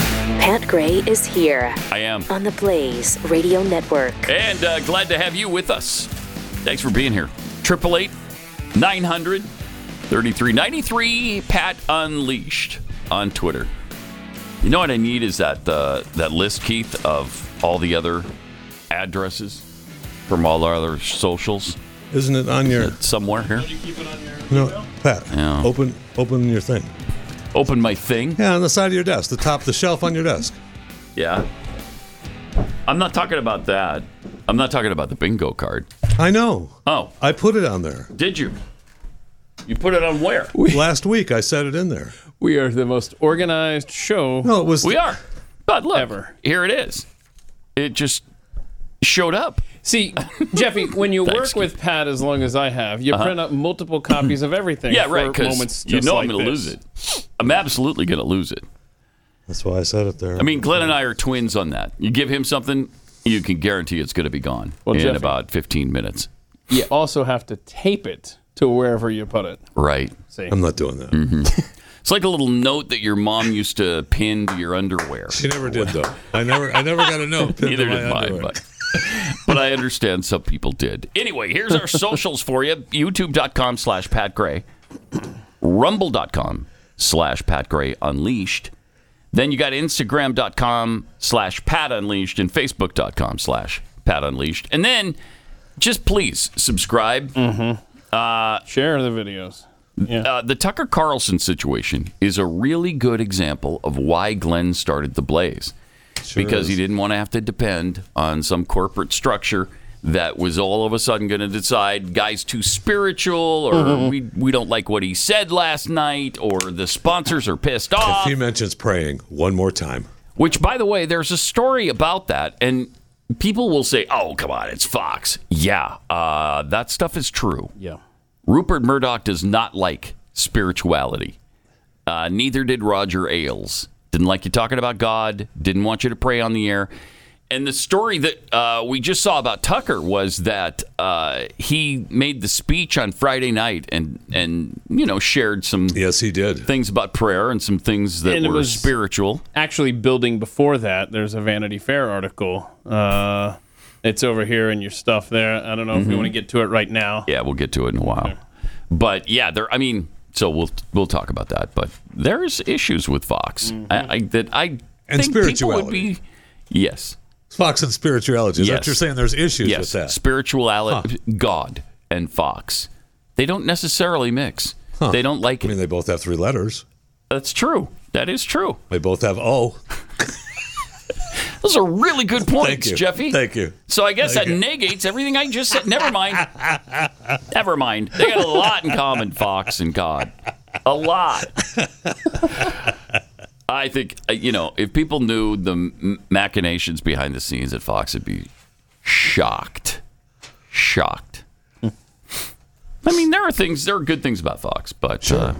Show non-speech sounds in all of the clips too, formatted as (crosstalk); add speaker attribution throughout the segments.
Speaker 1: Matt Gray is here
Speaker 2: I am.
Speaker 1: on the Blaze Radio Network.
Speaker 2: And uh, glad to have you with us. Thanks for being here. 888 900 3393 Pat Unleashed on Twitter. You know what I need is that uh, that list, Keith, of all the other addresses from all our other socials
Speaker 3: Isn't it on your
Speaker 2: somewhere here.
Speaker 3: no Pat?
Speaker 2: Yeah.
Speaker 3: Open open your thing.
Speaker 2: Open my thing.
Speaker 3: Yeah, on the side of your desk, the top, the shelf on your desk.
Speaker 2: Yeah. I'm not talking about that. I'm not talking about the bingo card.
Speaker 3: I know.
Speaker 2: Oh,
Speaker 3: I put it on there
Speaker 2: did you? You put it on where?
Speaker 3: last week. I set it in there.
Speaker 4: We are the most organized show.
Speaker 3: No, it was.
Speaker 2: We are. But look,
Speaker 4: Ever.
Speaker 2: here it is. It just showed up. (laughs)
Speaker 4: See, Jeffy, when you
Speaker 2: Thanks, Uh-huh.
Speaker 4: work with Pat as long as I have, you print up multiple copies of everything.
Speaker 2: Yeah, right.
Speaker 4: for
Speaker 2: Because
Speaker 4: moments
Speaker 2: you
Speaker 4: just
Speaker 2: know
Speaker 4: like
Speaker 2: I'm going to
Speaker 4: this.
Speaker 2: lose it. I'm absolutely going to lose it.
Speaker 3: That's why I set it there.
Speaker 2: I mean, Glenn and I are twins on that. You give him something, you can guarantee it's going to be gone
Speaker 4: Well,
Speaker 2: in
Speaker 4: Jeffy-
Speaker 2: about 15 minutes.
Speaker 4: You also have to tape it to wherever you put it.
Speaker 2: Right. Mm-hmm.
Speaker 4: See,
Speaker 3: I'm not doing that.
Speaker 2: (laughs) It's like a little note that your mom used to pin to your underwear.
Speaker 3: She never did though. I never. I never got a note. pinned to
Speaker 2: (laughs) Neither
Speaker 3: my
Speaker 2: did mine,
Speaker 3: underwear.
Speaker 2: but, (laughs) but I understand some people did. Anyway, here's our
Speaker 4: (laughs)
Speaker 2: socials for you. YouTube.com slash Pat Gray. Rumble.com slash Pat Gray Unleashed. Then you got Instagram.com slash Pat Unleashed and Facebook.com slash Pat Unleashed. And then just please subscribe.
Speaker 4: share the videos.
Speaker 2: Uh, the Tucker Carlson situation is a really good example of why Glenn started the blaze. because he didn't want to have to depend on some corporate structure that was all of a sudden going to decide guy's too spiritual or
Speaker 3: Mm-hmm.
Speaker 2: we, we don't like what he said last night or the sponsors are pissed off.
Speaker 3: He mentions praying one more time.
Speaker 2: Which, by the way, there's a story about that, and people will say, "Oh, come on, it's Fox." Yeah, uh, that stuff is true.
Speaker 4: Yeah.
Speaker 2: Rupert Murdoch does not like spirituality. Uh, neither did Roger Ailes. Didn't like you talking about God. Didn't want you to pray on the air. And the story that uh, we just saw about Tucker was that uh, he made the speech on Friday night and and you know shared some
Speaker 3: Yes, he did.
Speaker 2: things about prayer and some things that
Speaker 4: And it
Speaker 2: were
Speaker 4: was-
Speaker 2: spiritual.
Speaker 4: actually building before that there's a vanity fair article uh, it's over here in your stuff there i don't know
Speaker 2: Mm-hmm.
Speaker 4: if we want to get to it right
Speaker 3: Oh.
Speaker 4: now
Speaker 2: Yeah, we'll get to it in a while. But yeah, there. I mean, so we'll we'll talk about that. But there's issues with Fox I, I, that I
Speaker 3: Mm-hmm. And
Speaker 2: think people would
Speaker 3: spirituality.
Speaker 2: be. Yes,
Speaker 3: Fox and spirituality. Is that
Speaker 2: Yes.
Speaker 3: what you're saying? There's issues
Speaker 2: yes,
Speaker 3: with that.
Speaker 2: spirituality, God, and Fox. They don't necessarily mix. They don't like
Speaker 3: I mean,
Speaker 2: it.
Speaker 3: they both have three letters.
Speaker 2: That's true. That is true.
Speaker 3: They both have O.
Speaker 2: Those are really good (laughs) points,
Speaker 3: Thank you,
Speaker 2: Jeffy.
Speaker 3: Thank you.
Speaker 2: So I guess
Speaker 3: Thank
Speaker 2: that
Speaker 3: you.
Speaker 2: negates everything I just said. Never mind. Never mind. They got a lot in common, Fox and God. A lot. I think uh, you know if people knew the m- machinations behind the scenes at Fox, would be shocked. Shocked. I mean, there are things. There are good things about Fox, but uh,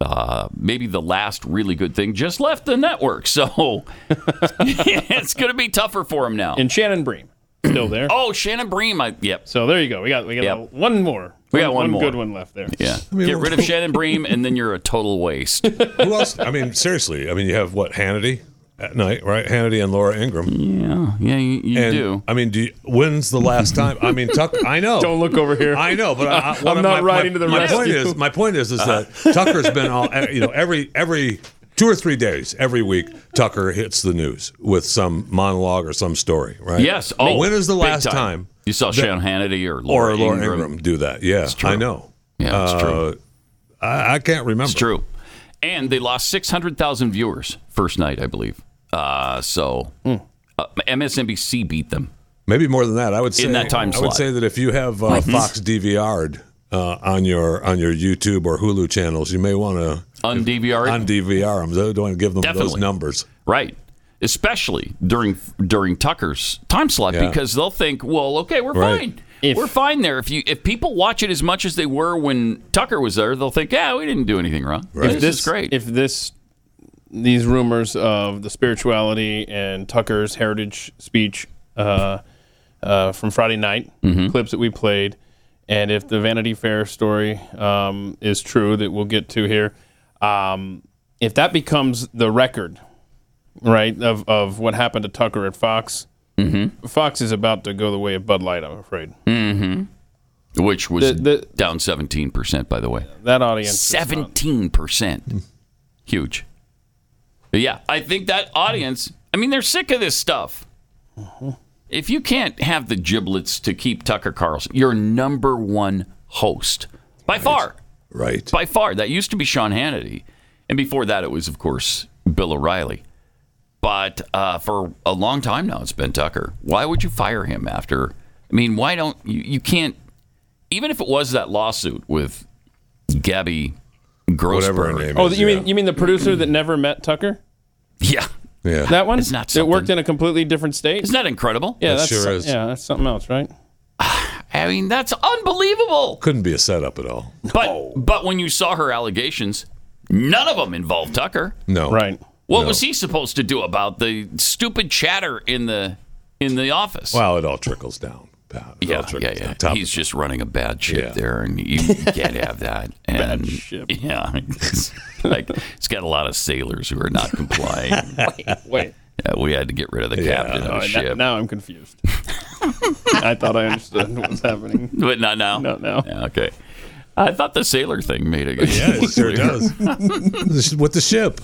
Speaker 2: uh, maybe the last really good thing just left the network, so (laughs) it's going to be tougher for him now.
Speaker 4: and shannon bream still there
Speaker 2: Oh, Shannon Bream. I, yep.
Speaker 4: so there you go we got we got
Speaker 2: Yep.
Speaker 4: one more
Speaker 2: We got one more.
Speaker 4: good one left there
Speaker 2: Yeah.
Speaker 3: mean,
Speaker 2: Get rid of
Speaker 3: who-
Speaker 2: Shannon Bream, and then you're a total
Speaker 3: (laughs)
Speaker 2: waste.
Speaker 3: Who else? I mean, seriously. I mean, you have what Hannity at night, right? Hannity and Laura Ingram.
Speaker 2: yeah. Yeah, you, you
Speaker 3: and,
Speaker 2: do.
Speaker 3: I mean, do you, when's the last time? I mean, Tucker. I
Speaker 2: (laughs)
Speaker 3: know.
Speaker 4: don't look over here
Speaker 3: I know, but I, I, what
Speaker 4: I'm
Speaker 3: my,
Speaker 4: not
Speaker 3: my,
Speaker 4: riding to the
Speaker 3: my
Speaker 4: rescue.
Speaker 3: point is, my point is, is
Speaker 2: Uh-huh.
Speaker 3: that Tucker's been all eh, you know every every two or three days, every week, Tucker hits the news with some monologue or some story, right?
Speaker 2: Yes. Oh,
Speaker 3: when is the
Speaker 2: big
Speaker 3: last
Speaker 2: time.
Speaker 3: time,
Speaker 2: You saw Shannon Hannity or Laura,
Speaker 3: or Laura Ingram.
Speaker 2: Ingram.
Speaker 3: do that? Yeah,
Speaker 2: true.
Speaker 3: I know.
Speaker 2: Yeah, it's true.
Speaker 3: Uh, I, I can't remember.
Speaker 2: It's true. And they lost 600,000 viewers first night, I believe. Uh, so uh, MSNBC beat them.
Speaker 3: Maybe more than that. I would say
Speaker 2: that time
Speaker 3: I would
Speaker 2: slot. Mm-hmm.
Speaker 3: say that if you have uh, Fox DVR'd uh, on your on your YouTube or Hulu channels, you may want to
Speaker 2: On DVR.
Speaker 3: on DVR them. Don't want to give them those
Speaker 2: Definitely.
Speaker 3: numbers.
Speaker 2: Right. Especially during during Tucker's time slot
Speaker 3: Yeah.
Speaker 2: Uh, because they'll think, well, okay, we're
Speaker 3: Right.
Speaker 2: fine.
Speaker 4: If-
Speaker 2: we're fine there. If you if people watch it as much as they were when Tucker was there, they'll think, yeah, we didn't do anything wrong.
Speaker 3: Right.
Speaker 2: This,
Speaker 3: If
Speaker 2: is great.
Speaker 4: if this these rumors of the spirituality and Tucker's heritage speech uh, uh, from Friday night
Speaker 2: Mm-hmm.
Speaker 4: clips that we played, and if the Vanity Fair story um, is true that we'll get to here, um, if that becomes the record right? Of of what happened to Tucker at Fox. Mm-hmm. Fox is about to go the way of Bud Light, I'm afraid.
Speaker 2: Mm-hmm. which was
Speaker 4: The- the-
Speaker 2: down 17%, by the way.
Speaker 4: That audience, is not-
Speaker 2: 17%. Huge. But yeah, I think that audience, I mean, they're sick of this stuff. If you can't have the giblets to keep Tucker Carlson, your number one host by far,
Speaker 3: Right.
Speaker 2: by far. That used to be Sean Hannity. And before that, it was, of course, Bill O'Reilly. But uh, for a long time now, it's been Tucker. Why would you fire him after? I mean, why don't you? You can't. Even if it was that lawsuit with Gabby Grossberg,
Speaker 3: Whatever her name
Speaker 4: Oh,
Speaker 3: is.
Speaker 4: you
Speaker 3: yeah.
Speaker 4: mean you mean the producer that never met Tucker?
Speaker 2: yeah,
Speaker 3: Yeah.
Speaker 4: That one?
Speaker 2: It's not
Speaker 4: It worked
Speaker 2: something.
Speaker 4: in a completely different state.
Speaker 2: isn't that incredible?
Speaker 4: yeah,
Speaker 3: That
Speaker 4: that's
Speaker 3: sure
Speaker 4: so-
Speaker 3: is.
Speaker 4: yeah, that's something else, right?
Speaker 2: I mean, that's unbelievable.
Speaker 3: Couldn't be a setup at all.
Speaker 2: But but when you saw her allegations, none of them involved Tucker.
Speaker 3: No.
Speaker 4: Right.
Speaker 2: What
Speaker 3: No.
Speaker 2: was he supposed to do about the stupid chatter in the in the office?
Speaker 3: Well, it all trickles down. Pat. It all
Speaker 2: yeah, yeah,
Speaker 3: trickles
Speaker 2: yeah.
Speaker 3: down. Top-
Speaker 2: He's just running a bad ship
Speaker 3: Yeah.
Speaker 2: there, and you can't have
Speaker 4: (laughs)
Speaker 2: that. And
Speaker 4: ship.
Speaker 2: yeah, (laughs) it's like it's got a lot of sailors who are not complying.
Speaker 4: (laughs) Wait.
Speaker 2: Yeah, we had to get rid of the
Speaker 3: Yeah.
Speaker 2: captain of
Speaker 4: All
Speaker 2: the
Speaker 4: right, now,
Speaker 2: ship,
Speaker 4: now I'm confused. (laughs) I thought I understood what's happening.
Speaker 2: (laughs) but not now.
Speaker 4: Not now.
Speaker 2: Yeah, okay. I thought the sailor thing made it.
Speaker 3: yeah, it
Speaker 2: (laughs)
Speaker 3: sure does. (laughs) With the ship.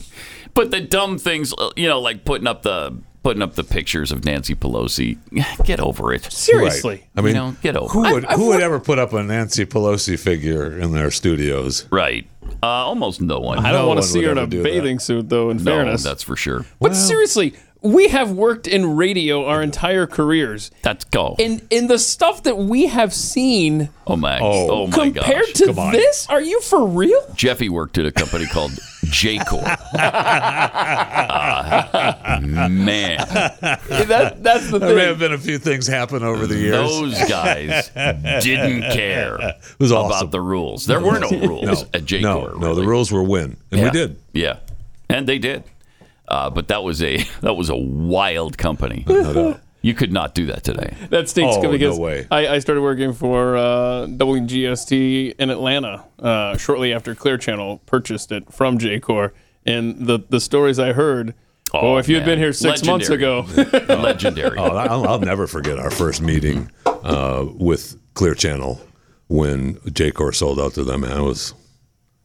Speaker 2: But the dumb things, uh, you know, like putting up the putting up the pictures of Nancy Pelosi. (sighs) Get over it.
Speaker 4: Seriously.
Speaker 3: Right. I mean,
Speaker 2: You know, get over
Speaker 3: Who
Speaker 2: it.
Speaker 3: would who would ever put up a Nancy Pelosi figure in their studios?
Speaker 2: Right. Uh, almost no one.
Speaker 4: I don't
Speaker 3: No one
Speaker 4: want to see
Speaker 3: would
Speaker 4: her in
Speaker 3: ever
Speaker 4: a
Speaker 3: do that.
Speaker 4: bathing suit, though, in
Speaker 2: no,
Speaker 4: fairness.
Speaker 2: that's for sure.
Speaker 4: But seriously, we have worked in radio our entire careers.
Speaker 2: That's go.
Speaker 4: And in the stuff that we have seen
Speaker 2: Oh my.
Speaker 3: Oh.
Speaker 2: Oh, my gosh.
Speaker 4: compared to
Speaker 3: come on.
Speaker 4: this, are you
Speaker 2: (laughs)
Speaker 4: for real?
Speaker 2: Jeffy worked at a company called
Speaker 3: (laughs)
Speaker 2: JCorp. Uh,
Speaker 3: (laughs)
Speaker 2: man,
Speaker 4: (laughs) That, that's the
Speaker 3: There may have
Speaker 4: thing.
Speaker 3: been a few things happen over the years.
Speaker 2: those guys
Speaker 3: (laughs)
Speaker 2: didn't care
Speaker 3: was awesome.
Speaker 2: about the rules.
Speaker 3: (laughs)
Speaker 2: There were no rules at JCorp.
Speaker 3: no, no, the
Speaker 2: really.
Speaker 3: rules were win, and we
Speaker 2: Yeah.
Speaker 3: did.
Speaker 2: Yeah, and they did. Uh, but that was a (laughs) that was a wild company. You could not do that today.
Speaker 4: That stinks
Speaker 3: Oh, no
Speaker 4: because
Speaker 3: way.
Speaker 4: I, I started working for uh, WGST in Atlanta uh, shortly after Clear Channel purchased it from JCore. And the, the stories I heard, oh, if you had
Speaker 2: man.
Speaker 4: been here six months
Speaker 2: Legendary.
Speaker 4: ago,
Speaker 2: (laughs) Legendary.
Speaker 3: Oh, I'll, I'll never forget our first meeting uh, with Clear Channel when JCore sold out to them, and it was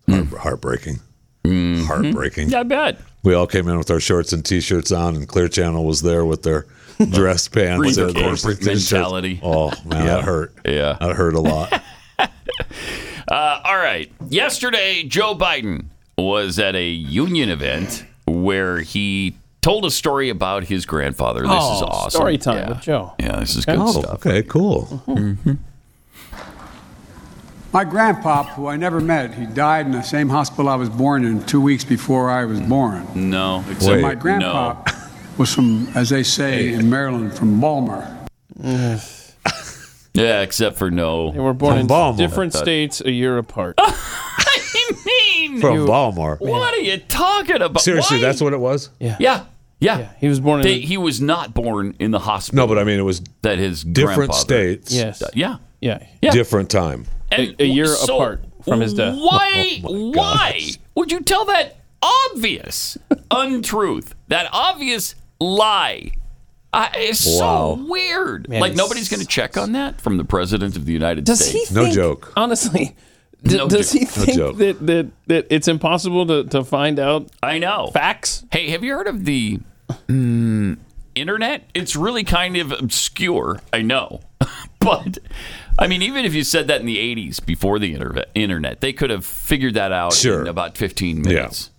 Speaker 3: heart-
Speaker 2: Hmm.
Speaker 3: heartbreaking.
Speaker 2: Mm-hmm.
Speaker 3: Heartbreaking.
Speaker 2: I bet.
Speaker 3: We all came in with our shorts and t-shirts on, and Clear Channel was there with
Speaker 2: (laughs)
Speaker 3: their dress pants and their
Speaker 2: Corporate
Speaker 3: t-shirts.
Speaker 2: mentality.
Speaker 3: Oh man, that hurt.
Speaker 2: (laughs) Yeah.
Speaker 3: that hurt a lot.
Speaker 2: Uh, All right. Yesterday, Joe Biden was at a union event where he told a story about his grandfather. This is awesome.
Speaker 4: story
Speaker 2: (laughs)
Speaker 4: time
Speaker 2: Yeah.
Speaker 4: with Joe.
Speaker 2: Yeah, this is good
Speaker 3: Oh,
Speaker 2: stuff. Mm-hmm.
Speaker 3: okay, cool.
Speaker 5: My grandpop, who I never met, he died in the same hospital I was born in two weeks before I was born.
Speaker 2: No,
Speaker 3: Wait.
Speaker 2: except
Speaker 5: My grandpop was from, as they say in Maryland, from Balmer.
Speaker 2: no. Yeah, except for
Speaker 4: they
Speaker 2: no.
Speaker 4: were born
Speaker 3: From
Speaker 4: in
Speaker 3: Baltimore.
Speaker 4: different states a year apart.
Speaker 2: (laughs) I mean,
Speaker 3: From Balmar.
Speaker 2: what are you talking about?
Speaker 3: Seriously,
Speaker 2: Why?
Speaker 3: that's what it was.
Speaker 2: Yeah, yeah.
Speaker 4: yeah, he was born in.
Speaker 2: They,
Speaker 4: the-
Speaker 2: he was not born in the hospital.
Speaker 3: No, but I mean it was
Speaker 2: that his
Speaker 3: different
Speaker 2: grandfather-
Speaker 3: states,
Speaker 4: yes.
Speaker 2: Yeah,
Speaker 4: Yeah.
Speaker 2: Yeah.
Speaker 3: different time.
Speaker 2: and
Speaker 4: a year apart from his death.
Speaker 2: Why?
Speaker 3: (laughs) Oh, my
Speaker 2: why
Speaker 3: gosh.
Speaker 2: would you tell that
Speaker 4: (laughs)
Speaker 2: obvious untruth? That obvious lie. I, it's
Speaker 3: Wow.
Speaker 2: so weird.
Speaker 4: Man,
Speaker 2: like
Speaker 4: it's-
Speaker 2: nobody's going to check on that from the president of the United
Speaker 4: Does he?
Speaker 2: States.
Speaker 4: Think,
Speaker 3: No joke.
Speaker 4: Honestly, d-
Speaker 2: No
Speaker 4: does
Speaker 2: joke.
Speaker 4: he
Speaker 2: No
Speaker 4: think
Speaker 3: joke.
Speaker 4: that, that that it's impossible to, to find out
Speaker 2: I know.
Speaker 4: facts?
Speaker 2: Hey, have you heard of the mm, internet? It's really kind of obscure. I know. (laughs) but, I mean, even if you said that in the 80s before the interve- internet, they could have figured that out
Speaker 3: Sure.
Speaker 2: in about 15 minutes.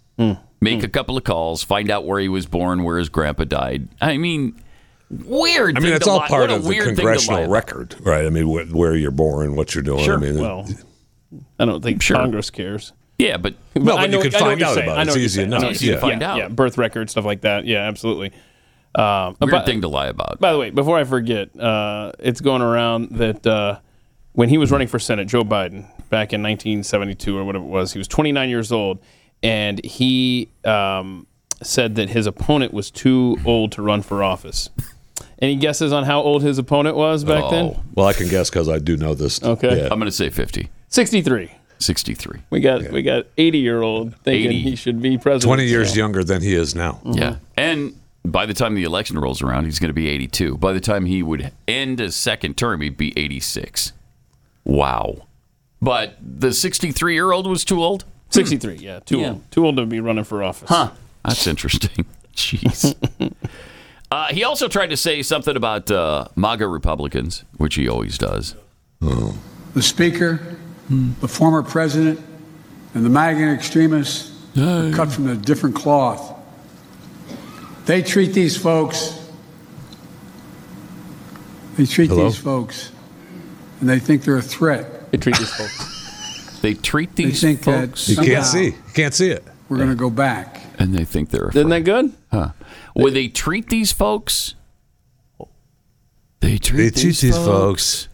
Speaker 2: Make a couple of calls, find out where he was born, where his grandpa died. I mean, weird.
Speaker 3: I mean,
Speaker 2: thing
Speaker 3: it's
Speaker 2: to
Speaker 3: all
Speaker 2: lie-
Speaker 3: part
Speaker 2: what a
Speaker 3: of the
Speaker 2: weird thing to lie
Speaker 3: congressional
Speaker 2: about.
Speaker 3: record, right? I mean, wh- where you're born, what you're doing.
Speaker 2: Sure.
Speaker 3: I mean, it-
Speaker 4: Well, I don't think
Speaker 2: Sure.
Speaker 4: Congress cares.
Speaker 2: Yeah, but
Speaker 3: no,
Speaker 4: I
Speaker 3: but
Speaker 4: know-
Speaker 3: you can
Speaker 4: I know what
Speaker 3: find
Speaker 4: you're
Speaker 3: out
Speaker 4: saying.
Speaker 3: about
Speaker 4: I
Speaker 3: it.
Speaker 4: know
Speaker 3: It's
Speaker 4: what you're
Speaker 3: easy
Speaker 4: saying.
Speaker 3: enough.
Speaker 4: I know what you're
Speaker 2: Easy to
Speaker 3: Yeah.
Speaker 2: find
Speaker 4: yeah,
Speaker 2: out.
Speaker 4: yeah, birth record stuff like that. Yeah, absolutely. Um,
Speaker 2: weird
Speaker 4: but-
Speaker 2: thing to lie about.
Speaker 4: By the way, before I forget, uh, it's going around that uh, when he was running for Senate, Joe Biden, back in 1972 or whatever it was, he was 29 years old, and he um, said that his opponent was too old to run for office. Any guesses on how old his opponent was back
Speaker 2: Oh.
Speaker 4: then?
Speaker 3: Well, I can guess because I do know this.
Speaker 4: Okay.
Speaker 2: I'm going to say 50,
Speaker 4: 63.
Speaker 2: 63.
Speaker 4: We got we got 80 year old thinking
Speaker 2: 80.
Speaker 4: he should be president.
Speaker 3: Twenty years
Speaker 4: So-
Speaker 3: younger than he is now.
Speaker 2: Yeah. And by the time the election rolls around, he's going to be 82. By the time he would end his second term, he'd be 86. Wow. But the 63 year old was too old?
Speaker 4: 63, Hmm. yeah. Too
Speaker 2: Yeah.
Speaker 4: old. Too old to be running for office.
Speaker 2: Huh. That's
Speaker 4: (laughs)
Speaker 2: interesting. Jeez. uh, he also tried to say something about uh, MAGA Republicans, which he always does.
Speaker 3: Hmm.
Speaker 5: The Speaker, the former President, and the MAGA extremists are cut from a different cloth. They treat these folks, they treat
Speaker 3: Hello?
Speaker 5: these folks, and they think they're a threat.
Speaker 4: They treat these folks.
Speaker 2: They treat
Speaker 5: They
Speaker 2: these
Speaker 5: think that
Speaker 2: folks
Speaker 3: You
Speaker 5: somehow
Speaker 3: can't see. You can't see it.
Speaker 5: We're going to go back.
Speaker 2: and they think they're.
Speaker 4: Isn't that good?
Speaker 2: Would they treat these folks? They treat,
Speaker 3: They
Speaker 2: these,
Speaker 3: teach these
Speaker 2: folks.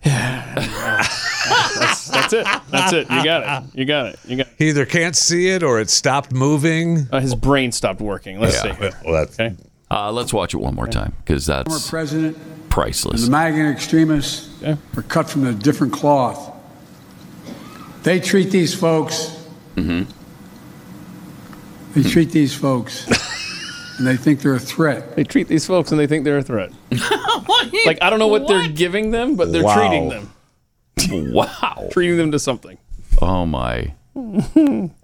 Speaker 3: folks.
Speaker 2: (laughs)
Speaker 5: (laughs)
Speaker 4: That's it. That's it.
Speaker 3: (laughs)
Speaker 4: You got it. You got it. You got it.
Speaker 3: Ah, He either can't see it or it stopped moving.
Speaker 4: Uh, his brain stopped working. Let's see.
Speaker 3: Well, that,
Speaker 4: Okay.
Speaker 2: Uh, let's watch it one more time because
Speaker 5: Former
Speaker 2: that's
Speaker 5: President,
Speaker 2: priceless.
Speaker 5: the MAGA extremists
Speaker 4: Yeah.
Speaker 5: are cut from a different cloth. They treat these folks,
Speaker 4: Mm-hmm.
Speaker 5: they treat
Speaker 4: (laughs)
Speaker 5: these folks, and they think they're a threat.
Speaker 4: They treat these folks and they think they're a threat. Like I don't know what, they're giving them, but they're
Speaker 3: Wow.
Speaker 4: treating
Speaker 2: (laughs)
Speaker 4: them,
Speaker 2: Wow.
Speaker 4: treating them to something.
Speaker 2: Oh my.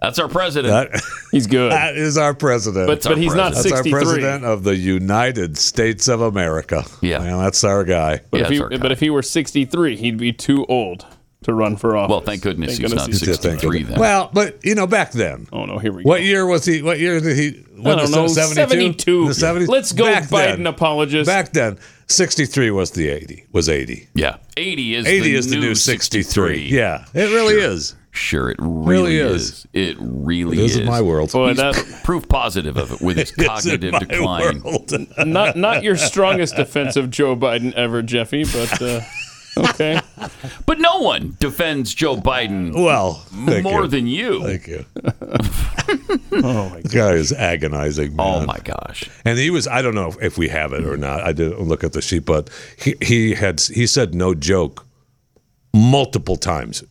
Speaker 2: That's our president. (laughs)
Speaker 3: that-
Speaker 4: He's good,
Speaker 3: that is our president.
Speaker 4: but, but he's not
Speaker 2: That's
Speaker 3: that's our
Speaker 4: 63.
Speaker 3: president of the United States of America.
Speaker 2: Yeah.
Speaker 3: Man, that's our guy.
Speaker 4: But,
Speaker 2: Yeah,
Speaker 4: if he,
Speaker 2: that's our guy.
Speaker 4: but if he were 63, he'd be too old to run for office.
Speaker 2: well, thank goodness he's not
Speaker 4: he's-
Speaker 3: Just think of
Speaker 2: 63
Speaker 3: it.
Speaker 2: then.
Speaker 3: Well, but you know, back then.
Speaker 4: Oh no, here we go.
Speaker 3: What year was he? What year did he? What,
Speaker 4: I don't
Speaker 3: the
Speaker 4: know. 72.
Speaker 3: The 70s?
Speaker 4: Let's go, Biden apologist.
Speaker 3: Back then, 63 was the 80. Was 80.
Speaker 2: yeah. 80 is
Speaker 3: 80
Speaker 2: the
Speaker 3: is the
Speaker 2: new
Speaker 3: new 63. Yeah, it really
Speaker 4: (laughs)
Speaker 3: is.
Speaker 2: Sure, it really,
Speaker 3: Really
Speaker 2: is.
Speaker 3: is.
Speaker 2: It really
Speaker 3: This
Speaker 2: is.
Speaker 3: is my world.
Speaker 4: Boy,
Speaker 2: He's
Speaker 4: that,
Speaker 2: proof positive of
Speaker 3: (laughs)
Speaker 2: it
Speaker 4: (laughs)
Speaker 2: with his
Speaker 3: This is
Speaker 2: cognitive
Speaker 3: my
Speaker 2: decline.
Speaker 3: world.
Speaker 4: not not
Speaker 2: (laughs)
Speaker 4: your strongest defense of Joe Biden ever, Jeffy, but uh, okay.
Speaker 2: But no one defends Joe Biden
Speaker 3: Well, thank
Speaker 2: more
Speaker 3: you.
Speaker 2: than you.
Speaker 3: Thank you. oh
Speaker 4: Oh,
Speaker 3: my god, guy is agonizing. Man.
Speaker 2: oh my gosh.
Speaker 3: And he was. I don't know if we have it or not. I didn't look at the sheet, but he, he had he said no joke multiple times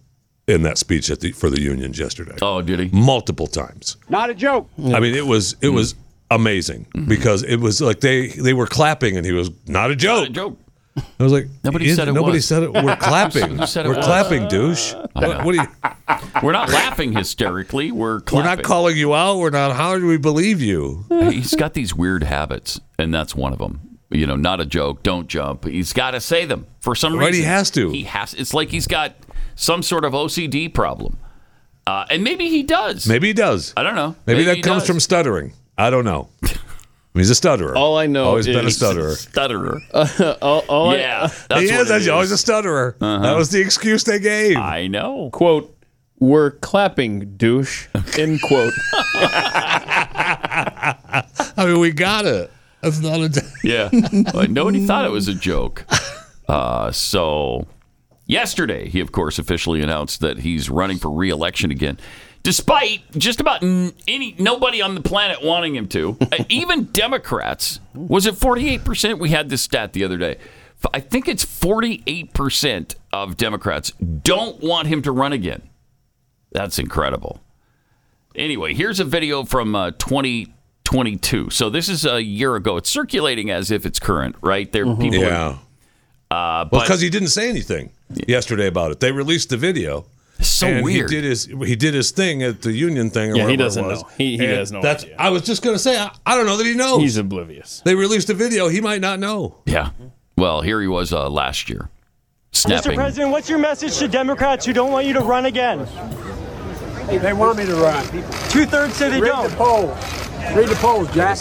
Speaker 3: in that speech at the, for the unions yesterday.
Speaker 2: Oh, did he?
Speaker 3: Multiple times.
Speaker 6: Not a joke.
Speaker 3: I mean, it was
Speaker 4: Mm-hmm.
Speaker 3: it was amazing because it was like they they were clapping and he was not a joke.
Speaker 2: What a joke.
Speaker 3: I was like,
Speaker 2: Nobody
Speaker 3: "You-
Speaker 2: said it
Speaker 3: Nobody
Speaker 2: was."
Speaker 3: said it.
Speaker 2: (laughs)
Speaker 3: We're clapping.
Speaker 2: Who said it
Speaker 3: We're
Speaker 2: was?
Speaker 3: clapping, douche. What, what are you?
Speaker 2: We're not laughing hysterically. We're
Speaker 3: We're not
Speaker 2: clapping.
Speaker 3: calling you out. We're not. How do we believe you?
Speaker 2: He's got these weird habits, and that's one of them. You know, not a joke. Don't jump. He's got to say them for some
Speaker 3: Right, he
Speaker 2: reason.
Speaker 3: has to.
Speaker 2: He has. It's like he's got some sort of OCD problem, uh, and maybe he does.
Speaker 3: Maybe he does.
Speaker 2: I don't know.
Speaker 3: Maybe,
Speaker 2: he
Speaker 3: that comes
Speaker 2: does.
Speaker 3: from stuttering. I don't
Speaker 2: (laughs)
Speaker 3: know. I mean, he's a stutterer.
Speaker 4: All I know
Speaker 3: always been a
Speaker 4: is- Uh,
Speaker 3: stutterer.
Speaker 4: (laughs)
Speaker 2: stutterer.
Speaker 4: All, all I-
Speaker 2: yeah, that's
Speaker 3: he
Speaker 2: what
Speaker 3: is.
Speaker 2: it Uh-huh.
Speaker 3: He's always a stutterer. That was the excuse they gave.
Speaker 2: I know.
Speaker 4: quote, we're clapping, douche, end quote.
Speaker 2: (laughs)
Speaker 3: I mean, we got it. That's not a. (laughs)
Speaker 2: Yeah. But nobody thought it was a joke. Uh, so, yesterday, he, of course, officially announced that he's running for reelection again, despite just about n- any nobody on the planet wanting him to. Uh, Even Democrats. Was it 48%? We had this stat the other day. F- I think it's 48% of Democrats don't want him to run again. That's incredible. Anyway, here's a video from uh, 2022. So this is a year ago. It's circulating as if it's current, right? There, people. are-
Speaker 3: Mm-hmm. Yeah. Uh, well, because he didn't say anything yesterday about it. They released the video.
Speaker 2: so
Speaker 3: and
Speaker 2: weird.
Speaker 3: he did his he did his thing at the union thing. Or
Speaker 4: Yeah, he
Speaker 3: wherever it
Speaker 4: doesn't
Speaker 3: was.
Speaker 4: know. He- he
Speaker 3: And
Speaker 4: has no
Speaker 3: that's,
Speaker 4: idea.
Speaker 3: I was just gonna say I, I don't know that he knows.
Speaker 4: He's oblivious.
Speaker 3: they released a video. He might not know.
Speaker 2: yeah. Well, here he was uh, last year,
Speaker 7: Mr.
Speaker 2: snapping.
Speaker 7: President, what's your message to Democrats who don't want you to run again?
Speaker 5: They want me to run.
Speaker 7: Two thirds say they
Speaker 5: Read
Speaker 7: don't.
Speaker 5: the polls. Read the polls, Jack.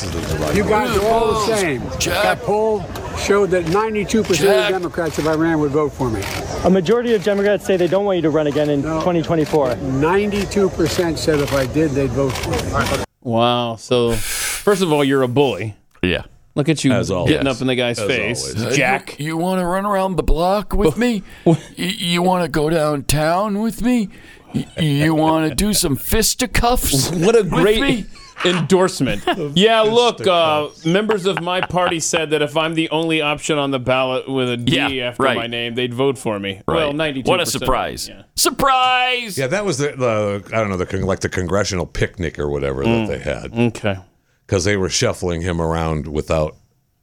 Speaker 5: You guys are all the same.
Speaker 2: Jack.
Speaker 5: That poll showed that 92%
Speaker 2: Jack.
Speaker 5: of Democrats, if I ran, would vote for me.
Speaker 7: A majority of Democrats say they don't want you to run again in 2024.
Speaker 5: 92% said if I did, they'd vote for me.
Speaker 4: Wow. So, first of all, you're a bully.
Speaker 2: Yeah.
Speaker 4: Look at you
Speaker 3: As always.
Speaker 4: getting up in the guy's
Speaker 3: As
Speaker 4: face.
Speaker 3: always.
Speaker 4: Jack.
Speaker 2: Uh, you, want to run around the block with
Speaker 4: (laughs)
Speaker 2: me? you want to go downtown with me? You want to do some fisticuffs?
Speaker 4: What a great
Speaker 3: (laughs)
Speaker 4: endorsement. yeah, look, uh, members of my party said that if I'm the only option on the ballot with a D
Speaker 2: Yeah,
Speaker 4: after
Speaker 2: right.
Speaker 4: my name, they'd vote for me.
Speaker 2: Right.
Speaker 4: Well, 92
Speaker 2: What a surprise!
Speaker 4: Yeah.
Speaker 2: Surprise!
Speaker 3: Yeah, that was the, the I don't know the con- like the congressional picnic or whatever that they had.
Speaker 4: Mm. Okay.
Speaker 3: because they were shuffling him around without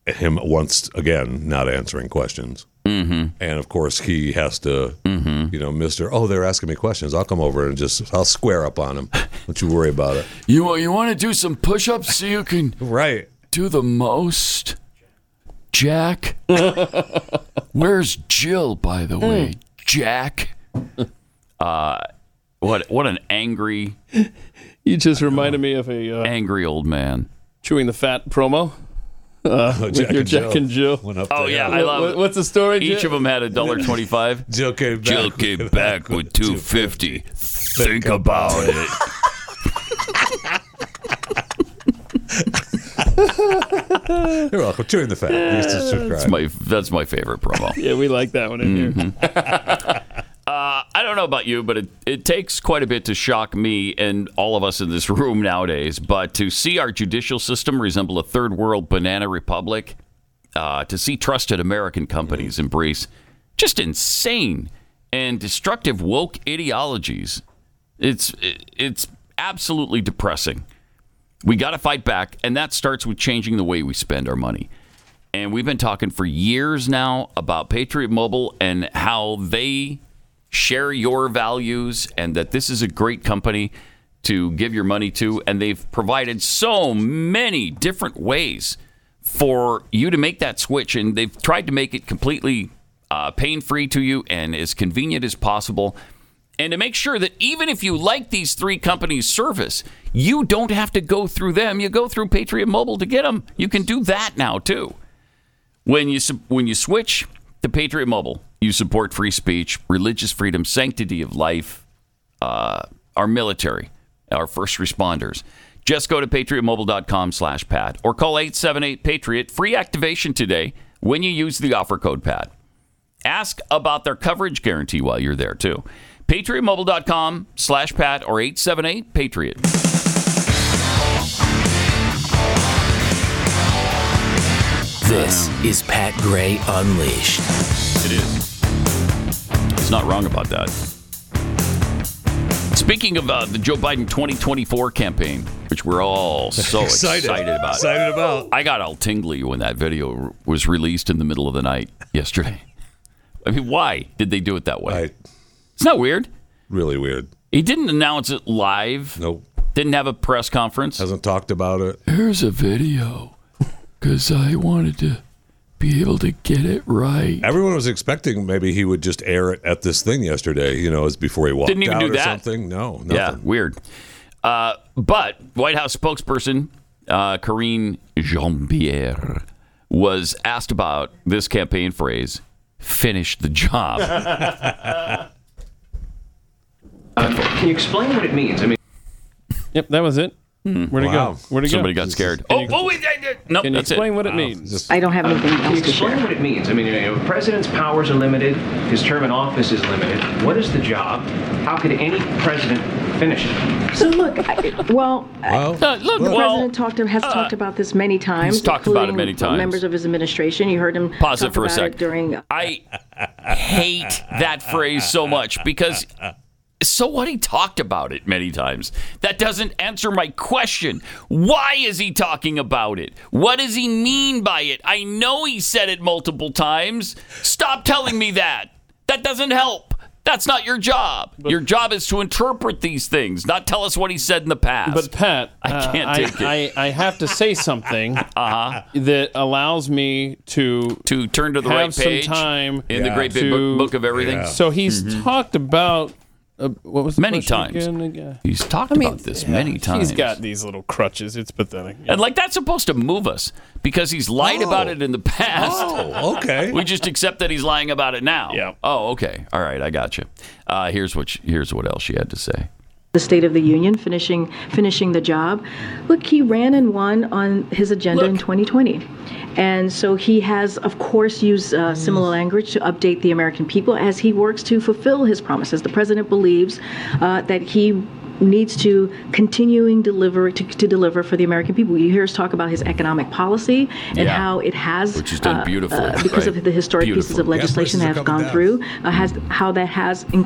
Speaker 3: him once again not answering questions.
Speaker 2: (laughs)
Speaker 3: Mm-hmm. And of course, he has to, you know, Mister. Oh, they're asking me questions. I'll come over and just I'll square up on him. Don't you worry about it.
Speaker 2: You you want to do some push-ups so you
Speaker 4: (laughs)
Speaker 2: can
Speaker 3: Right.
Speaker 2: do the most, Jack? (laughs) Where's Jill, by the way, (laughs) Jack? Uh, what what an angry
Speaker 4: (laughs) You just reminded me of a uh,
Speaker 2: angry old man.
Speaker 4: chewing the fat promo. uh,
Speaker 3: With
Speaker 4: your Jack and Jill.
Speaker 3: Went up
Speaker 2: Oh
Speaker 3: to
Speaker 2: yeah,
Speaker 3: him.
Speaker 2: I love
Speaker 4: What-
Speaker 2: it.
Speaker 4: What's the story?
Speaker 2: Each of them had a dollar twenty-five.
Speaker 3: Jill came back.
Speaker 2: Jill came back with two fifty. Think about it.
Speaker 3: (laughs) You're welcome. Chewing the fat. He used to cry.
Speaker 2: My that's my favorite promo.
Speaker 4: (laughs) Yeah, we like that one in
Speaker 2: Mm-hmm.
Speaker 4: here.
Speaker 2: Uh, I don't know about you, but it, it takes quite a bit to shock me and all of us in this (laughs) room nowadays. But to see our judicial system resemble a third world banana republic, uh, to see trusted American companies embrace just insane and destructive woke ideologies, it's it's absolutely depressing. We got to fight back, and that starts with changing the way we spend our money. And we've been talking for years now about Patriot Mobile and how they share your values and that this is a great company to give your money to. And they've provided so many different ways for you to make that switch. And they've tried to make it completely uh, pain free to you and as convenient as possible. And to make sure that even if you like these three companies' service, you don't have to go through them. You go through Patriot Mobile to get them. You can do that now too. When you su- when you switch to Patriot Mobile, you support free speech, religious freedom, sanctity of life, uh, our military, our first responders. Just go to patriotmobile.com slash pad or call 878 Patriot. Free activation today when you use the offer code PAD. Ask about their coverage guarantee while you're there, too. PatriotMobile.com slash Pat or 878 Patriot.
Speaker 6: This is Pat Gray Unleashed.
Speaker 2: It is. He's not wrong about that. Speaking of uh, the Joe Biden 2024 campaign, which we're
Speaker 3: (laughs)
Speaker 2: all so excited, about.
Speaker 3: Excited about.
Speaker 2: I got all tingly when that video r- was released in the middle of the night (laughs) yesterday. I mean, why did they do it that way?
Speaker 3: I,
Speaker 2: It's not weird.
Speaker 3: really weird.
Speaker 2: He didn't announce it live.
Speaker 3: Nope.
Speaker 2: Didn't have a press conference.
Speaker 3: Hasn't talked about it.
Speaker 2: Here's a video because I wanted to be able to get it right.
Speaker 3: Everyone was expecting maybe he would just air it at this thing yesterday. You know, as before he walked
Speaker 2: Didn't even
Speaker 3: out
Speaker 2: do
Speaker 3: or
Speaker 2: that.
Speaker 3: something. No, Oh, nothing.
Speaker 2: Yeah, weird. Uh, but White House spokesperson uh, Karine Jean Pierre was asked about this campaign phrase finish
Speaker 6: (laughs)
Speaker 2: the job.
Speaker 8: Can you explain what it means? I mean,
Speaker 4: Yep, that was it. Where'd it
Speaker 3: Wow.
Speaker 4: go? Where'd it
Speaker 2: Hmm. Somebody
Speaker 4: go?
Speaker 2: got scared.
Speaker 4: Can
Speaker 2: Oh,
Speaker 4: you-
Speaker 2: oh wait, I- I- no,
Speaker 4: Can you
Speaker 2: that's it.
Speaker 4: explain what it means?
Speaker 3: Just
Speaker 9: I don't have anything
Speaker 8: can you
Speaker 9: else to
Speaker 8: explain
Speaker 9: share.
Speaker 8: what it means? I mean, you know, the president's powers are limited. His term in office is limited. What is the job? How could any president finish it?
Speaker 9: So look, I, well,
Speaker 3: well,
Speaker 2: Uh, look,
Speaker 9: the
Speaker 2: well, uh,
Speaker 9: president talked has talked about this many times.
Speaker 2: he's talked about it
Speaker 9: including
Speaker 2: many times.
Speaker 9: Members of his administration, you heard him
Speaker 2: pause
Speaker 9: talk
Speaker 2: it for a
Speaker 9: about
Speaker 2: sec.
Speaker 9: during.
Speaker 2: I hate that phrase so much because so what he talked about it many times. That doesn't answer my question. Why is he talking about it? What does he mean by it? I know he said it multiple times. Stop telling me that. That doesn't help. That's not your job. your job is to interpret these things, not tell us what he said in the past.
Speaker 4: But Pat,
Speaker 2: I
Speaker 4: uh,
Speaker 2: can't
Speaker 4: I,
Speaker 2: take it. Uh-huh.
Speaker 4: I, I have to
Speaker 2: (laughs)
Speaker 4: say something that allows me to
Speaker 2: to turn to the
Speaker 4: have
Speaker 2: right
Speaker 4: some
Speaker 2: page
Speaker 4: time
Speaker 2: in the great big
Speaker 4: to-
Speaker 2: book, book of everything.
Speaker 4: So he's talked about uh, what was the
Speaker 2: Many
Speaker 4: question
Speaker 2: times.
Speaker 4: again? Again?
Speaker 2: He's talked about this many times.
Speaker 4: He's got these little crutches. It's pathetic.
Speaker 2: And like that's supposed to move us because he's lied
Speaker 3: Oh.
Speaker 2: about it in the past.
Speaker 3: oh, okay.
Speaker 2: (laughs) We just accept that he's lying about it now.
Speaker 4: Yeah.
Speaker 2: Oh, okay. All right, I got you. Uh, here's what she, here's what else she had to say.
Speaker 9: the State of the Union, finishing finishing the job. Look, he ran and won on his agenda in 2020, and so he has, of course, used uh, similar language to update the American people as he works to fulfill his promises. The president believes uh, that he needs to continuing deliver to, to deliver for the American people. You hear us talk about his economic policy and
Speaker 2: Yeah.
Speaker 9: how it has, uh,
Speaker 2: Which he's done beautifully,
Speaker 9: because
Speaker 2: right?
Speaker 9: of the historic pieces
Speaker 2: Beautifully.
Speaker 9: of
Speaker 3: prices
Speaker 9: legislation that
Speaker 3: are
Speaker 9: have
Speaker 3: coming
Speaker 9: gone
Speaker 3: down.
Speaker 9: through. Uh, has how that has. In,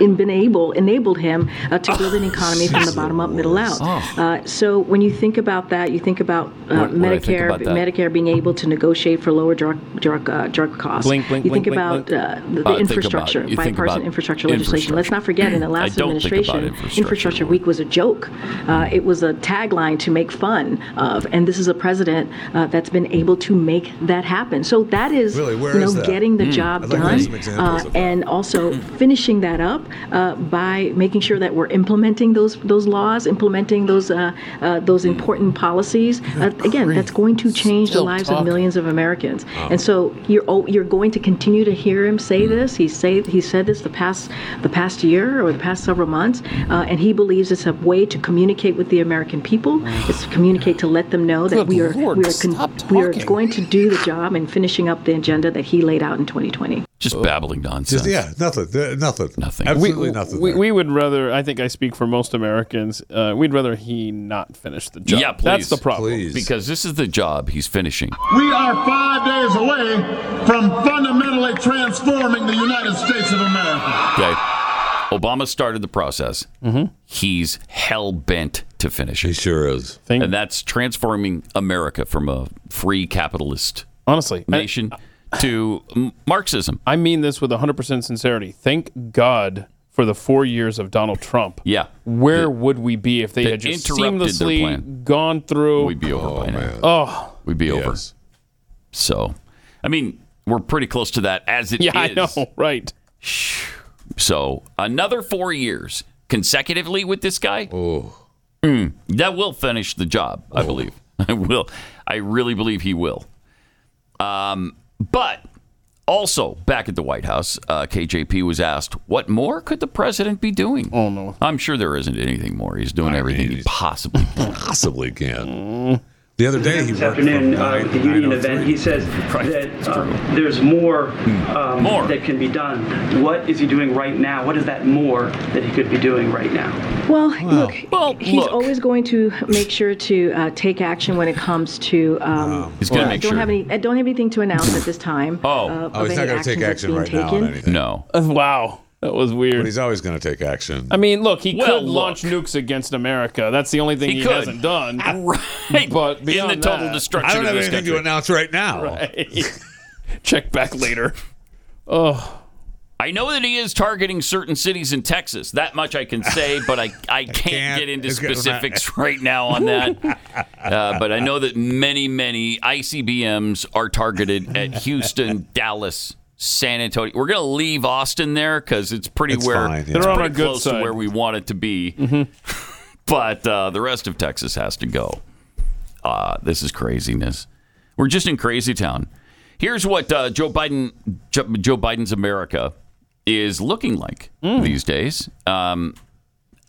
Speaker 9: in- been able enabled him uh, to build an
Speaker 2: Oh,
Speaker 9: economy from the bottom up, middle out. Uh, so when you think about that, you think about uh,
Speaker 2: What- what do I think
Speaker 9: Medicare,
Speaker 2: about that?
Speaker 9: Medicare being able to negotiate for lower drug drug uh, drug costs.
Speaker 4: Blink, blink,
Speaker 9: you think
Speaker 4: blink, blink,
Speaker 9: about
Speaker 4: blink.
Speaker 9: Uh, the,
Speaker 2: Uh,
Speaker 9: the
Speaker 2: think about-
Speaker 9: infrastructure,
Speaker 2: you think
Speaker 9: bipartisan
Speaker 2: about
Speaker 9: infrastructure legislation. Let's
Speaker 2: infrastructure.
Speaker 9: not forget, in
Speaker 2: (laughs)
Speaker 9: the
Speaker 2: I
Speaker 9: last
Speaker 2: don't think about
Speaker 9: administration,
Speaker 2: infrastructure.
Speaker 9: Infrastructure Week was a joke. Uh, it was a tagline to make fun of, and this is a president uh, that's been able to make that happen. So that is,
Speaker 3: Really? Where
Speaker 9: you know,
Speaker 3: is that?
Speaker 9: getting
Speaker 4: Hmm.
Speaker 9: the job
Speaker 3: I'd like to
Speaker 9: done,
Speaker 3: see some examples
Speaker 9: uh,
Speaker 3: of that.
Speaker 9: and also finishing that up uh, by making sure that we're implementing those those laws, implementing those uh, uh, those important policies. Uh, again, that's going to change the
Speaker 4: Still
Speaker 9: lives of
Speaker 4: talking.
Speaker 9: millions of Americans. And so you're oh, you're going to continue to hear him say this. He say he said this the past the past year or the past several months, uh, and he believes it's a way to communicate with the American people. It's to communicate to let them know that
Speaker 4: Good
Speaker 9: we are
Speaker 4: Lord,
Speaker 9: we are
Speaker 4: stop
Speaker 9: we are
Speaker 4: talking.
Speaker 9: going to do the job and finishing up the agenda that he laid out in 2020.
Speaker 2: Just babbling nonsense.
Speaker 3: Just, yeah, nothing. There- Nothing.
Speaker 2: Nothing.
Speaker 3: Absolutely nothing.
Speaker 4: We,
Speaker 3: there.
Speaker 4: we would rather. I think I speak for most Americans. Uh, we'd rather he not finish the job.
Speaker 2: Yeah, please.
Speaker 4: That's the problem.
Speaker 3: Please.
Speaker 2: Because this is the job he's finishing.
Speaker 10: We are five days away from fundamentally transforming the United States of America.
Speaker 2: Okay. Obama started the process.
Speaker 4: Mm-hmm.
Speaker 2: He's hell bent to finish
Speaker 3: He
Speaker 2: it.
Speaker 3: sure is.
Speaker 4: Thing-
Speaker 2: And that's transforming America from a free capitalist
Speaker 4: Honestly, I-
Speaker 2: nation to m- Marxism.
Speaker 4: I mean this with 100% sincerity. Thank God for the four years of Donald Trump.
Speaker 2: Yeah.
Speaker 4: Where would we be if they
Speaker 2: they
Speaker 4: had just
Speaker 2: interrupted their
Speaker 4: seamlessly
Speaker 2: plan.
Speaker 4: gone through?
Speaker 2: We'd be over by now.
Speaker 4: oh,
Speaker 2: We'd be over.
Speaker 3: Yes.
Speaker 2: So, I mean, we're pretty close to that as it is.
Speaker 4: yeah, I know, right?
Speaker 2: So, another four years consecutively with this guy. Oh. that will finish the job,
Speaker 4: Oh.
Speaker 2: I believe. (laughs) I will. I really believe he will. Um, but also, back at the White House, uh, KJP was asked, what more could the president be doing? Oh, no. I'm sure there isn't anything more. He's doing everything he
Speaker 3: he's- (laughs)
Speaker 2: possibly can.
Speaker 3: Possibly can.
Speaker 2: Mm.
Speaker 3: The other day he
Speaker 10: This
Speaker 3: worked
Speaker 10: afternoon,
Speaker 3: from
Speaker 10: uh,
Speaker 3: nine
Speaker 10: at
Speaker 3: to
Speaker 10: the union
Speaker 3: 9:03.
Speaker 10: event, he says
Speaker 2: Right,
Speaker 10: that
Speaker 2: it's
Speaker 10: uh,
Speaker 2: true.
Speaker 10: there's more,
Speaker 3: Hmm.
Speaker 10: um,
Speaker 2: More.
Speaker 10: that can be done. What is he doing right now? What is that more that he could be doing right now?
Speaker 9: Well, look,
Speaker 2: Well,
Speaker 9: he's
Speaker 2: look.
Speaker 9: always going to make sure to uh, take action when it comes to. Um,
Speaker 2: He's going to
Speaker 9: I
Speaker 2: make
Speaker 9: don't
Speaker 2: sure.
Speaker 9: have any. I don't have anything to announce at this time.
Speaker 2: Oh.
Speaker 9: uh,
Speaker 3: Oh, he's not
Speaker 9: of any
Speaker 3: going to take
Speaker 9: actions
Speaker 3: action
Speaker 9: that's being
Speaker 3: right now on
Speaker 9: taken.
Speaker 3: anything.
Speaker 2: no.
Speaker 4: (laughs) Wow, that was
Speaker 3: But
Speaker 4: weird.
Speaker 3: he's always going to take action.
Speaker 4: I mean, look, he
Speaker 2: Well,
Speaker 4: could launch nukes against America. That's the only thing
Speaker 2: He
Speaker 4: he,
Speaker 2: could.
Speaker 4: hasn't done.
Speaker 2: (laughs) Right.
Speaker 4: But
Speaker 2: in the
Speaker 4: beyond
Speaker 2: total
Speaker 4: that,
Speaker 2: destruction
Speaker 3: I don't
Speaker 2: of
Speaker 3: have
Speaker 2: this
Speaker 3: anything
Speaker 2: country.
Speaker 3: to announce right
Speaker 4: (laughs)
Speaker 3: now.
Speaker 4: Check back later. Oh.
Speaker 2: I know that he is targeting certain cities in Texas. That much I can
Speaker 3: (laughs)
Speaker 2: say, but I, I, can't,
Speaker 3: can't.
Speaker 2: get into
Speaker 3: It's good. (laughs)
Speaker 2: specifics right now on that. Uh, but I know that many, many ICBMs are
Speaker 3: (laughs)
Speaker 2: targeted at Houston, Dallas, San Antonio. We're going to leave Austin there because it's pretty
Speaker 3: It's
Speaker 2: where
Speaker 3: fine, yeah.
Speaker 2: it's
Speaker 4: They're on
Speaker 2: pretty
Speaker 4: our good
Speaker 2: close to
Speaker 4: side. Mm-hmm.
Speaker 2: where we want it to be. (laughs) but uh, the rest of Texas has to go. Uh, this is craziness. We're just in crazy town. Here's what uh, Joe Biden, Jo- Joe Biden's America, is looking like
Speaker 4: Mm.
Speaker 2: these days. Um,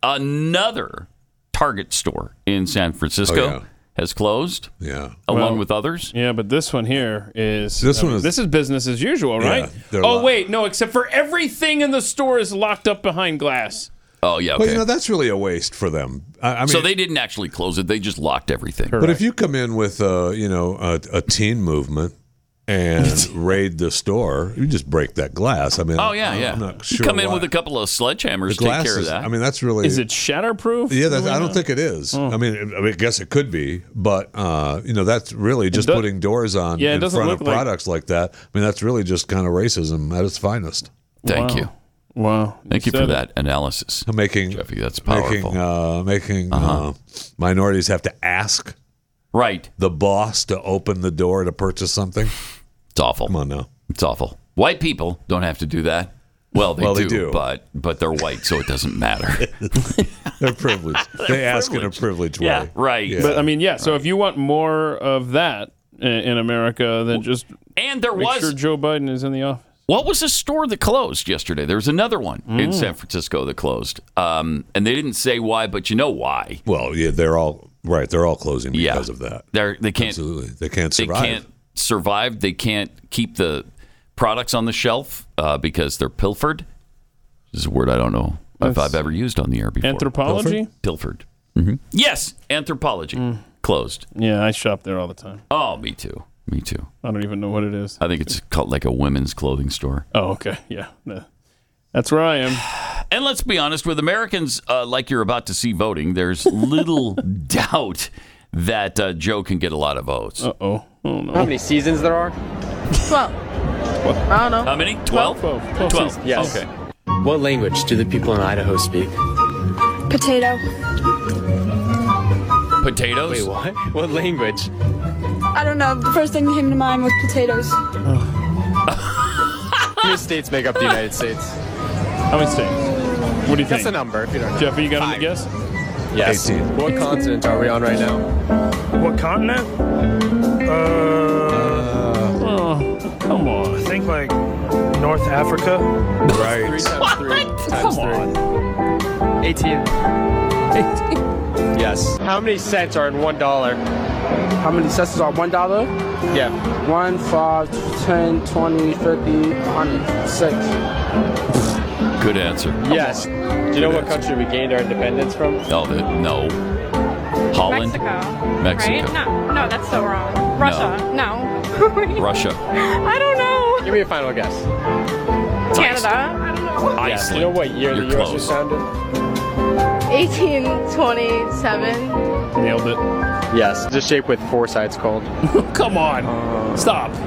Speaker 2: another Target store in San Francisco
Speaker 3: Oh, yeah.
Speaker 2: has closed,
Speaker 3: Yeah.
Speaker 2: along
Speaker 4: Well,
Speaker 2: with others.
Speaker 4: Yeah, but this one here is
Speaker 3: This
Speaker 4: I mean,
Speaker 3: one is-
Speaker 4: this is business as usual,
Speaker 3: Yeah,
Speaker 4: right?
Speaker 3: they're
Speaker 4: oh
Speaker 3: locked.
Speaker 4: wait, no, except for everything in the store is locked up behind glass.
Speaker 2: Oh yeah, okay.
Speaker 3: Well, you know, that's really a waste for them. I, I mean,
Speaker 2: so they didn't actually close it; they just locked everything.
Speaker 3: but if you come in with, uh, you know, a, a teen movement
Speaker 2: (laughs)
Speaker 3: and raid the store, you just break that glass. I mean,
Speaker 2: Oh yeah,
Speaker 3: I'm,
Speaker 2: yeah.
Speaker 3: I'm not sure
Speaker 2: you come in
Speaker 3: why.
Speaker 2: with a couple of sledgehammers,
Speaker 3: the
Speaker 2: take
Speaker 3: glass
Speaker 2: care of
Speaker 3: is-
Speaker 2: that.
Speaker 3: I mean, that's really.
Speaker 4: Is it shatterproof?
Speaker 3: Yeah, that's, I don't think it is. I, mean, I mean, I guess it could be, but uh, you know, that's really just
Speaker 4: does-
Speaker 3: putting doors on
Speaker 4: Yeah, it
Speaker 3: in
Speaker 4: doesn't
Speaker 3: front
Speaker 4: look
Speaker 3: of
Speaker 4: like-
Speaker 3: products like that. I mean, that's really just kind of racism at its finest.
Speaker 2: Thank
Speaker 4: Wow.
Speaker 2: you.
Speaker 4: Wow.
Speaker 2: Thank you
Speaker 4: said
Speaker 2: for
Speaker 4: it.
Speaker 2: that analysis.
Speaker 3: Making
Speaker 2: Jeffy, that's
Speaker 3: making
Speaker 2: powerful. Uh-huh.
Speaker 3: uh, making uh minorities have to ask
Speaker 2: Right.
Speaker 3: the boss to open the door to purchase something.
Speaker 2: It's awful.
Speaker 3: Come on now.
Speaker 2: It's awful. White people don't have to do that. Well, they,
Speaker 3: Well,
Speaker 2: do,
Speaker 3: they do.
Speaker 2: but but they're white, so it doesn't matter.
Speaker 3: (laughs) They're privileged.
Speaker 2: (laughs)
Speaker 3: they ask in a privileged
Speaker 2: yeah,
Speaker 3: way.
Speaker 2: right.
Speaker 3: Yeah.
Speaker 4: But I mean, yeah. So if you want more of that i- in America, then just
Speaker 2: and there
Speaker 4: make
Speaker 2: was
Speaker 4: sure Joe Biden is in the office.
Speaker 2: what was a store that closed yesterday? There was another one
Speaker 4: Mm.
Speaker 2: in San Francisco that closed, um, and they didn't say why, but you know why?
Speaker 3: Well, yeah, they're all right. They're all closing
Speaker 2: Yeah.
Speaker 3: because of that.
Speaker 2: They're, they can't
Speaker 3: Absolutely, they can't
Speaker 2: they
Speaker 3: survive.
Speaker 2: can't survive. They can't keep the products on the shelf uh, because they're pilfered. This is a word I don't know if I've ever used on the air before.
Speaker 4: Anthropology?
Speaker 2: Pilfered. Mhm. Yes, anthropology closed.
Speaker 4: Mm, Yeah, I shop there all the time.
Speaker 2: Oh, me too. Me too.
Speaker 4: I don't even know what it is. (laughs)
Speaker 2: I think it's called like a women's clothing store. (sighs)
Speaker 4: Oh, okay. Yeah. no. That's where I am.
Speaker 2: And let's be honest, with Americans uh, like you're about to see voting, there's little doubt that uh, Joe can get a lot of votes. Uh
Speaker 4: oh. Oh, no.
Speaker 11: How many seasons there are?
Speaker 12: Well, I don't know.
Speaker 2: How many? 12?
Speaker 12: Twelve.
Speaker 2: Twelve. Twelve.
Speaker 11: Yes.
Speaker 2: Okay.
Speaker 6: What language do the people in Idaho speak?
Speaker 12: Potato.
Speaker 2: Potatoes?
Speaker 6: Wait, what? What language?
Speaker 12: I don't know. The first thing that came to mind was potatoes.
Speaker 11: How many states make up the United States?
Speaker 4: How many states? What do you
Speaker 11: That's
Speaker 4: think?
Speaker 11: a number if you don't know.
Speaker 4: Jeff, you got any guess?
Speaker 11: Yes.
Speaker 3: 18.
Speaker 11: What continent are we on right now?
Speaker 13: What continent? Uh,
Speaker 4: oh, come on.
Speaker 13: I think like North Africa.
Speaker 11: Three
Speaker 3: Right.
Speaker 11: times three times three. Eighteen. Yes. How many cents are in one dollar?
Speaker 14: How many sets are one dollar?
Speaker 11: Yeah.
Speaker 14: One, five, ten, twenty, fifty, hundred, six.
Speaker 2: Good answer.
Speaker 11: Yes. Do you know what country we gained our independence from?
Speaker 2: No, the- no. Holland?
Speaker 12: Mexico.
Speaker 2: Mexico.
Speaker 12: Right? No, no, that's so wrong. Russia. No. (laughs)
Speaker 2: Russia.
Speaker 12: I don't know.
Speaker 11: Give me a final guess.
Speaker 12: Canada. I don't know.
Speaker 11: Yes. You know what year
Speaker 2: You're
Speaker 11: the U.S. was
Speaker 2: close.
Speaker 11: founded?
Speaker 12: 1827.
Speaker 4: Nailed it.
Speaker 11: Yes. The shape with four sides called.
Speaker 4: Come on. Stop.
Speaker 14: Uh,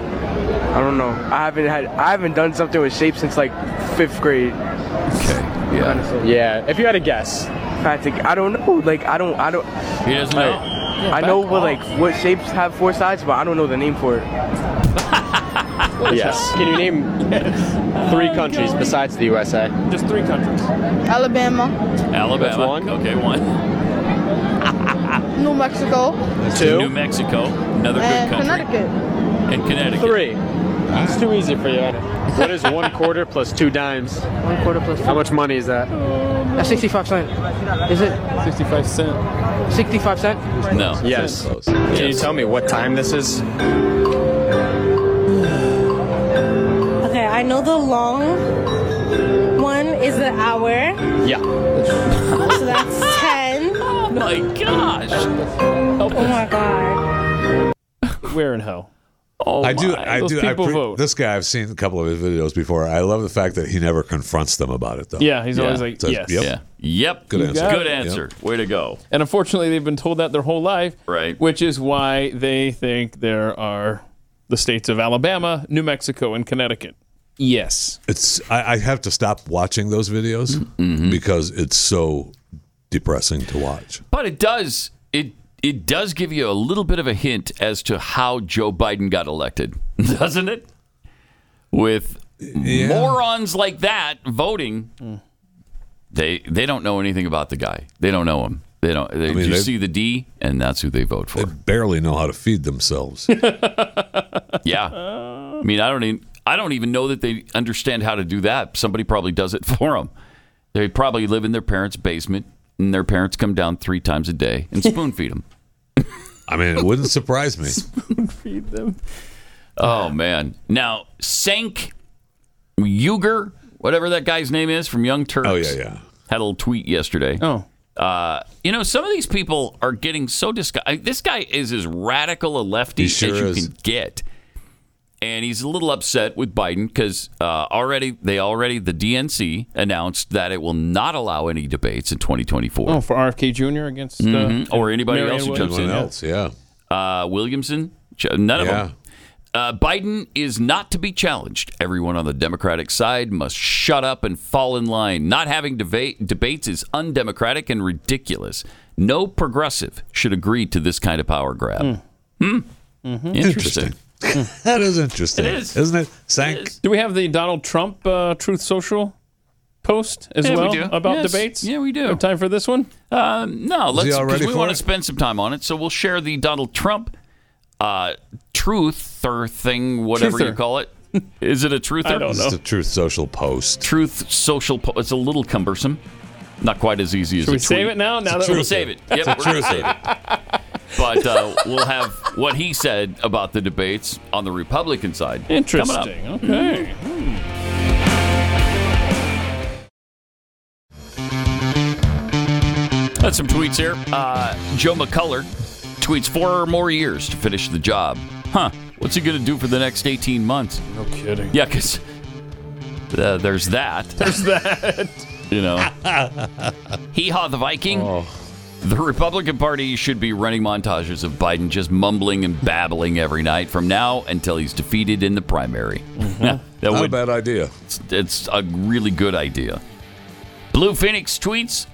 Speaker 14: I don't know. I haven't had. I haven't done something with shape since like fifth grade.
Speaker 2: Yeah.
Speaker 11: Yeah. If you had a guess.
Speaker 14: Patrick, I don't know. Like I don't. I don't.
Speaker 2: He doesn't know.
Speaker 14: I know what like what shapes have four sides, but I don't know the name for it.
Speaker 11: Yes. Can you name three countries besides the USA?
Speaker 4: Just three countries.
Speaker 12: Alabama.
Speaker 11: That's
Speaker 2: Alabama.
Speaker 11: one.
Speaker 2: Okay, one.
Speaker 12: New Mexico.
Speaker 2: New
Speaker 11: Two.
Speaker 2: Mexico. Another good
Speaker 12: And
Speaker 2: country.
Speaker 12: Connecticut.
Speaker 2: And Connecticut.
Speaker 11: Three. It's too easy for you. What is one quarter plus two dimes?
Speaker 14: One quarter plus.
Speaker 11: How much money is that?
Speaker 14: That's sixty-five cent. Is it
Speaker 4: 65 cent.
Speaker 14: sixty-five cent?
Speaker 2: No.
Speaker 11: Yes. Can you tell me what time this is?
Speaker 15: Okay, I know the long one is an hour,
Speaker 11: Yeah.
Speaker 15: so
Speaker 2: (laughs)
Speaker 15: that's 10.
Speaker 2: Oh my gosh.
Speaker 15: Oh my god.
Speaker 4: Where in hell?
Speaker 2: Oh
Speaker 3: I do.
Speaker 2: my.
Speaker 3: I
Speaker 4: Those
Speaker 3: do. I
Speaker 4: people
Speaker 3: pre-
Speaker 4: vote.
Speaker 3: This guy, I've seen a couple of his videos before. I love the fact that he never confronts them about it, though.
Speaker 4: Yeah, he's always
Speaker 2: Yeah.
Speaker 4: like,
Speaker 3: So,
Speaker 4: yes.
Speaker 3: yep.
Speaker 2: Yeah. Yep.
Speaker 3: Good answer.
Speaker 2: Good
Speaker 3: Yep.
Speaker 2: answer. Way to go.
Speaker 4: And unfortunately, they've been told that their whole life.
Speaker 2: Right.
Speaker 4: Which is why they think there are the states of Alabama, New Mexico, and Connecticut. Yes.
Speaker 3: It's. I, I have to stop watching those videos
Speaker 2: Mm-hmm.
Speaker 3: because it's so depressing to watch.
Speaker 2: But it does it it does give you a little bit of a hint as to how Joe Biden got elected, (laughs) doesn't it? With morons like that voting, they they don't know anything about the guy. They don't know him. They don't. They,
Speaker 3: mean,
Speaker 2: you
Speaker 3: they-
Speaker 2: see the D, and that's who they vote for.
Speaker 3: Barely know how to feed
Speaker 4: (laughs)
Speaker 3: themselves. (laughs)
Speaker 2: yeah, I mean, I don't even I don't even know that they understand how to do that. Somebody probably does it (laughs) for them. They probably live in their parents' basement, and their parents come down three times a day and spoon feed them.
Speaker 3: I mean, it wouldn't surprise me.
Speaker 2: (laughs)
Speaker 4: (laughs) Feed them.
Speaker 2: Oh man! Now Sank Uger, whatever that guy's name is from Young Turks.
Speaker 3: Oh yeah, yeah.
Speaker 2: Had a little tweet yesterday.
Speaker 4: Oh.
Speaker 2: Uh, you know, some of these people are getting so disgusted. This guy is as radical a lefty
Speaker 3: He sure
Speaker 2: as you
Speaker 3: is.
Speaker 2: can get, and he's a little upset with Biden because uh, already they already the DNC announced that it will not allow any debates in 2024
Speaker 4: Oh, for RFK Jr. against. Uh,
Speaker 2: Mhm. or anybody
Speaker 4: Marianne
Speaker 2: else who
Speaker 4: Williamson.
Speaker 2: jumps in.
Speaker 3: Anyone else? Yeah.
Speaker 2: Uh, Williamson, Ch- none of
Speaker 3: Yeah.
Speaker 2: them. Uh, Biden is not to be challenged. Everyone on the Democratic side must shut up and fall in line. Not having debate debates is undemocratic and ridiculous. No progressive should agree to this kind of power grab. Hmm.
Speaker 4: Mm-hmm.
Speaker 2: Interesting.
Speaker 3: Interesting. That is interesting.
Speaker 2: It is.
Speaker 3: Isn't it? Sank.
Speaker 4: Do we have the Donald Trump uh, Truth Social post as
Speaker 2: Yeah, we
Speaker 4: well
Speaker 2: do.
Speaker 4: about
Speaker 2: Yes.
Speaker 4: debates?
Speaker 2: Yeah, we do.
Speaker 4: Have time for this one?
Speaker 2: Uh, no, let's
Speaker 3: all
Speaker 2: because
Speaker 3: ready
Speaker 2: we
Speaker 3: for
Speaker 2: want to
Speaker 3: it?
Speaker 2: spend some time on it. So we'll share the Donald Trump uh, truth or thing, whatever you
Speaker 4: Truther.
Speaker 2: call it. Is it a truther?
Speaker 4: (laughs) I don't know.
Speaker 3: It's a Truth Social post.
Speaker 2: Truth social. Po- it's a little cumbersome. Not quite as easy as
Speaker 4: Should
Speaker 2: a
Speaker 4: we save
Speaker 2: tweet.
Speaker 4: it now? Now that
Speaker 2: We'll save it. Yep, we're gonna
Speaker 3: (laughs)
Speaker 2: save it. But uh, we'll have what he said about the debates on the Republican side. coming up.
Speaker 4: Interesting.
Speaker 2: (laughs)
Speaker 4: Okay.
Speaker 2: Got some tweets here. Uh, Joe McCullough tweets four more years to finish the job. Huh? What's he going to do for the next 18 months?
Speaker 4: No kidding.
Speaker 2: Yeah, because uh, there's that.
Speaker 4: There's that.
Speaker 2: (laughs) You
Speaker 4: (laughs)
Speaker 2: know, hee haw the Viking.
Speaker 4: Oh.
Speaker 2: The Republican Party should be running montages of Biden just mumbling and babbling every night from now until he's defeated in the primary.
Speaker 4: Mm-hmm.
Speaker 2: that
Speaker 3: Not a
Speaker 2: would
Speaker 3: bad idea.
Speaker 2: It's, it's a really good idea. Blue Phoenix tweets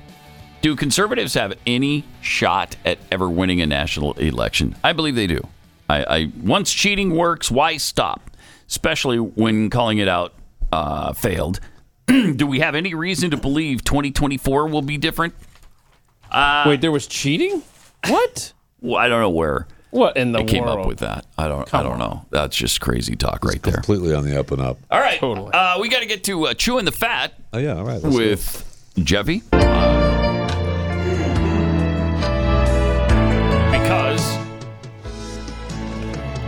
Speaker 2: Do conservatives have any shot at ever winning a national election? I believe they do. I, I Once cheating works, why stop? Especially when calling it out uh, failed. (clears throat) do we have any reason to believe 2024 will be different? Uh,
Speaker 4: Wait, there was cheating? What?
Speaker 2: well, I don't know where.
Speaker 4: What in the
Speaker 2: I came up
Speaker 4: world?
Speaker 2: with that. I don't. I don't know. That's just crazy talk right there.
Speaker 3: Completely on the up and up.
Speaker 2: All right. Uh, we got to get to uh, chewing the fat.
Speaker 3: Oh yeah, all right. let's do it.
Speaker 2: with Jeffy. because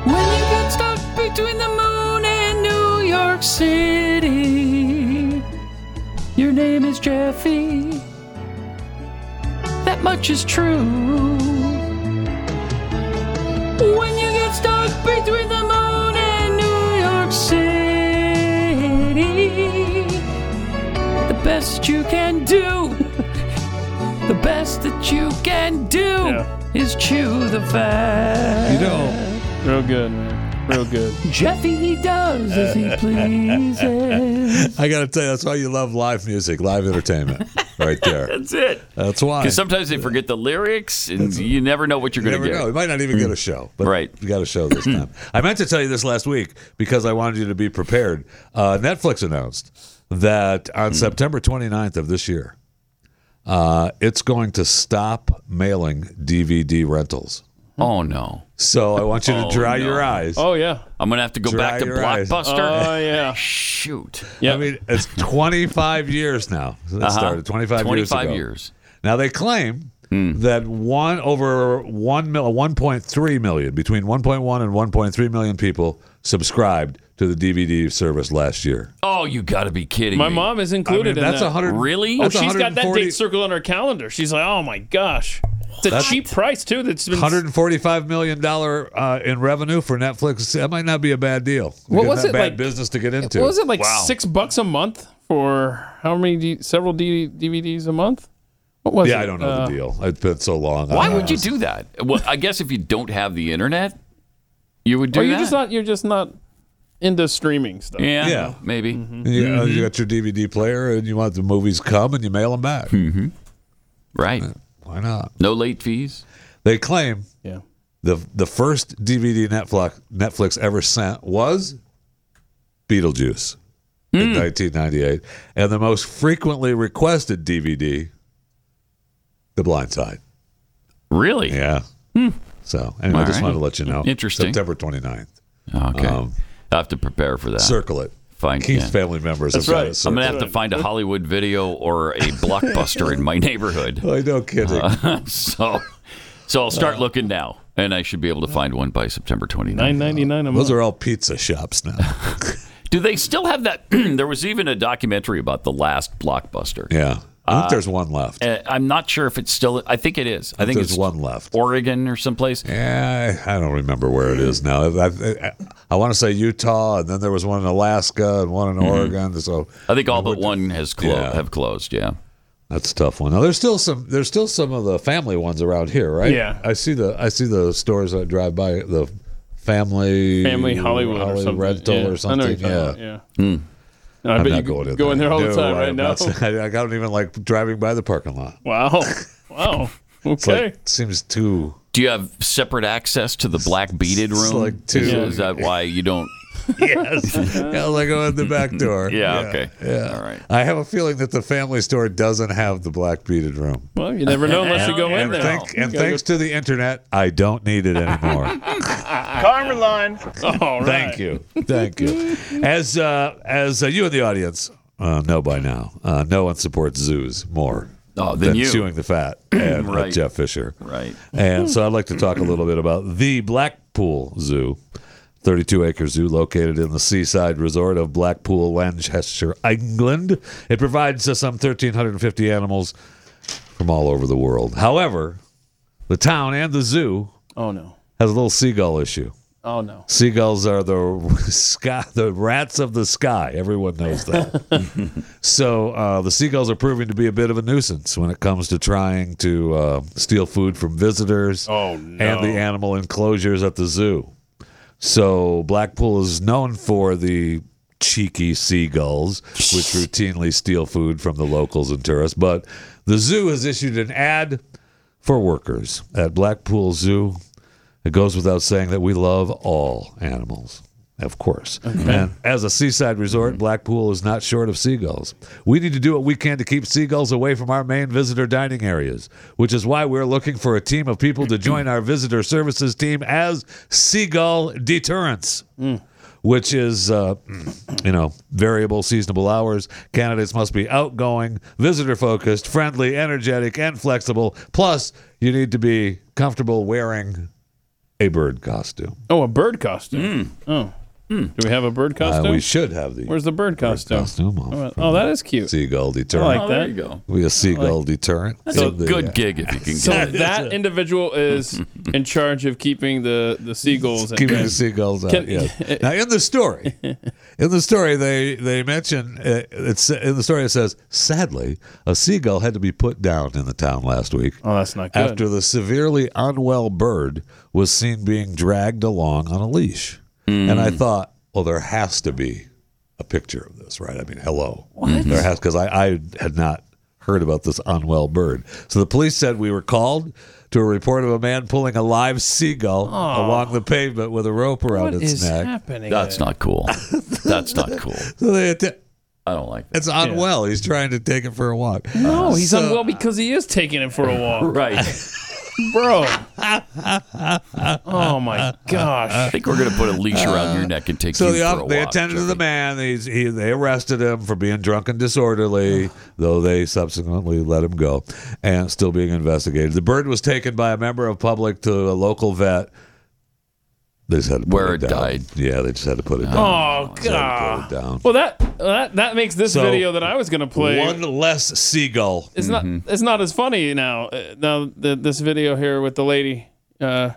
Speaker 16: When you get stuck between the moon and New York City, your name is Jeffy. That much is true. When you get stuck between the moon and New York City, the best you can do, (laughs) the best that you can do is chew the fat.
Speaker 4: know, real good, man. Real Oh, good.
Speaker 16: Jeffy he does as
Speaker 9: (laughs)
Speaker 16: he pleases.
Speaker 3: (laughs) I gotta tell you, that's why you love live music, live entertainment, right
Speaker 4: (laughs)
Speaker 3: there.
Speaker 2: that's it.
Speaker 3: That's why.
Speaker 2: Because sometimes they forget the lyrics, and you never know what you're
Speaker 3: You
Speaker 2: going to
Speaker 3: never
Speaker 2: get. Hmm.
Speaker 3: know. We might not even get a show. But
Speaker 2: Right.
Speaker 3: We got a show this
Speaker 2: (clears throat)
Speaker 3: time. I meant to tell you this last week because I wanted you to be prepared. Uh, Netflix announced that
Speaker 2: Mm-hmm.
Speaker 3: on September 29th of this year, uh, it's going to stop mailing DVD rentals.
Speaker 2: Oh, no.
Speaker 3: So I want you to
Speaker 2: Oh,
Speaker 3: dry your
Speaker 2: no.
Speaker 3: eyes.
Speaker 4: Oh yeah.
Speaker 2: I'm going to have to go
Speaker 3: Dry
Speaker 2: back to
Speaker 3: your eyes.
Speaker 2: Blockbuster.
Speaker 4: Oh yeah.
Speaker 2: (laughs) Shoot.
Speaker 3: I mean, it's 25 years now. It
Speaker 2: Uh-huh.
Speaker 3: started 25, years
Speaker 2: 25
Speaker 3: ago.
Speaker 2: years. Hmm.
Speaker 3: Now they claim that one over one mil, 1.3 million, between 1.1 and 1.3 million people subscribed to the DVD service last year.
Speaker 2: Oh, you got to be kidding
Speaker 4: My
Speaker 2: me.
Speaker 4: mom is included
Speaker 3: I mean,
Speaker 4: in
Speaker 3: that's
Speaker 4: that.
Speaker 3: 100
Speaker 2: Really?
Speaker 4: Oh,
Speaker 2: that's
Speaker 4: she's got that
Speaker 2: 140
Speaker 4: date circled on her calendar. She's like, oh my gosh, it's a
Speaker 3: That's-
Speaker 4: cheap price too. That's been.
Speaker 3: 145 million dollar uh, in revenue for Netflix. That might not be a bad deal.
Speaker 4: What
Speaker 3: Not
Speaker 4: was it,
Speaker 3: bad
Speaker 4: like-
Speaker 3: business to get
Speaker 4: What
Speaker 3: into.
Speaker 4: was it like? Six bucks a month for how many? D- several D- DVDs a month. What was
Speaker 3: yeah,
Speaker 4: it?
Speaker 3: I don't know
Speaker 4: Uh,
Speaker 3: the deal. It's been so long.
Speaker 2: Why
Speaker 3: I-
Speaker 2: would you do that? Well, I guess if you don't have the internet, you would do
Speaker 4: Or you're
Speaker 2: that.
Speaker 4: just not. You're just not into streaming stuff.
Speaker 2: yeah,
Speaker 3: Yeah.
Speaker 2: maybe.
Speaker 4: Mm-hmm.
Speaker 2: Mm-hmm.
Speaker 3: You, uh, you got your DVD player, and you want the movies come, and you mail them back. Uh,
Speaker 2: Mm-hmm. Right.
Speaker 3: Why not?
Speaker 2: No late fees.
Speaker 3: They claim
Speaker 4: Yeah.
Speaker 3: the the first DVD Netflix Netflix ever sent was Beetlejuice
Speaker 2: Hmm.
Speaker 3: in 1998, and the most frequently requested DVD, The Blind Side.
Speaker 2: Really? Hmm.
Speaker 3: Yeah. So anyway, I
Speaker 2: All
Speaker 3: just
Speaker 2: right.
Speaker 3: wanted to let you know.
Speaker 2: Interesting.
Speaker 3: September 29th.
Speaker 2: Okay.
Speaker 3: Um,
Speaker 2: I have to prepare for that.
Speaker 3: Circle it.
Speaker 2: Find
Speaker 3: Keith's
Speaker 2: yeah.
Speaker 3: family members.
Speaker 4: That's
Speaker 3: have got
Speaker 4: right.
Speaker 3: it
Speaker 2: I'm gonna
Speaker 3: circled.
Speaker 2: have to find a Hollywood video or a blockbuster in
Speaker 3: (laughs)
Speaker 2: my neighborhood.
Speaker 3: Oh, no kidding. Uh,
Speaker 2: Uh, (laughs) so, so I'll start looking now, and I should be able to find one by September 29th.
Speaker 4: Nine ninety nine a month.
Speaker 3: Those are all pizza shops now.
Speaker 2: Do they still have that? (clears throat) there was even a documentary about the last blockbuster.
Speaker 3: yeah. I think there's one left.
Speaker 2: Uh, I'm not sure if it's still. I think it is. I think
Speaker 3: there's
Speaker 2: it's
Speaker 3: one left.
Speaker 2: Oregon or someplace.
Speaker 3: Yeah, I I don't remember where it is now. I, want to say Utah, and then there was one in Alaska and one
Speaker 2: Mm-hmm.
Speaker 3: in Oregon. So
Speaker 2: I think all but one has closed.
Speaker 3: Yeah.
Speaker 2: Have closed. Yeah.
Speaker 3: that's a tough one. Now there's still some. There's still some of the family ones around here, right?
Speaker 4: Yeah.
Speaker 3: I see the I see the stores I drive by the family
Speaker 4: Family Hollywood, or something.
Speaker 3: rental
Speaker 4: yeah.
Speaker 3: or
Speaker 4: I know
Speaker 3: something.
Speaker 4: you're talking
Speaker 3: Yeah.
Speaker 4: about, yeah.
Speaker 2: Hmm.
Speaker 4: No, I bet you go in there all the time
Speaker 3: I
Speaker 4: right
Speaker 3: am
Speaker 4: now.
Speaker 3: not- (laughs) I, don't even like driving by the parking lot. (laughs)
Speaker 4: Wow.
Speaker 2: (laughs)
Speaker 4: Wow.
Speaker 3: It's
Speaker 4: Okay.
Speaker 3: like seems too.
Speaker 2: Do you have separate access to the black beaded
Speaker 3: It's
Speaker 2: room?
Speaker 3: like two-
Speaker 2: Is- Is that why you don't?
Speaker 3: yes. (laughs) yeah, like go in the back door.
Speaker 2: (laughs) Yeah, okay.
Speaker 3: Yeah.
Speaker 2: All right.
Speaker 3: I have a feeling that the family store doesn't have the black beaded room.
Speaker 4: well, you never
Speaker 2: (laughs)
Speaker 4: know unless you go in
Speaker 3: And,
Speaker 4: there.
Speaker 3: thank, and
Speaker 4: You gotta
Speaker 3: thanks to the internet, I don't need it anymore.
Speaker 13: Karma line.
Speaker 4: (laughs) All right.
Speaker 3: Thank you, thank you. As uh, as uh, you in the audience uh, know by now, uh, no one supports zoos more
Speaker 2: Oh, than you.
Speaker 3: chewing the
Speaker 2: (clears throat)
Speaker 3: fat and uh,
Speaker 2: Right.
Speaker 3: Jeff Fisher.
Speaker 2: Right.
Speaker 3: And so I'd like to talk a little bit about the Blackpool Zoo, 32 acre zoo located in the seaside resort of Blackpool, Lancaster, England. It provides uh, some 1,350 animals from all over the world. However, the town and the zoo
Speaker 4: Oh no.
Speaker 3: has a little seagull issue.
Speaker 4: Oh no.
Speaker 3: Seagulls are the (laughs) sky, the rats of the sky. Everyone knows
Speaker 4: (laughs)
Speaker 3: that. so uh, the seagulls are proving to be a bit of a nuisance when it comes to trying to uh, steal food from visitors
Speaker 4: Oh,
Speaker 3: and the animal enclosures at the zoo. So Blackpool is known for the cheeky seagulls, which routinely steal food from the locals and tourists. But the zoo has issued an ad for workers at Blackpool Zoo. It goes without saying that we love all animals, of course. And as a seaside resort, Blackpool is not short of seagulls. We need to do what we can to keep seagulls away from our main visitor dining areas, which is why we're looking for a team of people to join our visitor services team as seagull deterrents. Which is, uh, you know, variable seasonable hours. Candidates must be outgoing, visitor focused, friendly, energetic, and flexible. Plus, you need to be comfortable wearing a bird costume.
Speaker 4: Oh, a bird costume.
Speaker 2: Hmm.
Speaker 4: Oh. Do we have a bird costume?
Speaker 3: Uh, we should have the
Speaker 4: Where's the bird costume?
Speaker 3: costume
Speaker 4: oh, oh, that is cute.
Speaker 3: Seagull deterrent.
Speaker 4: I like Oh, there that. you go.
Speaker 3: We a seagull deterrent.
Speaker 4: That's a
Speaker 3: Of the,
Speaker 4: good
Speaker 3: uh,
Speaker 2: gig if you can
Speaker 4: So that individual
Speaker 2: (laughs)
Speaker 4: is in charge of keeping the the seagulls. at
Speaker 3: keeping
Speaker 4: bay.
Speaker 3: the seagulls out.
Speaker 4: Can- (laughs) eh,
Speaker 3: yes. Now in the story, in the story they they mention uh, it's in the story it says sadly a seagull had to be put down in the town last week.
Speaker 4: Oh, that's not good.
Speaker 3: After the severely unwell bird was seen being dragged along on a leash, and
Speaker 4: Hmm.
Speaker 3: I thought, well, there has to be a picture of this, right? I mean, hello,
Speaker 2: What?
Speaker 3: there has because I, I had not heard about this unwell bird. So the police said we were called. To a report of a man pulling a live seagull
Speaker 4: Aw.
Speaker 3: along the pavement with a rope around
Speaker 4: What
Speaker 3: its
Speaker 4: is
Speaker 3: neck.
Speaker 4: happening?
Speaker 2: That's not cool.
Speaker 3: (laughs)
Speaker 2: That's not cool.
Speaker 3: So they atta-
Speaker 2: I don't like that. Uh,
Speaker 3: it's unwell. He's trying to take it for a walk.
Speaker 4: No, he's
Speaker 3: Uh, So-
Speaker 4: unwell because he is taking it for a walk.
Speaker 2: (laughs) Right.
Speaker 4: Bro. oh my
Speaker 3: (laughs)
Speaker 4: gosh.
Speaker 2: I think we're going to put a leash around your neck and take
Speaker 3: So
Speaker 2: you
Speaker 3: they,
Speaker 2: for a
Speaker 3: they
Speaker 2: walk.
Speaker 3: attended to the man. They, he, they arrested him for being drunk and disorderly, though they subsequently let him go and still being investigated. The bird was taken by a member of public to a local vet. They just had to put
Speaker 2: Where it
Speaker 3: down.
Speaker 2: died.
Speaker 3: Yeah, they just had to put it down.
Speaker 4: Oh
Speaker 3: Just had to
Speaker 4: god.
Speaker 3: put it down.
Speaker 4: Well, that that that makes this
Speaker 3: So,
Speaker 4: video that I was going to play
Speaker 3: One less seagull.
Speaker 4: It's
Speaker 2: Mm-hmm.
Speaker 4: not. It's not as funny now. Uh, Now the, this video here with the lady. Uh,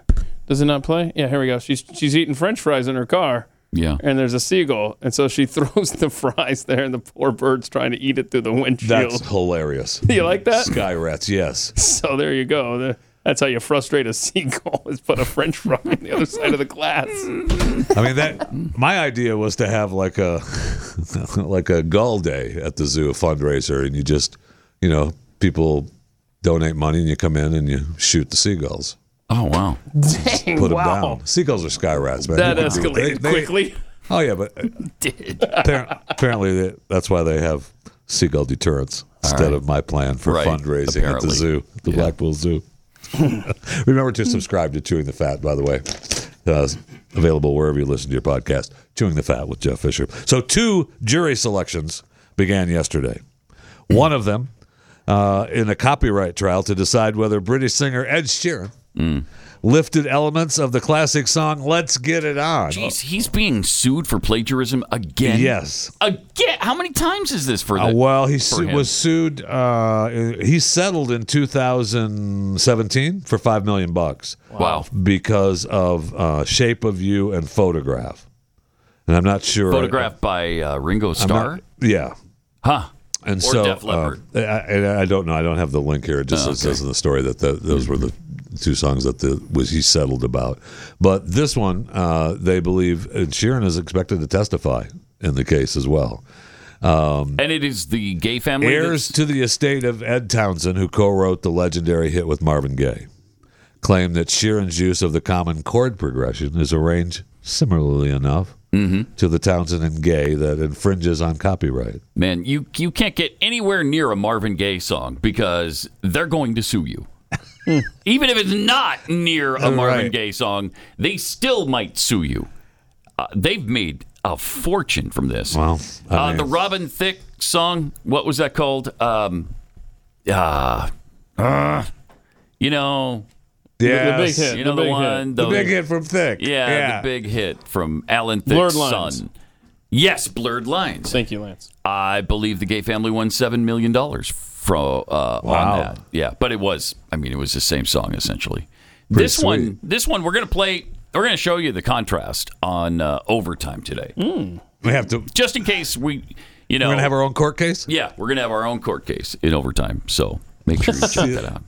Speaker 4: does it not play? Yeah, here we go. She's she's eating French fries in her car.
Speaker 2: Yeah.
Speaker 4: And there's a seagull, and so she (laughs) throws the fries there, and the poor bird's trying to eat it through the windshield.
Speaker 3: That's hilarious.
Speaker 4: You like that?
Speaker 3: Sky rats, yes.
Speaker 4: (laughs) so there you go. The- That's how you frustrate a seagull (laughs) is put a French fry on the other side of the glass.
Speaker 3: I mean that my idea was to have like a (laughs) like a gull day at the zoo, a fundraiser, and you just you know, people donate money and you come in and you shoot the seagulls.
Speaker 2: Oh wow.
Speaker 4: Dang,
Speaker 3: Put
Speaker 4: wow.
Speaker 3: them down. Seagulls are sky rats, man.
Speaker 4: That
Speaker 3: You can do it.
Speaker 4: escalated
Speaker 3: They- they-
Speaker 4: quickly.
Speaker 3: Oh yeah, but
Speaker 2: did.
Speaker 3: appar- apparently they, that's why they have seagull deterrents instead of my plan for
Speaker 2: Right,
Speaker 3: fundraising at the
Speaker 2: apparently.
Speaker 3: zoo, the
Speaker 2: Yeah.
Speaker 3: Blackpool Zoo. (laughs) Remember to subscribe to Chewing the Fat, by the way. Uh, it's available wherever you listen to your podcast, Chewing the Fat with Jeff Fisher. So, two jury selections began yesterday. One of them uh, in a copyright trial to decide whether British singer Ed Sheeran
Speaker 2: Mm.
Speaker 3: lifted elements of the classic song Let's Get It On.
Speaker 2: Jeez, he's being sued for plagiarism again.
Speaker 3: Yes.
Speaker 2: Again. How many times is this for?
Speaker 3: Uh,
Speaker 2: the-
Speaker 3: well, he
Speaker 2: for
Speaker 3: su-
Speaker 2: him?
Speaker 3: was sued. Uh, he settled in 2017 for five million bucks.
Speaker 2: Wow.
Speaker 3: Because of uh, Shape of You and Photograph, and I'm not sure.
Speaker 2: photographed by uh, Ringo
Speaker 3: I'm
Speaker 2: Starr.
Speaker 3: not- yeah.
Speaker 2: Huh.
Speaker 3: And
Speaker 2: Or
Speaker 3: so
Speaker 2: Def Leppard.
Speaker 3: uh, I, I, I don't know. I don't have the link here. It just
Speaker 2: Oh,
Speaker 3: says says in the story that the, those were the two songs that the was he settled about. But this one, uh, they believe, and Sheeran is expected to testify in the case as well. Um,
Speaker 2: and it is the gay family.
Speaker 3: Heirs to the estate of Ed Townsend, who co wrote the legendary hit with Marvin Gaye, claim that Sheeran's use of the common chord progression is arranged similarly enough to the Townsend and Gaye that infringes on copyright.
Speaker 2: that- man, you you can't get anywhere near a Marvin Gaye song because they're going to sue you. Even if it's not near a Marvin
Speaker 3: Hmm. Right.
Speaker 2: Gaye song, they still might sue you. Uh, they've made a fortune from this.
Speaker 3: Well, I
Speaker 2: uh,
Speaker 3: mean-
Speaker 2: the Robin Thicke song, what was that called? Um, uh, uh, you know,
Speaker 3: Yes.
Speaker 2: You know the, one,
Speaker 3: the big
Speaker 2: hit.
Speaker 3: hit from Thick.
Speaker 2: Yeah, the big hit from Alan
Speaker 4: Blurred
Speaker 2: Thicke's
Speaker 4: Lines.
Speaker 2: son. Yes, Blurred Lines.
Speaker 4: Thank you, Lance.
Speaker 2: I believe the gay family won seven million dollars from uh,
Speaker 4: Wow.
Speaker 2: on that. Yeah, but it was. I mean, it was the same song essentially.
Speaker 4: Pretty
Speaker 2: this
Speaker 4: sweet.
Speaker 2: one, this one, we're gonna play We're going to show you the contrast on uh, overtime today.
Speaker 4: Mm.
Speaker 3: We
Speaker 2: (laughs)
Speaker 3: have to,
Speaker 2: just in case we, you know,
Speaker 3: we're gonna have our own court case.
Speaker 2: yeah, we're going to have our own court case in overtime. So make sure you
Speaker 3: (laughs)
Speaker 2: check that out.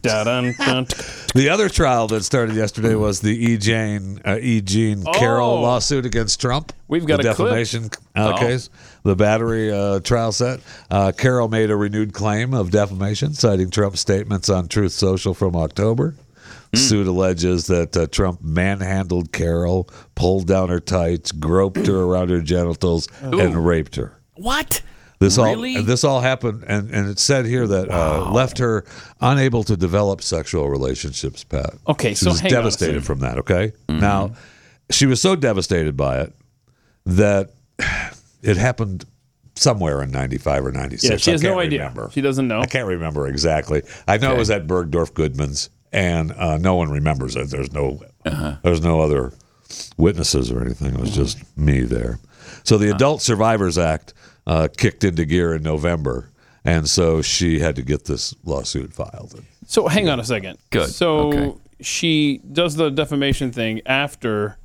Speaker 3: The other trial that started yesterday was the E. Jane, uh, E. Jean Carroll
Speaker 4: Oh.
Speaker 3: lawsuit against Trump.
Speaker 4: We've got
Speaker 3: the
Speaker 4: a clip.
Speaker 3: defamation uh,
Speaker 4: Oh.
Speaker 3: case, the battery uh, trial set. Uh, Carroll made a renewed claim of defamation, citing Trump's statements on Truth Social from October.
Speaker 4: Hmm.
Speaker 3: Suit alleges that uh, Trump manhandled Carroll, pulled down her tights, groped her around her genitals,
Speaker 2: Ooh.
Speaker 3: and raped her.
Speaker 2: What?
Speaker 3: This
Speaker 2: Really?
Speaker 3: all this all happened, and, and it said here that uh, left her unable to develop sexual relationships. Pat.
Speaker 4: Okay,
Speaker 3: she
Speaker 4: so
Speaker 3: was
Speaker 4: hang on a
Speaker 3: devastated
Speaker 4: second. Mm-hmm.
Speaker 3: from that. Okay, now she was so devastated by it that (sighs) it happened somewhere in '95 or '96.
Speaker 4: Yeah, she has
Speaker 3: I can't
Speaker 4: no idea.
Speaker 3: Remember.
Speaker 4: She doesn't know.
Speaker 3: I can't remember exactly. I know it was at Bergdorf Goodman's, and uh, no one remembers it. There's no,
Speaker 4: Uh-huh.
Speaker 3: there's no other witnesses or anything. It was
Speaker 4: Mm-hmm.
Speaker 3: just me there. So the Adult Survivors Act uh, kicked into gear in November, and so she had to get this lawsuit filed.
Speaker 4: So hang on a second.
Speaker 3: Good.
Speaker 4: So
Speaker 3: Okay.
Speaker 4: she does the defamation thing after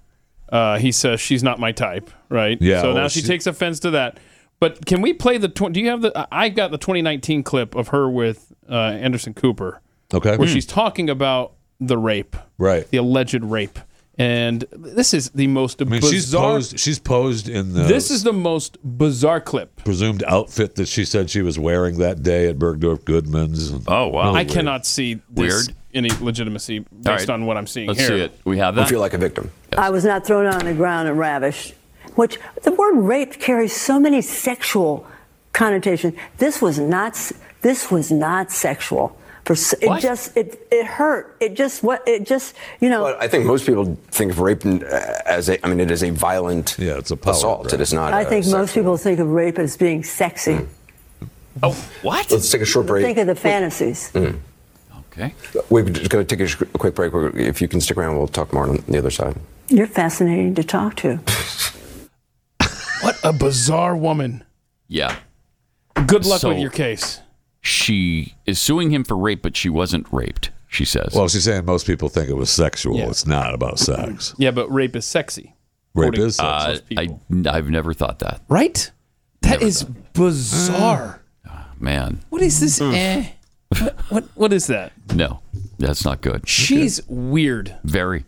Speaker 4: uh, he says she's not my type, right?
Speaker 3: Yeah,
Speaker 4: So now
Speaker 3: well,
Speaker 4: she,
Speaker 3: she-
Speaker 4: takes offense to that. But can we play the? Tw- do you have the? I- I've got the 2019 clip of her with uh, Anderson Cooper.
Speaker 3: Okay.
Speaker 4: Where
Speaker 3: Hmm.
Speaker 4: she's talking about the rape,
Speaker 3: right?
Speaker 4: The alleged rape, and this is the most
Speaker 3: I mean, she's
Speaker 4: bizarre.
Speaker 3: posed. She's posed in the
Speaker 4: this is the most bizarre clip.
Speaker 3: presumed outfit that she said she was wearing that day at Bergdorf Goodman's. Oh
Speaker 4: I cannot see this any legitimacy based
Speaker 3: right.
Speaker 4: on what I'm seeing
Speaker 3: Let's
Speaker 4: here.
Speaker 3: see it. We have
Speaker 17: that? I feel
Speaker 4: like a victim.
Speaker 18: I was not thrown on the ground and ravished, which the word raped carries so many sexual connotation. This was not. s- This was not sexual. For s- It
Speaker 19: What?
Speaker 18: just it it hurt. It just what it just you know.
Speaker 19: I think most people think of rape in- as a, I mean, it is a violent yeah, it's a assault. It is not.
Speaker 18: I
Speaker 19: a Mm.
Speaker 18: think
Speaker 19: sex-
Speaker 18: most people think of rape as being sexy.
Speaker 2: Oh, What?
Speaker 19: Let's take a short break.
Speaker 18: Think of the fantasies.
Speaker 2: Okay.
Speaker 19: We're just going to take a sh- quick break. We're- If you can stick around, we'll talk more on the other side.
Speaker 18: You're fascinating to talk to.
Speaker 4: What a bizarre woman.
Speaker 2: Yeah.
Speaker 4: Good luck
Speaker 2: So-
Speaker 4: with your case.
Speaker 2: She is suing him for rape, but she wasn't raped. She says.
Speaker 3: Well, she's saying most people think it was sexual. It's not about
Speaker 4: (clears throat)
Speaker 3: sex.
Speaker 4: Yeah, but rape is sexy.
Speaker 3: Rape is sex.
Speaker 2: Uh, I, I've never thought that.
Speaker 4: Right? That is bizarre.
Speaker 2: Man,
Speaker 4: Mm. What is this? Eh? What, what what is that?
Speaker 2: no, that's not good.
Speaker 4: She's weird.
Speaker 2: Very.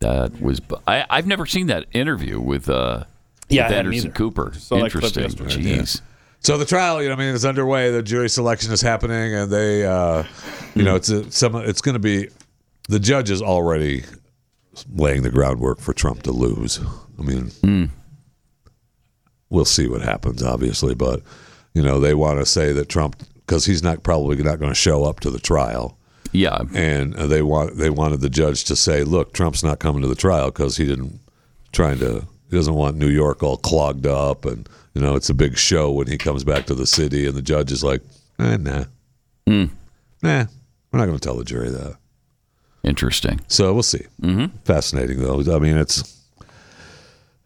Speaker 2: That was. bu- I, have never seen that interview with. Uh,
Speaker 3: Yeah, I
Speaker 2: with
Speaker 3: hadn't
Speaker 2: Anderson
Speaker 3: either.
Speaker 2: Cooper.
Speaker 3: saw that clip
Speaker 2: Interesting.
Speaker 3: yesterday.
Speaker 2: Jeez.
Speaker 3: So the trial, you know, I mean, it's underway. The jury selection is happening, and they, uh, you know, it's a, some. It's going to be the judge is already laying the groundwork for Trump to lose. I mean,
Speaker 2: Hmm.
Speaker 3: we'll see what happens, obviously, but you know, they want to say that Trump because he's not probably not going to show up to the trial.
Speaker 2: Yeah,
Speaker 3: and uh, they want they wanted the judge to say, look, Trump's not coming to the trial because he didn't trying to he doesn't want New York all clogged up and you know it's a big show when he comes back to the city and the judge is like, eh, nah,
Speaker 2: Hmm.
Speaker 9: Eh.
Speaker 3: nah, we're not going to tell the jury that.
Speaker 2: Interesting.
Speaker 3: So we'll see. Mm-hmm. Fascinating though. I mean, it's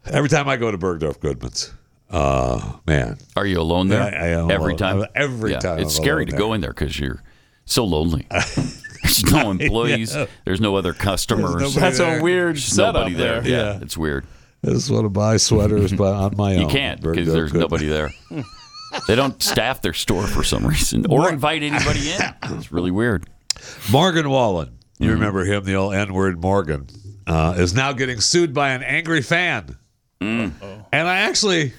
Speaker 3: every time I go to Bergdorf Goodman's, uh, man,
Speaker 2: Are you alone there?
Speaker 3: I- I am
Speaker 2: every
Speaker 3: alone.
Speaker 2: time.
Speaker 3: I'm- every
Speaker 2: Yeah,
Speaker 3: time
Speaker 2: It's
Speaker 3: I'm
Speaker 2: scary
Speaker 3: alone
Speaker 2: to
Speaker 3: there.
Speaker 2: go in there because you're
Speaker 3: (laughs)
Speaker 2: so lonely. There's no employees.
Speaker 3: know.
Speaker 2: There's no other customers.
Speaker 3: nobody That's a there.
Speaker 4: weird
Speaker 2: There's
Speaker 4: setup
Speaker 2: nobody there.
Speaker 4: there.
Speaker 2: Yeah,
Speaker 3: Yeah.
Speaker 2: it's weird.
Speaker 3: I just want to buy sweaters, but on my own,
Speaker 2: (laughs) You can't because
Speaker 3: Bergdorf
Speaker 2: there's
Speaker 3: Goodman.
Speaker 2: nobody
Speaker 3: (laughs)
Speaker 2: there. they don't staff their store for some reason or
Speaker 3: (laughs)
Speaker 2: invite anybody in. It's really weird. Mm-hmm.
Speaker 3: Morgan Wallen, you remember him, the old N word Morgan, uh, is now getting sued by an angry fan.
Speaker 2: Mm.
Speaker 3: And I actually,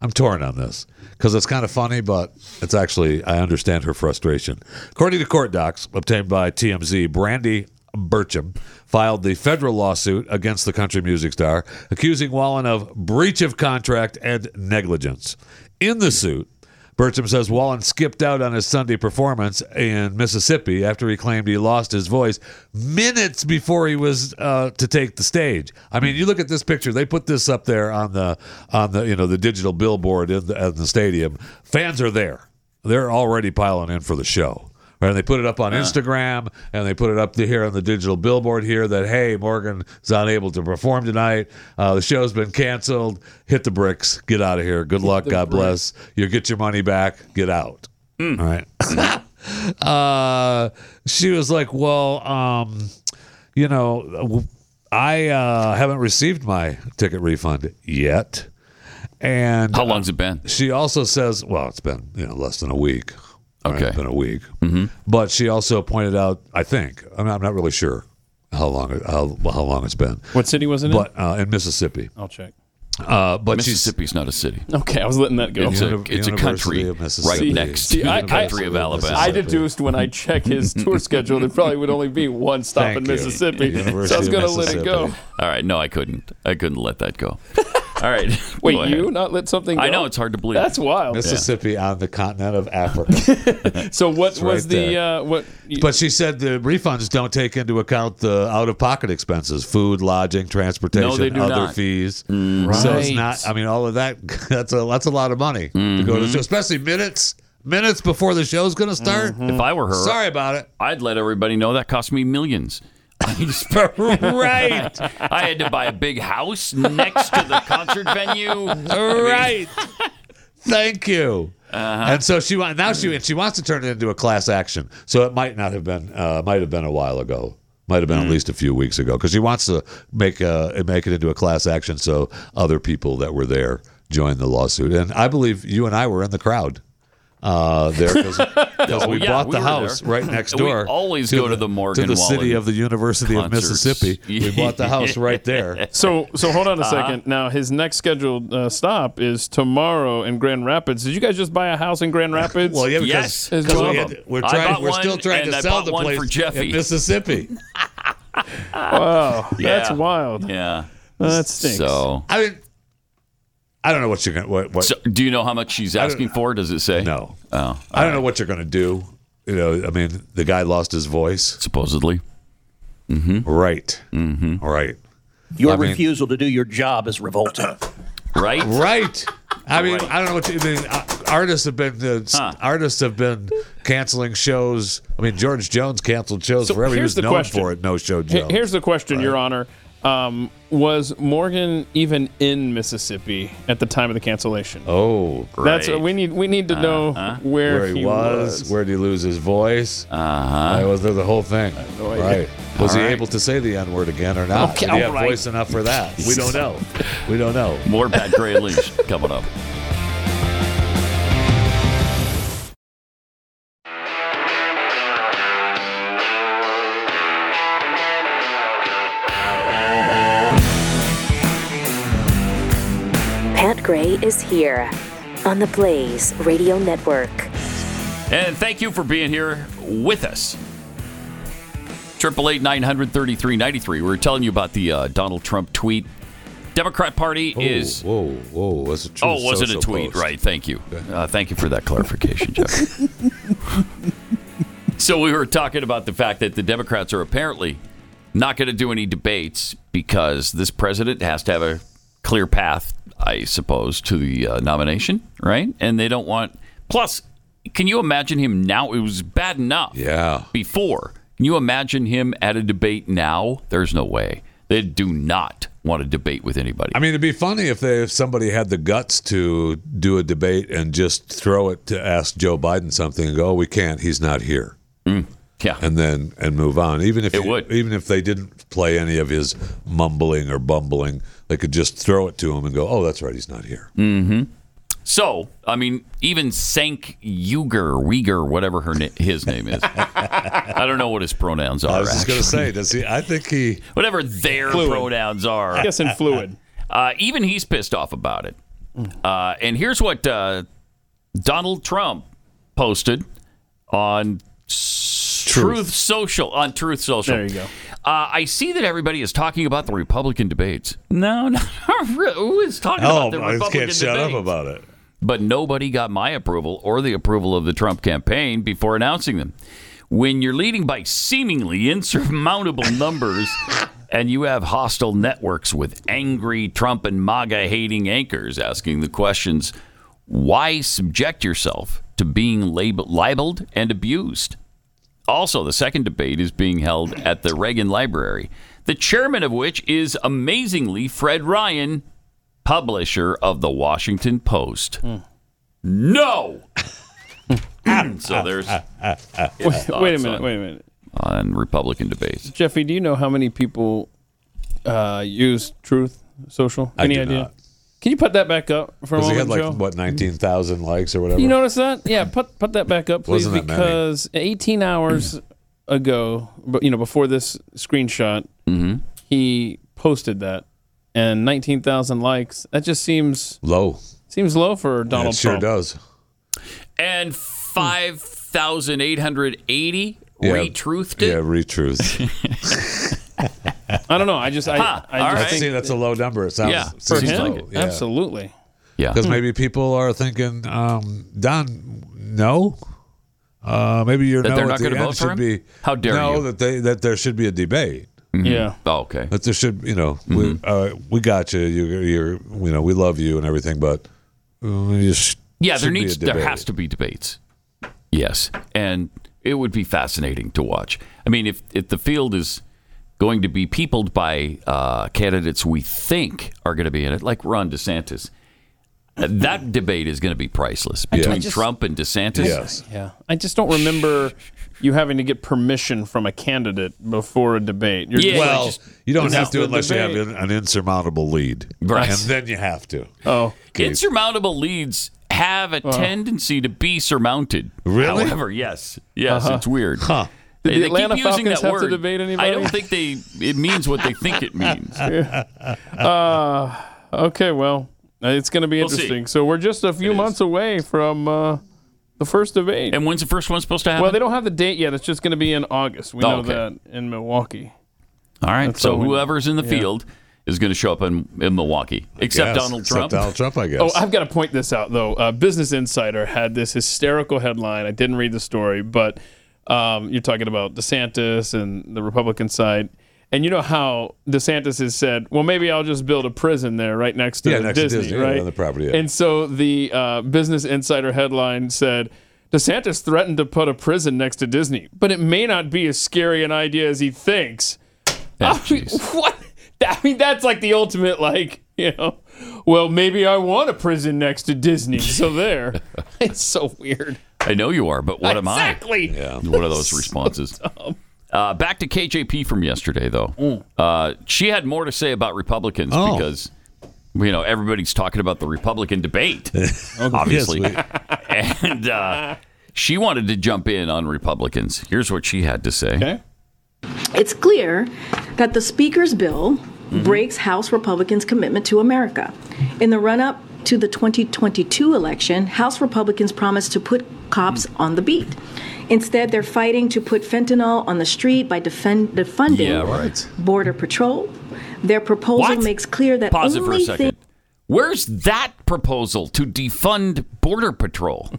Speaker 3: I'm torn on this because it's kind of funny, but it's actually, I understand her frustration. According to court docs obtained by TMZ, Brandy Burcham filed the federal lawsuit against the country music star, accusing Wallen of breach of contract and negligence. In the suit, Bertram says Wallen skipped out on his Sunday performance in Mississippi after he claimed he lost his voice minutes before he was uh, to take the stage. I mean, you look at this picture; they put this up there on the on the you know the digital billboard in the, in the stadium. Fans are there; they're already piling in for the show. Right, and they put it up on
Speaker 2: Yeah.
Speaker 3: Instagram, and they put it up to here on the digital billboard here that hey, Morgan is unable to perform tonight. Uh, the show's been canceled. Hit the bricks. Get out of here. Good luck.
Speaker 2: the
Speaker 3: God
Speaker 2: bricks.
Speaker 3: bless us. You get your money back. Get out.
Speaker 2: Hmm.
Speaker 3: All
Speaker 2: (laughs)
Speaker 3: right. uh, she was like, well, um, you know, I uh, haven't received my ticket refund yet. And
Speaker 2: how long's it been?
Speaker 3: She also says, well, it's been you know less than a week.
Speaker 2: Okay.
Speaker 3: it's been a week. Mm-hmm. But she also pointed out, I think, I'm not, I'm not really sure how long it- how how long it's been.
Speaker 4: What city was it in?
Speaker 3: But uh, in Mississippi.
Speaker 4: I'll check.
Speaker 3: Uh, but she's-
Speaker 2: Mississippi's not a city.
Speaker 4: Okay, I was letting that go.
Speaker 2: It's a, it's a country right next to the country of Alabama.
Speaker 4: I deduced when I
Speaker 3: (laughs)
Speaker 4: check his tour schedule, there probably would only be one stop in Mississippi. So I was going to let it go.
Speaker 2: All right, no, I couldn't. I couldn't let that go. All right,
Speaker 4: Wait,
Speaker 2: Go ahead.
Speaker 4: you not let something go?
Speaker 2: I know it's hard to believe.
Speaker 4: That's wild.
Speaker 3: Mississippi on the continent of
Speaker 2: (laughs)
Speaker 3: Africa.
Speaker 4: So what
Speaker 3: It's right
Speaker 4: was the
Speaker 3: there.
Speaker 4: uh, what?
Speaker 3: but she said the refunds don't take into account the out of pocket expenses, food, lodging, transportation,
Speaker 2: No, they do
Speaker 3: other
Speaker 2: not. Mm.
Speaker 3: fees. So it's
Speaker 2: Right.
Speaker 3: not I mean all of that (laughs) that's a that's a lot of money
Speaker 2: Mm-hmm.
Speaker 3: to go to the show, especially minutes minutes before the show's going to start.
Speaker 2: Mm-hmm. If I were her,
Speaker 3: Hmm. Sorry about it.
Speaker 2: I'd let everybody know that cost me millions. (laughs) I just- right. I had to buy a big house next to the concert
Speaker 4: (laughs)
Speaker 2: venue. I mean, (laughs)
Speaker 3: Right. Thank you.
Speaker 2: Uh-huh.
Speaker 3: And so she wa- now she and she wants to turn it into a class action. So it might not have been uh, might have been a while ago. Might have been
Speaker 2: Hmm.
Speaker 3: at least a few weeks ago because she wants to make uh, make it into a class action so other people that were there join the lawsuit. And I believe you and I were in the crowd uh, there because
Speaker 2: Oh,
Speaker 3: we
Speaker 2: yeah,
Speaker 3: bought
Speaker 2: (laughs) we
Speaker 3: the
Speaker 2: were
Speaker 3: house
Speaker 2: there.
Speaker 3: right (laughs) next
Speaker 2: (laughs) We
Speaker 3: door.
Speaker 2: always go to the Morgan
Speaker 3: to the city
Speaker 2: Wallen
Speaker 3: of the University
Speaker 2: concerts.
Speaker 3: of Mississippi. We bought
Speaker 2: (laughs)
Speaker 3: the house right there.
Speaker 4: So so hold on a
Speaker 3: Uh-huh.
Speaker 4: 2nd Now his next scheduled uh, stop is tomorrow in Grand Rapids. Did you guys just buy a house
Speaker 3: (laughs)
Speaker 4: in Grand Rapids?
Speaker 3: Well, yeah, because
Speaker 4: Is
Speaker 3: 'cause we
Speaker 4: one of
Speaker 3: had-
Speaker 4: them.
Speaker 3: we're trying, we're still trying to sell the place in
Speaker 4: (laughs)
Speaker 3: Mississippi.
Speaker 4: Wow, that's
Speaker 2: Yeah.
Speaker 4: wild.
Speaker 2: Yeah,
Speaker 4: that stinks.
Speaker 2: So
Speaker 3: I mean, I don't know what you're gonna. What, what
Speaker 2: So, do you know how much she's
Speaker 3: I don't-
Speaker 2: asking for? Does it say?
Speaker 3: No.
Speaker 2: Oh,
Speaker 3: I don't know what you're gonna do. You know, I mean, the guy lost his voice
Speaker 2: supposedly.
Speaker 3: Mm-hmm. Right. Mm-hmm. Right.
Speaker 17: Your
Speaker 3: I mean-
Speaker 17: refusal to do your job is revolting.
Speaker 2: right?
Speaker 3: Right. I mean, I don't know what you I mean. uh, Artists have been uh, s- artists have been canceling shows. I mean, George Jones canceled shows
Speaker 4: So
Speaker 3: forever. He
Speaker 4: here's
Speaker 3: was
Speaker 4: the
Speaker 3: known
Speaker 4: question.
Speaker 3: for it. No show
Speaker 4: He-
Speaker 3: Jones.
Speaker 4: Here's the question, Your Honor. Um, was Morgan even in Mississippi at the time of the cancellation?
Speaker 3: Oh,
Speaker 4: That's uh, we need. We need to know
Speaker 2: Uh-huh.
Speaker 4: where,
Speaker 3: he was, where did he lose his voice? Uh-huh. was there the whole thing?
Speaker 4: no idea.
Speaker 3: right. Was
Speaker 2: All
Speaker 3: he
Speaker 2: right.
Speaker 3: able to say the N word again or not?
Speaker 2: Okay,
Speaker 3: Did he
Speaker 2: all
Speaker 3: have
Speaker 2: right.
Speaker 3: voice enough for that? We
Speaker 2: (laughs)
Speaker 3: don't know. We don't know.
Speaker 2: More Pat Gray and Lynch coming up.
Speaker 1: Pat Gray is here on the Blaze Radio Network.
Speaker 2: And thank you for being here with us. Triple eight nine hundred thirty three ninety three. We were telling you about the uh, Donald Trump tweet. Democrat Party
Speaker 3: Whoa,
Speaker 2: is
Speaker 3: Oh, whoa, whoa! Was it
Speaker 2: oh, was it a tweet? Right. Thank you. Uh, thank you for that clarification, Jeff. (laughs) so we were talking about the fact that the Democrats are apparently not going to do any debates because this president has to have a clear path, I suppose, to the uh, nomination, right? And they don't want. Plus, can you imagine him now? It was bad enough.
Speaker 3: Yeah.
Speaker 2: Before, can you imagine him at a debate now? There's no way. They do not want to debate with anybody.
Speaker 3: I mean, it'd be funny if they if somebody had the guts to do a debate and just throw it to ask Joe Biden something and go, oh, "We can't. He's not here."
Speaker 2: Mm, yeah,
Speaker 3: and then and move on. Even if
Speaker 2: It
Speaker 3: he-
Speaker 2: would.
Speaker 3: even if they didn't play any of his mumbling or bumbling, they could just throw it to him and go, "Oh, that's right. He's not here."
Speaker 2: Mm-hmm. So, I mean, even Sank Uger, Uyghur, whatever her na- his name is. I don't know what his pronouns are.
Speaker 3: I was just going to
Speaker 2: actually.
Speaker 3: say, does he? I think he.
Speaker 2: (laughs) Whatever their
Speaker 3: Fluid.
Speaker 2: pronouns are.
Speaker 3: I'm guessing fluid.
Speaker 2: (laughs) Uh, even he's pissed off about it. Uh, and here's what uh, Donald Trump posted on s- Truth. Social. On Truth Social.
Speaker 4: There you go.
Speaker 2: Uh, I see that everybody is talking about the Republican debates. No, no. Who is talking
Speaker 3: Oh,
Speaker 2: about the
Speaker 3: I
Speaker 2: Republican
Speaker 3: just can't shut up
Speaker 2: debates?
Speaker 3: about it.
Speaker 2: but nobody got my approval or the approval of the Trump campaign before announcing them. When you're leading by seemingly insurmountable (laughs) numbers and you have hostile networks with angry Trump and MAGA hating anchors asking the questions, why subject yourself to being lab- libeled and abused? Also, the second debate is being held at the Reagan Library, the chairman of which is amazingly Fred Ryan, publisher of the Washington Post. No. (laughs) so there's
Speaker 4: Wait, wait a
Speaker 2: thoughts
Speaker 4: minute.
Speaker 2: on-
Speaker 4: Wait a minute.
Speaker 2: on Republican debates.
Speaker 4: Jeffy, do you know how many people uh, use Truth Social?
Speaker 3: I
Speaker 4: Any
Speaker 3: do
Speaker 4: idea?
Speaker 3: not.
Speaker 4: Can you put that back up for a
Speaker 3: Because he
Speaker 4: moment,
Speaker 3: had like
Speaker 4: Joe?
Speaker 3: what nineteen thousand likes or whatever.
Speaker 4: You notice that? Yeah, put put that back up, please,
Speaker 3: Wasn't that many.
Speaker 4: because 18 hours ago, but you know, before this screenshot,
Speaker 3: Mm-hmm.
Speaker 4: he posted that, and 19,000 likes. That just seems
Speaker 3: low.
Speaker 4: Seems low for Donald
Speaker 3: sure
Speaker 4: Trump.
Speaker 3: does.
Speaker 2: and 5,880
Speaker 3: Yeah.
Speaker 2: retruthed
Speaker 3: Yeah,
Speaker 2: it.
Speaker 3: retruth.
Speaker 2: (laughs)
Speaker 4: I don't know. I just I,
Speaker 2: Huh,
Speaker 4: I
Speaker 2: all
Speaker 4: just
Speaker 2: right.
Speaker 4: think
Speaker 3: See, that's a low number. It sounds
Speaker 4: Yeah, for
Speaker 3: seems
Speaker 4: him,
Speaker 3: low. Yeah.
Speaker 4: absolutely.
Speaker 2: Yeah,
Speaker 3: because maybe people are thinking, um, Don, no, uh, maybe your
Speaker 2: That
Speaker 3: no
Speaker 2: they're
Speaker 3: at
Speaker 2: not
Speaker 3: the
Speaker 2: gonna
Speaker 3: end
Speaker 2: vote for
Speaker 3: should
Speaker 2: him?
Speaker 3: be
Speaker 2: How dare
Speaker 3: no,
Speaker 2: you.
Speaker 3: that they that there should be a debate.
Speaker 4: Mm-hmm.
Speaker 2: Mhm. Yeah. Oh, okay. Mm-hmm.
Speaker 3: That there should, you know, we uh, we got you. You, you're, you know, we love you and everything, but uh, you sh-
Speaker 2: Yeah, there
Speaker 3: should be
Speaker 2: needs
Speaker 3: a
Speaker 2: there
Speaker 3: debate.
Speaker 2: has to be debates. Yes, and it would be fascinating to watch. I mean, if if the field is going to be peopled by uh, candidates we think are going to be in it, like Ron DeSantis, uh, that debate is going to be priceless
Speaker 4: I
Speaker 2: between
Speaker 4: just-
Speaker 2: Trump and DeSantis.
Speaker 4: Yeah. I just don't remember you having to get permission from a candidate before a debate. You're just like,
Speaker 3: well,
Speaker 4: just-
Speaker 3: you don't
Speaker 4: it's
Speaker 3: have to
Speaker 4: the
Speaker 3: unless you have
Speaker 4: debate.
Speaker 3: an,
Speaker 2: (laughs)
Speaker 3: an insurmountable lead,
Speaker 2: Right.
Speaker 3: And then you have to.
Speaker 4: Oh,
Speaker 2: Insurmountable leads have a tendency to be surmounted.
Speaker 3: Really?
Speaker 2: However, yes, yes,
Speaker 4: Uh-huh.
Speaker 2: it's weird.
Speaker 3: Huh.
Speaker 4: Did the
Speaker 2: they
Speaker 4: Atlanta
Speaker 2: keep using
Speaker 4: Falcons
Speaker 2: that
Speaker 4: have to
Speaker 2: word.
Speaker 4: debate
Speaker 2: I
Speaker 4: anybody?
Speaker 2: don't think they. It means what they think it
Speaker 4: (laughs)
Speaker 2: means.
Speaker 4: Uh, okay, well, it's going to be
Speaker 2: We'll see.
Speaker 4: interesting. so we're just a few months away from uh, the first debate.
Speaker 2: And when's the first one supposed to happen?
Speaker 4: well, they don't have the date yet. It's just going to be in August. We
Speaker 2: Oh,
Speaker 4: know
Speaker 2: okay.
Speaker 4: that in Milwaukee.
Speaker 2: All right.
Speaker 4: That's
Speaker 2: so
Speaker 4: all we-
Speaker 2: whoever's in the
Speaker 4: yeah.
Speaker 2: field is going to show up in, in Milwaukee, except
Speaker 4: guess.
Speaker 2: Donald
Speaker 4: Except
Speaker 2: Trump.
Speaker 4: Donald
Speaker 3: Trump,
Speaker 2: (laughs)
Speaker 3: I guess.
Speaker 4: Oh, I've got to point this out though. Uh, Business Insider had this hysterical headline. I didn't read the story, but um, you're talking about DeSantis and the Republican side. And you know how DeSantis has said, "Well, maybe I'll just build a prison there, right next to
Speaker 3: Yeah, next to
Speaker 4: Disney,
Speaker 3: Disney, yeah,
Speaker 4: right
Speaker 3: on the property, yeah.
Speaker 4: And so the uh, Business Insider headline said, "DeSantis threatened to put a prison next to Disney, but it may not be as scary an idea as he thinks." I mean, what? (laughs) I mean, that's like the ultimate, like, you know, well, maybe I want a prison next to Disney. So
Speaker 2: (laughs)
Speaker 4: there. it's so weird.
Speaker 2: I know you are, but what
Speaker 4: Exactly.
Speaker 2: am I? Yeah. One of those responses. Uh, back to KJP from yesterday, though. Uh, she had more to say about Republicans
Speaker 3: Oh.
Speaker 2: because, you know, everybody's talking about the Republican
Speaker 4: (laughs)
Speaker 2: debate, obviously. and uh, she wanted to jump in on Republicans. Here's what she had to say.
Speaker 9: It's clear that the Speaker's bill
Speaker 2: Mm-hmm.
Speaker 9: breaks House Republicans' commitment to America. In the run up to the 2022 election, House Republicans promised to put cops on the beat. Instead, they're fighting to put fentanyl on the street by defend, defunding
Speaker 2: Yeah, right.
Speaker 9: Border Patrol. Their proposal
Speaker 2: What?
Speaker 9: makes clear that
Speaker 2: Pause it for
Speaker 9: only
Speaker 2: a second.
Speaker 9: thing
Speaker 2: Where's that proposal to defund Border Patrol?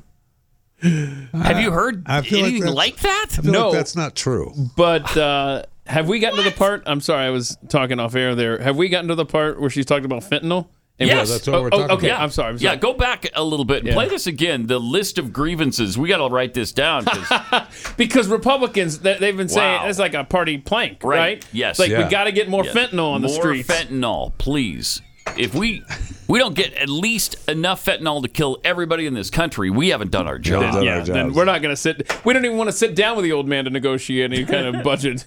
Speaker 2: Have you heard
Speaker 3: I feel like
Speaker 2: anything
Speaker 3: that's-
Speaker 2: like that?
Speaker 3: I feel like that's not true.
Speaker 4: But uh, have we gotten to the part? I'm sorry, I was talking off air there. Have we gotten to the part where she's talking about fentanyl? And
Speaker 2: yes,
Speaker 4: we- Oh, oh, okay, I'm sorry. I'm sorry.
Speaker 2: Yeah, go back a little bit. and
Speaker 4: Yeah.
Speaker 2: Play this again. The list of grievances. We got to write this down. (laughs) 'cause-
Speaker 4: Because Republicans, they- they've been saying
Speaker 2: Wow.
Speaker 4: it's like a party plank, right?
Speaker 2: right. Yes.
Speaker 4: Like, we got to get more
Speaker 2: Yes.
Speaker 4: fentanyl on the
Speaker 2: More
Speaker 4: streets.
Speaker 2: Fentanyl, please. If we we don't get at least enough fentanyl to kill everybody in this country, we haven't done our job.
Speaker 4: then, yeah, then we're not going to sit. We don't even want to sit down with the old man to negotiate any
Speaker 2: (laughs)
Speaker 4: kind of budget.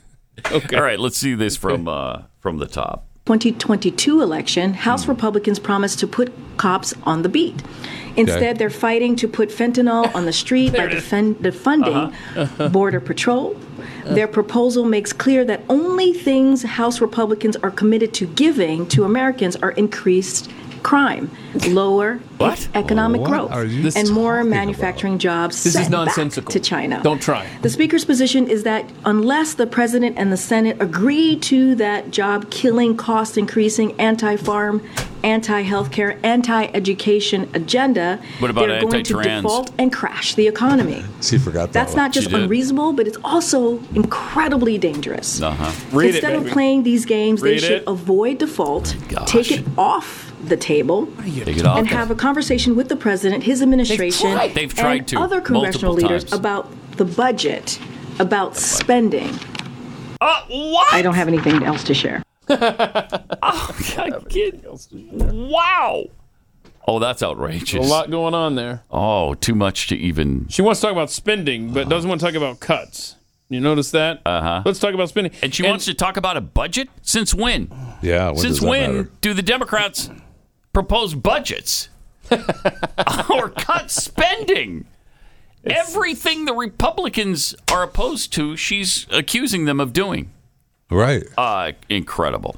Speaker 4: Okay.
Speaker 2: All right, let's see this from uh, from the top.
Speaker 9: 2022 election,
Speaker 2: Hmm.
Speaker 9: House Republicans promised to put cops on the beat. Instead,
Speaker 2: Okay.
Speaker 9: they're fighting to put fentanyl on the street by defend,
Speaker 2: Uh-huh. (laughs)
Speaker 9: defunding Border Patrol. Their proposal makes clear that only things House Republicans are committed to giving to Americans are increased crime, lower e-
Speaker 4: What?
Speaker 9: economic
Speaker 4: What
Speaker 9: growth,
Speaker 4: are you
Speaker 9: and more
Speaker 4: talking
Speaker 9: manufacturing jobs
Speaker 4: This is
Speaker 9: sent back
Speaker 4: nonsensical.
Speaker 9: to China.
Speaker 4: Don't (laughs) try.
Speaker 9: The Speaker's position is that unless the President and the Senate agree to that job killing, cost increasing, anti farm, anti healthcare, anti education agenda,
Speaker 3: What about
Speaker 9: they're going to
Speaker 3: anti-trans?
Speaker 9: default and crash the economy.
Speaker 3: She forgot that.
Speaker 9: That's not just unreasonable, but it's also incredibly dangerous.
Speaker 3: Uh
Speaker 2: Uh-huh.
Speaker 3: huh.
Speaker 9: Instead of playing these games,
Speaker 3: Read
Speaker 9: they should
Speaker 3: it.
Speaker 9: avoid
Speaker 2: Oh
Speaker 9: default, take it off the table,
Speaker 2: Take it off
Speaker 9: and
Speaker 2: the-
Speaker 9: have a conversation with the president, his administration,
Speaker 2: tried. They've tried
Speaker 9: and
Speaker 2: to
Speaker 9: other congressional
Speaker 2: multiple
Speaker 9: leaders
Speaker 2: times.
Speaker 9: about the budget, about spending.
Speaker 2: Uh, what?
Speaker 9: I don't have anything else to share.
Speaker 2: wow. Oh, that's outrageous.
Speaker 4: A lot going on there.
Speaker 2: Oh, too much to even.
Speaker 4: She wants to talk about spending, but doesn't want to talk about cuts. You notice that? Uh huh. Let's talk about spending.
Speaker 2: Uh-huh. And she wants to talk about a budget? Since when?
Speaker 3: Yeah. when
Speaker 2: Since
Speaker 3: does that
Speaker 2: when
Speaker 3: matter?
Speaker 2: do the Democrats propose
Speaker 4: (laughs)
Speaker 2: budgets or cut spending? Everything the Republicans are opposed to, she's accusing them of doing.
Speaker 3: Right.
Speaker 2: Uh, incredible.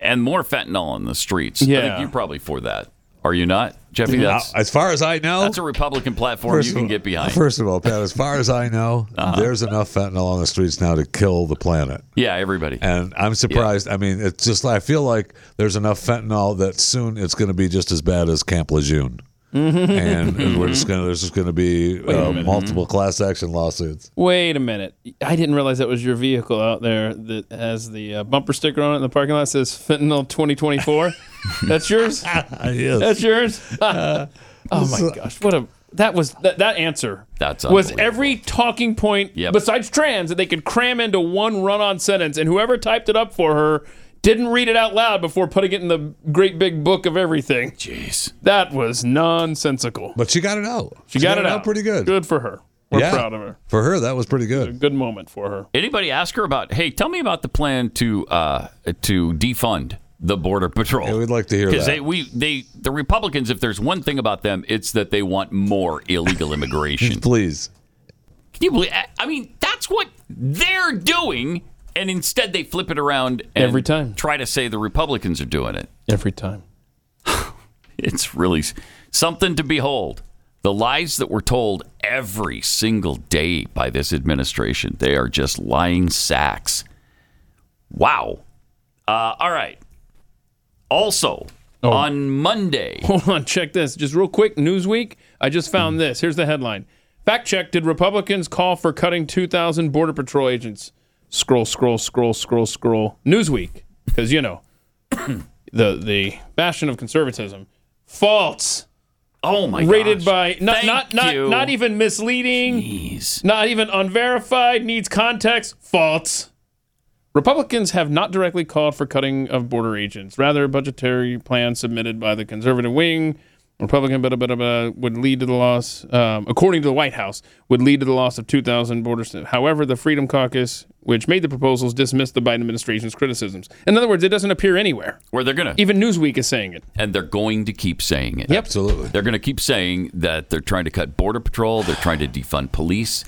Speaker 2: And more fentanyl on the streets. I
Speaker 3: Yeah.
Speaker 2: think you're probably for that. Are you not, Jeffy?
Speaker 3: Yeah.
Speaker 2: That's,
Speaker 3: As far as I know,
Speaker 2: that's a Republican platform
Speaker 3: First
Speaker 2: you
Speaker 3: of
Speaker 2: can
Speaker 3: all-
Speaker 2: get behind.
Speaker 3: First of all, Pat, as far as I know,
Speaker 2: Uh-huh.
Speaker 3: there's enough fentanyl on the streets now to kill the planet.
Speaker 2: Yeah, everybody.
Speaker 3: And I'm surprised. I mean, it's just I feel like there's enough fentanyl that soon it's going to be just as bad as Camp Lejeune. (laughs)
Speaker 4: Mm-hmm. (laughs)
Speaker 3: and uh, we're just gonna, there's just going to be uh, multiple class action lawsuits.
Speaker 4: Wait a minute. I didn't realize that was your vehicle out there that has the uh, bumper sticker on it in the parking lot that says fentanyl 2024. That's yours?
Speaker 3: yes.
Speaker 4: That's yours? (laughs)
Speaker 3: so-
Speaker 4: oh my gosh. What a that was that, that answer
Speaker 2: That's
Speaker 4: was
Speaker 2: unbelievable.
Speaker 4: every talking point
Speaker 2: Yep.
Speaker 4: besides trans that they could cram into one run-on sentence and whoever typed it up for her didn't read it out loud before putting it in the great big book of everything.
Speaker 2: Jeez.
Speaker 4: That was nonsensical.
Speaker 3: But she got it out.
Speaker 4: She, got, it out.
Speaker 3: pretty good.
Speaker 4: Good for her. We're
Speaker 3: Yeah.
Speaker 4: proud of her.
Speaker 3: For her, that was pretty good.
Speaker 4: Good moment for her.
Speaker 2: Anybody ask her about? Hey, tell me about the plan to uh, to defund the border patrol.
Speaker 3: Yeah, we'd like to hear
Speaker 2: Because
Speaker 3: that.
Speaker 2: they we they the Republicans, if there's one thing about them, it's that they want more
Speaker 3: (laughs)
Speaker 2: illegal immigration.
Speaker 3: Please.
Speaker 2: Can you believe? I- I mean, that's what they're doing, and instead they flip it around and
Speaker 4: Every time.
Speaker 2: Try to say the Republicans are doing it.
Speaker 4: Every time.
Speaker 2: It's really s- something to behold. The lies that we're told every single day by this administration, they are just lying sacks. Wow. Uh, all right. Also, on Monday.
Speaker 4: Oh. (laughs)
Speaker 2: Hmm.
Speaker 4: Hold on, check this. Just real quick, Newsweek. I just found this. Here's the headline: Fact check: Did Republicans call for cutting 2,000 border patrol agents? Scroll, scroll, scroll, scroll, scroll. Newsweek, because you
Speaker 2: (clears throat)
Speaker 4: know, the the bastion of conservatism. False.
Speaker 2: Oh my
Speaker 4: Rated by not
Speaker 2: Thank
Speaker 4: not not
Speaker 2: you.
Speaker 4: not even misleading. Not even unverified. Needs context. False. Republicans have not directly called for cutting of border agents. Rather, a budgetary plan submitted by the conservative wing, Republican, blah, blah, blah, blah, would lead to the loss, um, according to the White House, would lead to the loss of 2,000 border staff. However, the Freedom Caucus, which made the proposals, dismissed the Biden administration's criticisms. In other words, it doesn't appear anywhere.
Speaker 2: Where they're going to.
Speaker 4: Even Newsweek is saying it.
Speaker 2: And they're going to keep saying it.
Speaker 3: Absolutely.
Speaker 2: They're going to keep saying that they're trying to cut Border Patrol, they're trying to defund police.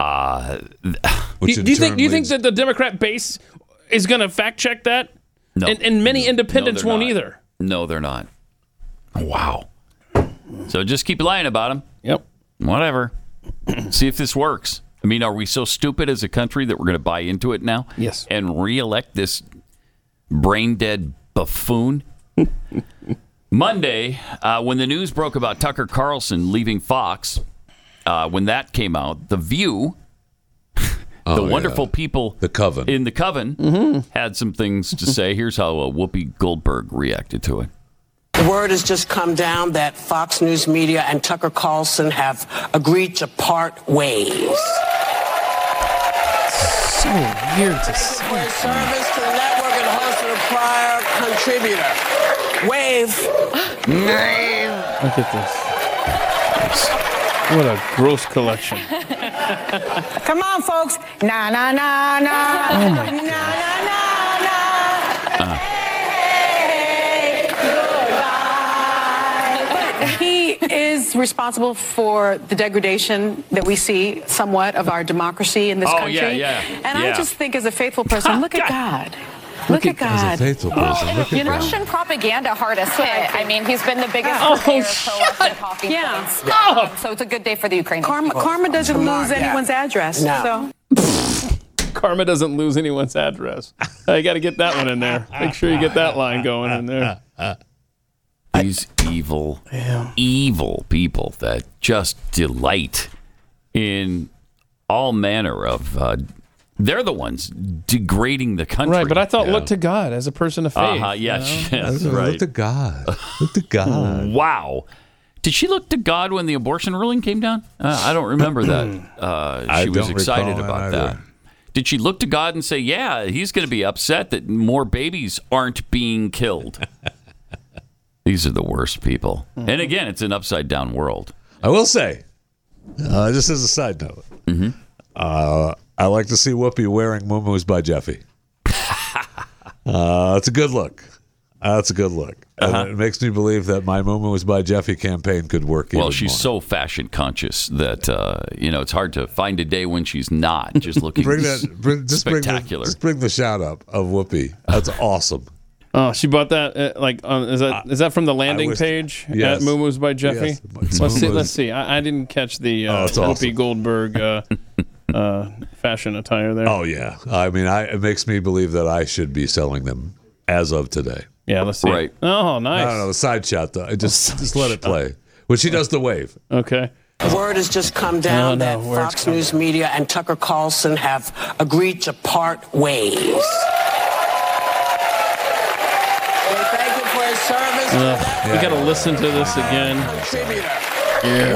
Speaker 2: Uh,
Speaker 4: Do, do you think? Do you think that the Democrat base is going to fact check that?
Speaker 2: No.
Speaker 4: And, and many independents
Speaker 2: they're
Speaker 4: won't
Speaker 2: not.
Speaker 4: either.
Speaker 2: No, they're not. Wow. So just keep lying about them.
Speaker 4: Yep.
Speaker 2: Whatever. (clears throat) See if this works. I mean, are we so stupid as a country that we're going to buy into it now? Yes. And reelect this brain dead buffoon? (laughs) Monday, uh, when the news broke about Tucker Carlson leaving Fox, uh, when that came out, The View, (laughs) the
Speaker 3: Oh, yeah.
Speaker 2: wonderful people
Speaker 3: The coven.
Speaker 2: in the coven had some things to say. Here's how uh, Whoopi Goldberg reacted to it.
Speaker 20: The word has just come down that Fox News Media and Tucker Carlson have agreed to part ways.
Speaker 4: So weird to see.
Speaker 20: For his service to the network and host and a prior contributor. Wave.
Speaker 4: Look at this. What a gross collection.
Speaker 21: Come on, folks. Na na na na.
Speaker 4: Oh, my
Speaker 21: na, na,
Speaker 2: Uh,
Speaker 22: he is responsible for the degradation that we see somewhat of our democracy in this
Speaker 2: Oh,
Speaker 22: country.
Speaker 2: yeah, yeah,
Speaker 22: And
Speaker 2: yeah.
Speaker 22: I just think as a faithful person, look at God. Look, at
Speaker 3: As a
Speaker 22: God.
Speaker 3: faithful person,
Speaker 23: Oh,
Speaker 3: look at
Speaker 22: you know,
Speaker 3: that.
Speaker 22: Russian
Speaker 23: propaganda hardest hit. I mean, he's been the biggest
Speaker 22: Oh,
Speaker 23: purveyor of pro-Russian coffee
Speaker 22: Yeah.
Speaker 23: points.
Speaker 4: Oh.
Speaker 22: Stop.
Speaker 23: So it's a good day for the Ukrainians.
Speaker 22: Karma, karma doesn't Come on, lose yeah.
Speaker 4: (laughs)
Speaker 22: anyone's address. No. So
Speaker 4: Karma doesn't lose anyone's address. I got to get that one in there. Make sure you get that line going in there.
Speaker 2: These evil, evil people that just delight in all manner of. Uh, they're the ones degrading the country.
Speaker 4: Right, but I
Speaker 2: (laughs)
Speaker 4: thought look to God as a person of faith.
Speaker 2: Uh-huh, yeah,
Speaker 4: you know?
Speaker 2: yes, right.
Speaker 3: Look to God. Look to God.
Speaker 2: wow. Did she look to God when the abortion ruling came down? Uh, I don't
Speaker 3: (clears throat)
Speaker 2: remember that. Uh,
Speaker 3: I
Speaker 2: she was
Speaker 3: don't
Speaker 2: excited
Speaker 3: recall that
Speaker 2: about
Speaker 3: either.
Speaker 2: that. Did she look to God and say, "Yeah, he's going to be upset that more babies aren't
Speaker 3: (laughs)
Speaker 2: being killed"? These are the worst people. And again, it's an upside down world. Mm-hmm.
Speaker 3: I will say, uh, just as a side note, uh, I like to see Whoopi wearing muumuus by
Speaker 2: (laughs)
Speaker 3: Jeffy. uh, that's a good look. That's a good look. And
Speaker 2: Uh-huh.
Speaker 3: it makes me believe that my muumuus by Jeffy campaign could work.
Speaker 2: Well,
Speaker 3: even
Speaker 2: she's
Speaker 3: more.
Speaker 2: so fashion conscious that uh, you know it's hard to find a day when she's not
Speaker 3: (laughs)
Speaker 2: just looking
Speaker 3: bring that. Bring, just Bring
Speaker 2: spectacular.
Speaker 3: the, just bring the shout up of Whoopi.
Speaker 2: (laughs)
Speaker 3: That's awesome.
Speaker 4: Oh, she bought that. Uh, like, on is that is that from the landing
Speaker 3: wish-
Speaker 4: page
Speaker 3: Yes.
Speaker 4: at Moomoo's by Jeffy?
Speaker 3: Yes. It's
Speaker 4: Let's see.
Speaker 3: Moomoo's.
Speaker 4: Let's see. I, I didn't catch the
Speaker 3: Oh,
Speaker 4: uh,
Speaker 3: it's
Speaker 4: Whoopi
Speaker 3: awesome.
Speaker 4: Goldberg uh, uh, fashion attire there.
Speaker 3: Oh yeah. I mean, I, it makes me believe that I should be selling them as of today.
Speaker 4: Yeah, let's see. Right. Oh, nice.
Speaker 3: I don't know the side shot though. Just
Speaker 4: (laughs)
Speaker 3: just let it play. When she does the wave.
Speaker 4: Okay.
Speaker 20: Word has just come down
Speaker 3: no,
Speaker 20: that
Speaker 3: word's
Speaker 20: Fox News Media and Tucker Carlson have agreed to part ways. We thank you for his service.
Speaker 4: Ugh, We got to listen to this again. Yeah,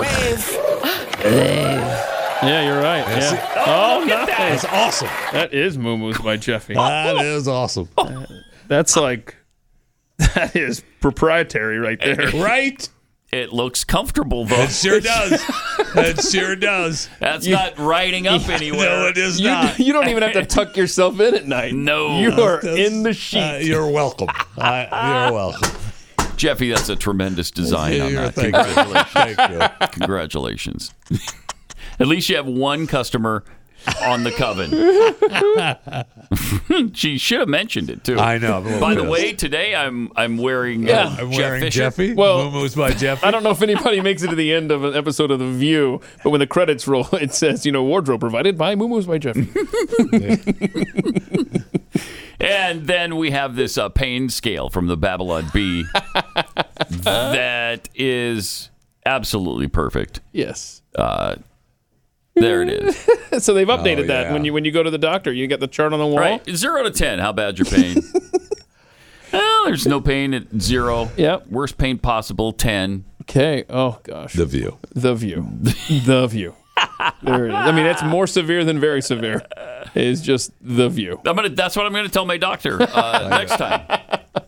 Speaker 4: you're right.
Speaker 3: Yeah, see-
Speaker 4: Yeah. Oh, nice.
Speaker 3: That's awesome.
Speaker 4: That is Moomoo's by Jeffy.
Speaker 3: That is awesome.
Speaker 4: Oh. That's like, (laughs) that is proprietary right there.
Speaker 3: (laughs) Right?
Speaker 2: It looks comfortable though. It
Speaker 3: sure
Speaker 2: (laughs)
Speaker 3: does. It sure does.
Speaker 2: That's
Speaker 4: You-
Speaker 2: not
Speaker 3: (laughs)
Speaker 2: writing up
Speaker 4: Yeah.
Speaker 2: anywhere.
Speaker 4: No, it is You-
Speaker 2: (laughs)
Speaker 4: not. you don't even have to tuck yourself in at night.
Speaker 2: No,
Speaker 4: You are in the sheet.
Speaker 3: Uh, you're welcome. I, you're
Speaker 4: (laughs)
Speaker 3: welcome.
Speaker 2: Jeffy, that's a tremendous design on
Speaker 3: Yeah,
Speaker 2: that.
Speaker 3: thank you.
Speaker 2: Congratulations.
Speaker 3: Thank
Speaker 2: Congratulations. (laughs) At least you have one customer on the coven. (laughs) she should have mentioned it too.
Speaker 3: I know, I'm a little
Speaker 2: By the
Speaker 3: pissed.
Speaker 2: way, today I'm I'm wearing uh,
Speaker 3: I'm
Speaker 2: Jeff
Speaker 3: wearing
Speaker 2: Fisher.
Speaker 3: Jeffy.
Speaker 4: Well-
Speaker 3: Moomoo's
Speaker 4: (laughs)
Speaker 3: by Jeffy.
Speaker 4: I don't know if anybody makes it to the end of an episode of The View, but when the credits roll, (laughs) it says, you know, wardrobe provided by Moomoo's by Jeffy.
Speaker 2: And then we have this uh, pain scale from the Babylon Bee that is absolutely perfect.
Speaker 4: Yes.
Speaker 2: Uh, there it is.
Speaker 4: (laughs) so they've updated
Speaker 2: Oh,
Speaker 4: that
Speaker 2: yeah.
Speaker 4: when you when you go to the doctor, you get the chart on the wall.
Speaker 2: Right? Zero to 10. How bad your pain? well, there's no pain at zero. Yep. Worst pain possible, 10.
Speaker 4: Okay. Oh, gosh.
Speaker 3: The view.
Speaker 4: The
Speaker 2: (laughs)
Speaker 4: View. the View. There it is. I mean, that's more severe than very severe. It's just The View.
Speaker 2: I'm gonna, that's what I'm going to tell my doctor
Speaker 4: (laughs)
Speaker 2: uh, next time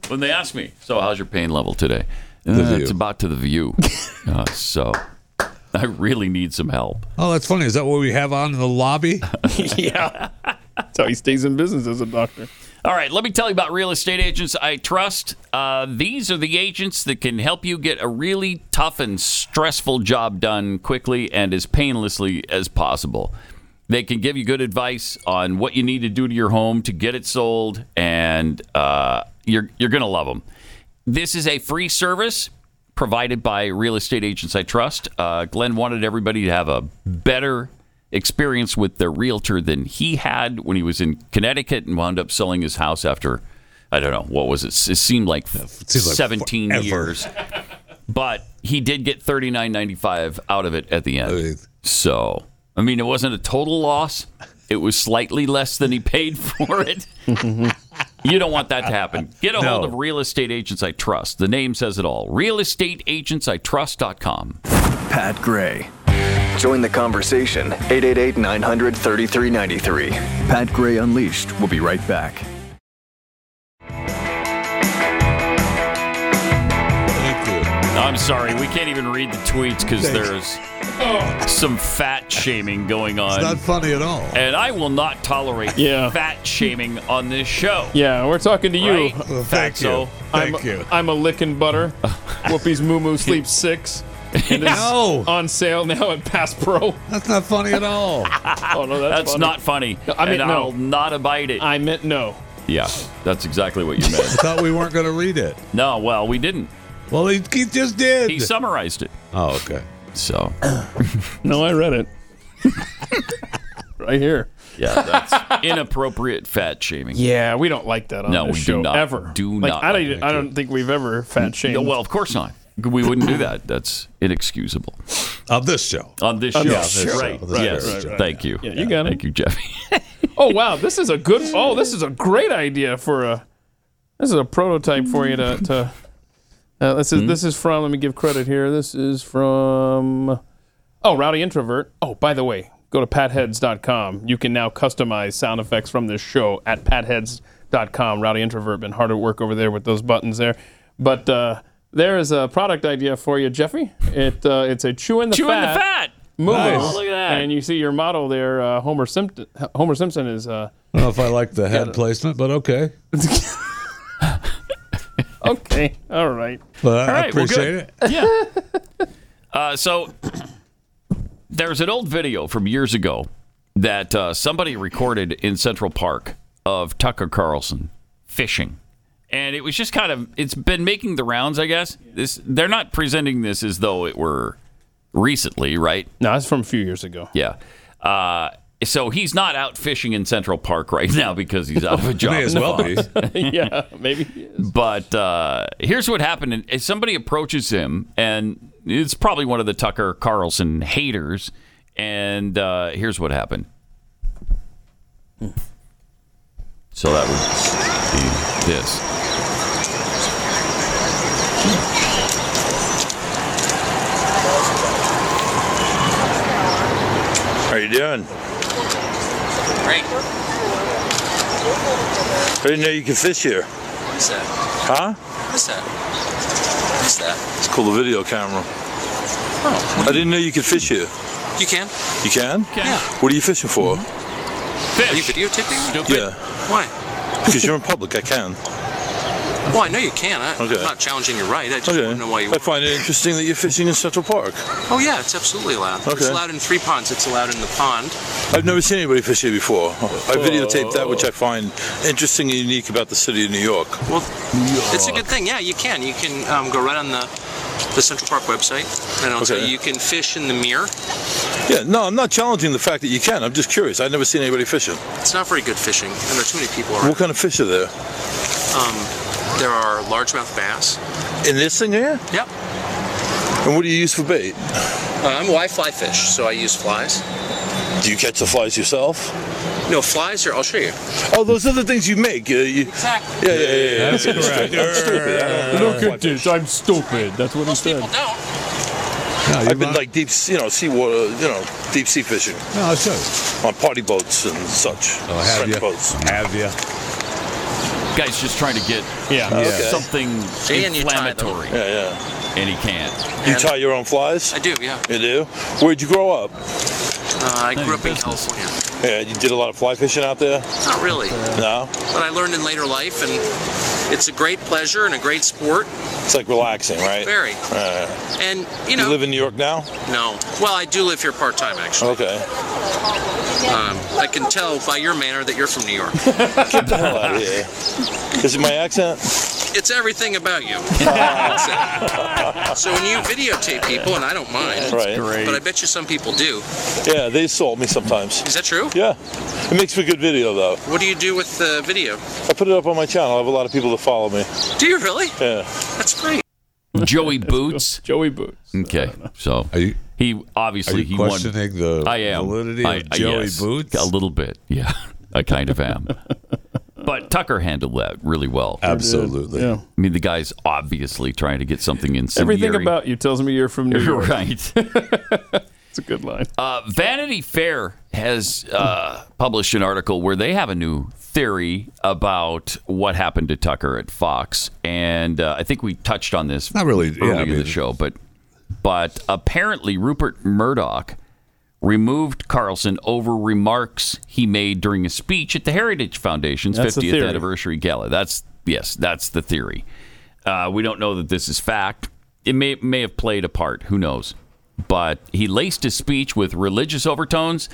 Speaker 2: when they ask me. So, how's your pain level today?
Speaker 3: The
Speaker 2: Uh,
Speaker 3: view.
Speaker 2: It's about to
Speaker 3: (laughs)
Speaker 2: the view. Uh, so, I really need some help.
Speaker 3: Oh, that's funny. Is that what we have on in the lobby?
Speaker 4: (laughs) yeah. That's how he stays in business as a doctor.
Speaker 2: All right, let me tell you about real estate agents I trust. Uh, these are the agents that can help you get a really tough and stressful job done quickly and as painlessly as possible. They can give you good advice on what you need to do to your home to get it sold, and uh, you're you're gonna love them. This is a free service provided by Real Estate Agents I Trust. Uh, Glenn wanted everybody to have a better experience with their realtor than he had when he was in Connecticut and wound up selling his house after, I don't know, what was it? It seemed like
Speaker 3: seems like
Speaker 2: 17
Speaker 3: forever.
Speaker 2: years. But he did get thirty nine ninety five out of it at the end. So, I mean, it wasn't a total loss. It was slightly less than he paid for it.
Speaker 22: (laughs)
Speaker 2: You don't want
Speaker 3: (laughs)
Speaker 2: that to happen. Get a
Speaker 3: No.
Speaker 2: hold of Real Estate Agents I Trust. The name says it all. RealEstateAgentsITrust.com.
Speaker 5: Pat Gray. Join the conversation. 888 900 3393. Pat Gray Unleashed. We'll be right back.
Speaker 2: I'm sorry, we can't even read the tweets because there's some fat shaming going on.
Speaker 3: It's not funny at all.
Speaker 2: and I will not tolerate
Speaker 4: Yeah.
Speaker 2: fat shaming on this show.
Speaker 4: Yeah, we're talking to you.
Speaker 2: Right? Fatso.
Speaker 4: I'm, I'm a
Speaker 3: (laughs)
Speaker 4: lickin' butter. Whoopi's Moo Moo Sleep 6. And it's
Speaker 2: No.
Speaker 4: on sale now at Pass Pro.
Speaker 3: That's not funny at all.
Speaker 4: (laughs) oh, no, that's,
Speaker 2: That's
Speaker 4: funny.
Speaker 2: not funny.
Speaker 4: No, I mean,
Speaker 2: and
Speaker 4: no.
Speaker 2: I'll not abide it.
Speaker 4: I meant no.
Speaker 2: Yeah, that's exactly what you (laughs) meant.
Speaker 3: I thought we weren't going to read it.
Speaker 2: No, well, we didn't.
Speaker 3: Well, he, he just did.
Speaker 2: He summarized it.
Speaker 3: Oh, okay.
Speaker 4: (coughs)
Speaker 2: So,
Speaker 4: No, I read it. right here.
Speaker 2: yeah,
Speaker 4: (laughs)
Speaker 2: that's inappropriate fat shaming.
Speaker 4: Yeah, we don't like that on
Speaker 2: No,
Speaker 4: this
Speaker 2: we do
Speaker 4: show
Speaker 2: not.
Speaker 4: ever.
Speaker 2: Do
Speaker 4: Like,
Speaker 2: not
Speaker 4: I don't.
Speaker 2: like that.
Speaker 4: I don't think we've ever fat shamed.
Speaker 2: No, well, of course not. We wouldn't do that. That's inexcusable.
Speaker 3: Of this show.
Speaker 2: On this show.
Speaker 4: On this show.
Speaker 2: Right.
Speaker 4: Of this
Speaker 2: yes.
Speaker 4: show. Right, right,
Speaker 2: Thank you.
Speaker 4: Yeah, you got it.
Speaker 2: Thank you, Jeffy.
Speaker 4: (laughs) oh wow, this is a good. Oh, this is a great idea for a. This is a prototype for you to. to uh, this is this is from. Let me give credit here. This is from. Oh, rowdy introvert. Oh, by the way, go to patheads.com. You can now customize sound effects from this show at patheads.com. Rowdy introvert been hard at work over there with those buttons there, but. uh there is a product idea for you, Jeffy. It uh, it's a chew in the
Speaker 2: Chewing the
Speaker 4: fat
Speaker 2: fat.
Speaker 4: movie.
Speaker 2: Nice. Look at that.
Speaker 4: And you see your model there, uh, Homer Simpson. Homer Simpson is. Uh, (laughs)
Speaker 3: I don't know if I like the head placement, but okay.
Speaker 4: okay. All right.
Speaker 3: Well, I
Speaker 4: All right, well,
Speaker 3: appreciate
Speaker 4: good.
Speaker 3: it.
Speaker 2: Yeah. Uh, so (clears throat) there's an old video from years ago that uh, somebody recorded in Central Park of Tucker Carlson fishing, and it was just kind of it's been making the rounds. I guess this they're not presenting this as though it were recently, right?
Speaker 4: No, it's from a
Speaker 3: (laughs)
Speaker 4: few years ago.
Speaker 2: Yeah. Uh, so he's not out fishing in Central Park right (laughs) now because he's out of a job.
Speaker 3: May as well
Speaker 2: (laughs)
Speaker 3: be.
Speaker 4: yeah, (laughs) maybe.
Speaker 2: But uh, here's what happened: and- and somebody approaches him, and it's probably one of the Tucker Carlson haters. And uh, here's what happened. So that would be this.
Speaker 7: How you doing?
Speaker 8: Great.
Speaker 7: I didn't know you could fish here.
Speaker 8: What's that?
Speaker 7: Huh?
Speaker 8: What's that? What's that? Oh,
Speaker 7: It's called the video camera. I didn't know you could fish here.
Speaker 8: You can? Mm-hmm.
Speaker 7: You can?
Speaker 8: Yeah.
Speaker 7: What are you fishing for?
Speaker 8: Are you videotaping?
Speaker 7: Yeah.
Speaker 8: Why?
Speaker 7: Because you're in public, I can.
Speaker 8: Well, I know you can. I,
Speaker 7: Okay.
Speaker 8: I'm not challenging your right. I just
Speaker 7: Okay.
Speaker 8: don't know why you
Speaker 7: I find it interesting that you're fishing in Central Park.
Speaker 8: Oh, yeah, it's absolutely allowed. It's
Speaker 7: Okay.
Speaker 8: allowed in three ponds. It's allowed in the pond.
Speaker 7: I've never seen anybody fish here before. I videotaped that, which I find interesting and unique about the city of New York.
Speaker 8: Well, It's a good thing. Yeah, you can. You can um, go right on the, the Central Park website, and it'll tell
Speaker 7: Okay.
Speaker 8: you you can fish in the mirror.
Speaker 7: Yeah, no, I'm not challenging the fact that you can. I'm just curious. I've never seen anybody fishing.
Speaker 8: It's not very good fishing, and there are too many people around.
Speaker 7: What kind of fish are there?
Speaker 8: Um, there are largemouth bass.
Speaker 7: In this thing here?
Speaker 8: Yep.
Speaker 7: And what do you use for bait?
Speaker 8: Um, well, I fly fish, so I use flies.
Speaker 7: Do you catch the flies yourself?
Speaker 8: No, flies are, I'll show you.
Speaker 7: Oh, those are the things you make. Uh, you...
Speaker 8: Exactly.
Speaker 7: Yeah, yeah, yeah. yeah.
Speaker 4: That's
Speaker 7: Stupid.
Speaker 4: correct.
Speaker 7: I'm stupid. I don't- I don't
Speaker 4: Look at this. I'm stupid. That's what he said.
Speaker 7: I've been like deep, sea- you know, seawater, you know, deep sea fishing.
Speaker 3: No, it's
Speaker 7: On party boats and such.
Speaker 3: Oh, have
Speaker 7: Friend
Speaker 3: ya?
Speaker 7: boats.
Speaker 3: Have you?
Speaker 2: Guy's just trying to get
Speaker 7: Yeah. Okay.
Speaker 2: something
Speaker 7: And you tie them.
Speaker 2: inflammatory.
Speaker 7: Yeah, yeah.
Speaker 2: And he can't.
Speaker 7: You tie your own flies? I
Speaker 8: do, yeah.
Speaker 7: You do? Where'd you grow up?
Speaker 8: Uh, I grew up in California.
Speaker 7: Yeah, you did a lot of fly fishing out there?
Speaker 8: Not really.
Speaker 7: No?
Speaker 8: But I learned in later life, and it's a great pleasure and a great sport.
Speaker 7: It's like relaxing, right?
Speaker 8: Very.
Speaker 7: Uh,
Speaker 8: And, you know.
Speaker 7: live in New York now?
Speaker 8: No. Well, I do live here part time, actually.
Speaker 7: Okay.
Speaker 8: Um, I can tell by your manner that you're from
Speaker 7: (laughs)
Speaker 8: New York.
Speaker 7: Get the hell out of
Speaker 8: (laughs)
Speaker 7: here. Is it my accent?
Speaker 8: It's everything about
Speaker 7: (laughs)
Speaker 8: you. so when you videotape people, and I don't mind,
Speaker 7: Right. Great.
Speaker 8: but I bet you some people do.
Speaker 7: Yeah, they assault me sometimes.
Speaker 8: Is that true?
Speaker 7: Yeah. It makes for good video, though.
Speaker 8: What do you do with the video?
Speaker 7: I put it up on my channel. I have a lot of people that follow me.
Speaker 8: Do you really?
Speaker 7: Yeah.
Speaker 8: That's great.
Speaker 2: Joey Boots.
Speaker 4: Joey Boots.
Speaker 2: Okay, so he obviously
Speaker 3: are you
Speaker 2: he won-
Speaker 3: questioning the
Speaker 2: I am.
Speaker 3: validity of Joey Boots?
Speaker 2: a little bit. Yeah, (laughs) I kind of am. But Tucker handled that really well.
Speaker 4: Absolutely. Yeah.
Speaker 2: I mean, the guy's obviously trying to get something incendiary.
Speaker 4: Everything about you tells me you're from New
Speaker 2: You're
Speaker 4: York. (laughs)
Speaker 2: right.
Speaker 4: It's a good line.
Speaker 2: Uh, Vanity Fair has uh, published an article where they have a new theory about what happened to Tucker at Fox, and uh, I think we touched on this
Speaker 3: Not really, yeah,
Speaker 2: early
Speaker 3: I
Speaker 2: in the
Speaker 3: mean-
Speaker 2: show, but but apparently Rupert Murdoch removed Carlson over remarks he made during a speech at the Heritage Foundation's
Speaker 4: That's the
Speaker 2: 50th
Speaker 4: theory.
Speaker 2: anniversary gala. That's yes, that's the theory. Uh, we don't know that this is fact. It may may have played a part. Who knows? But he laced his speech with religious overtones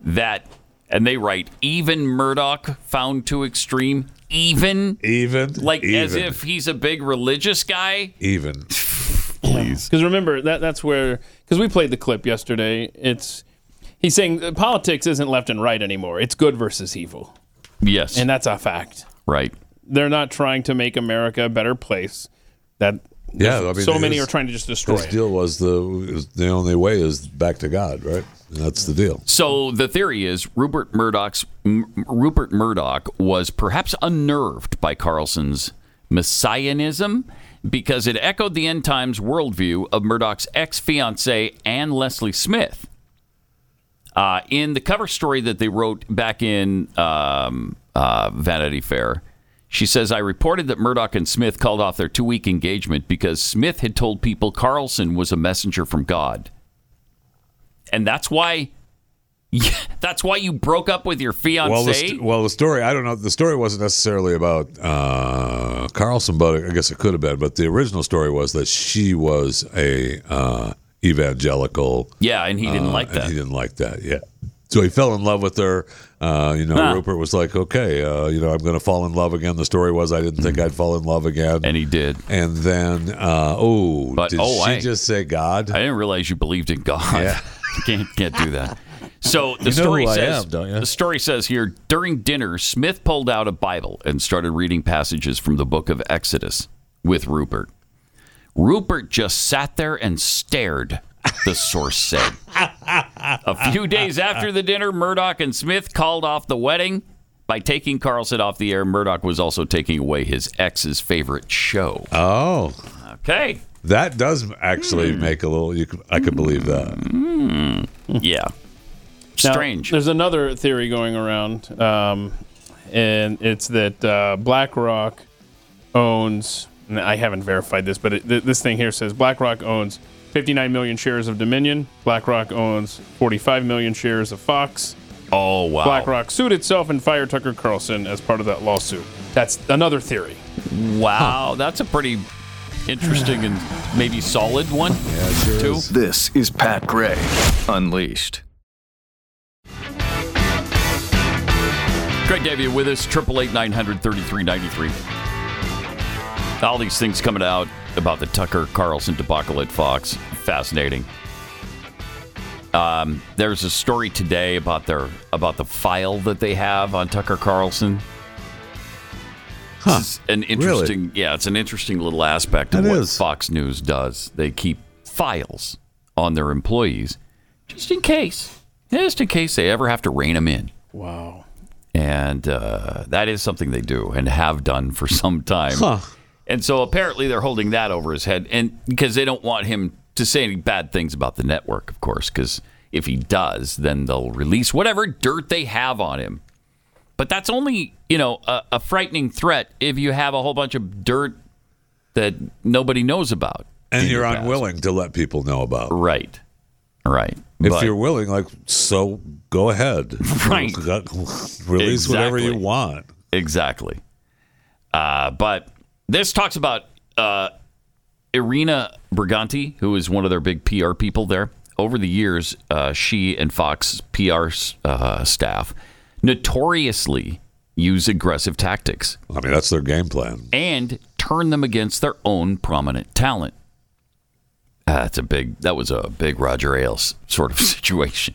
Speaker 2: that, and they write even Murdoch found too extreme. Even
Speaker 3: even
Speaker 2: like as
Speaker 4: Even.
Speaker 2: if he's a big religious guy.
Speaker 3: Even.
Speaker 4: Please. Because remember that that's where because we played the clip yesterday. It's he's saying that politics isn't left and right anymore. It's good versus evil,
Speaker 2: Yes,
Speaker 4: and that's a fact.
Speaker 2: right.
Speaker 4: They're not trying to make America a better place. That
Speaker 3: Yeah, I mean,
Speaker 4: so many
Speaker 3: his-
Speaker 4: are trying to just destroy
Speaker 3: His
Speaker 4: it.
Speaker 3: deal was the was the only way is back to God, right? And that's the deal.
Speaker 2: So the theory is Rupert Murdoch's M- Rupert Murdoch was perhaps unnerved by Carlson's messianism because it echoed the end times worldview of Murdoch's ex-fiancee Anne Leslie Smith. Uh, in the cover story that they wrote back in um, uh, Vanity Fair, she says, I reported that Murdoch and Smith called off their two week engagement because Smith had told people Carlson was a messenger from God. and that's why (laughs) that's why you broke up with your fiance.
Speaker 3: Well the, st- well, the story, I don't know. The story wasn't necessarily about uh, Carlson, but I guess it could have been. But the original story was that she was a uh, evangelical.
Speaker 2: Yeah, and he didn't
Speaker 3: uh,
Speaker 2: like
Speaker 3: and
Speaker 2: that.
Speaker 3: he didn't like that, yeah. So he fell in love with her. Uh, you know,
Speaker 2: Huh.
Speaker 3: Rupert was like, okay, uh, you know, I'm going to fall in love again. The story was I didn't think I'd fall in love again. And
Speaker 2: Mm-hmm. he did.
Speaker 3: And then, uh, oh,
Speaker 2: But
Speaker 3: did
Speaker 2: oh,
Speaker 3: she
Speaker 2: I
Speaker 3: just say God?
Speaker 2: I didn't realize you believed in God. (laughs)
Speaker 3: Yeah.
Speaker 2: can't can't do that.
Speaker 3: (laughs)
Speaker 2: So
Speaker 3: You
Speaker 2: the
Speaker 3: know
Speaker 2: story
Speaker 3: who I
Speaker 2: says
Speaker 3: am, don't you?
Speaker 2: the story says here during dinner, Smith pulled out a Bible and started reading passages from the book of Exodus with Rupert. Rupert just sat there and stared. The source said. a few days after the dinner, Murdoch and Smith called off the wedding. By taking Carlson off the air, Murdoch was also taking away his ex's favorite show.
Speaker 3: Oh.
Speaker 2: Okay.
Speaker 3: That does actually
Speaker 2: Hmm.
Speaker 3: make a little, you could, I could believe that.
Speaker 2: Yeah.
Speaker 4: Now,
Speaker 2: Strange.
Speaker 4: there's another theory going around, um, and it's that uh, BlackRock owns. And I haven't verified this, but it, th- this thing here says BlackRock owns 59 million shares of Dominion. BlackRock owns 45 million shares of Fox.
Speaker 2: Oh wow!
Speaker 4: BlackRock sued itself and fired Tucker Carlson as part of that lawsuit. That's another theory.
Speaker 2: Wow, that's a pretty interesting and maybe solid one. Yeah,
Speaker 5: sure This is Pat Gray Unleashed.
Speaker 2: Great to have you with us. Triple eight nine hundred thirty three ninety three. All these things coming out about the Tucker Carlson debacle at Fox. Fascinating. Um, there's a story today about their about the file that they have on Tucker Carlson. This is an interesting, yeah, it's an interesting little aspect of what Fox News does. They keep files on their employees just in case, just in case they ever have to rein them in.
Speaker 4: Wow.
Speaker 2: And uh, that is something they do and have done for (laughs) some time.
Speaker 4: Huh.
Speaker 2: And so apparently they're holding that over his head, and because they don't want him to say any bad things about the network, of course, because if he does, then they'll release whatever dirt they have on him. But that's only you know a, a frightening threat if you have a whole bunch of dirt that nobody knows about,
Speaker 3: And you're unwilling to let people know about.
Speaker 2: Right. Right.
Speaker 3: If
Speaker 2: But-
Speaker 3: you're willing, like, so go ahead.
Speaker 2: (laughs) Right.
Speaker 3: Release whatever you
Speaker 2: Exactly.
Speaker 3: want.
Speaker 2: Exactly. Uh, but this talks about uh, Irina Briganti, who is one of their big PR people there. Over the years, uh, she and Fox PR uh, staff notoriously use aggressive tactics.
Speaker 3: I mean, that's their game plan.
Speaker 2: And turn them against their own prominent talent. Uh, that's a big. That was a big Roger Ailes sort of (laughs) situation.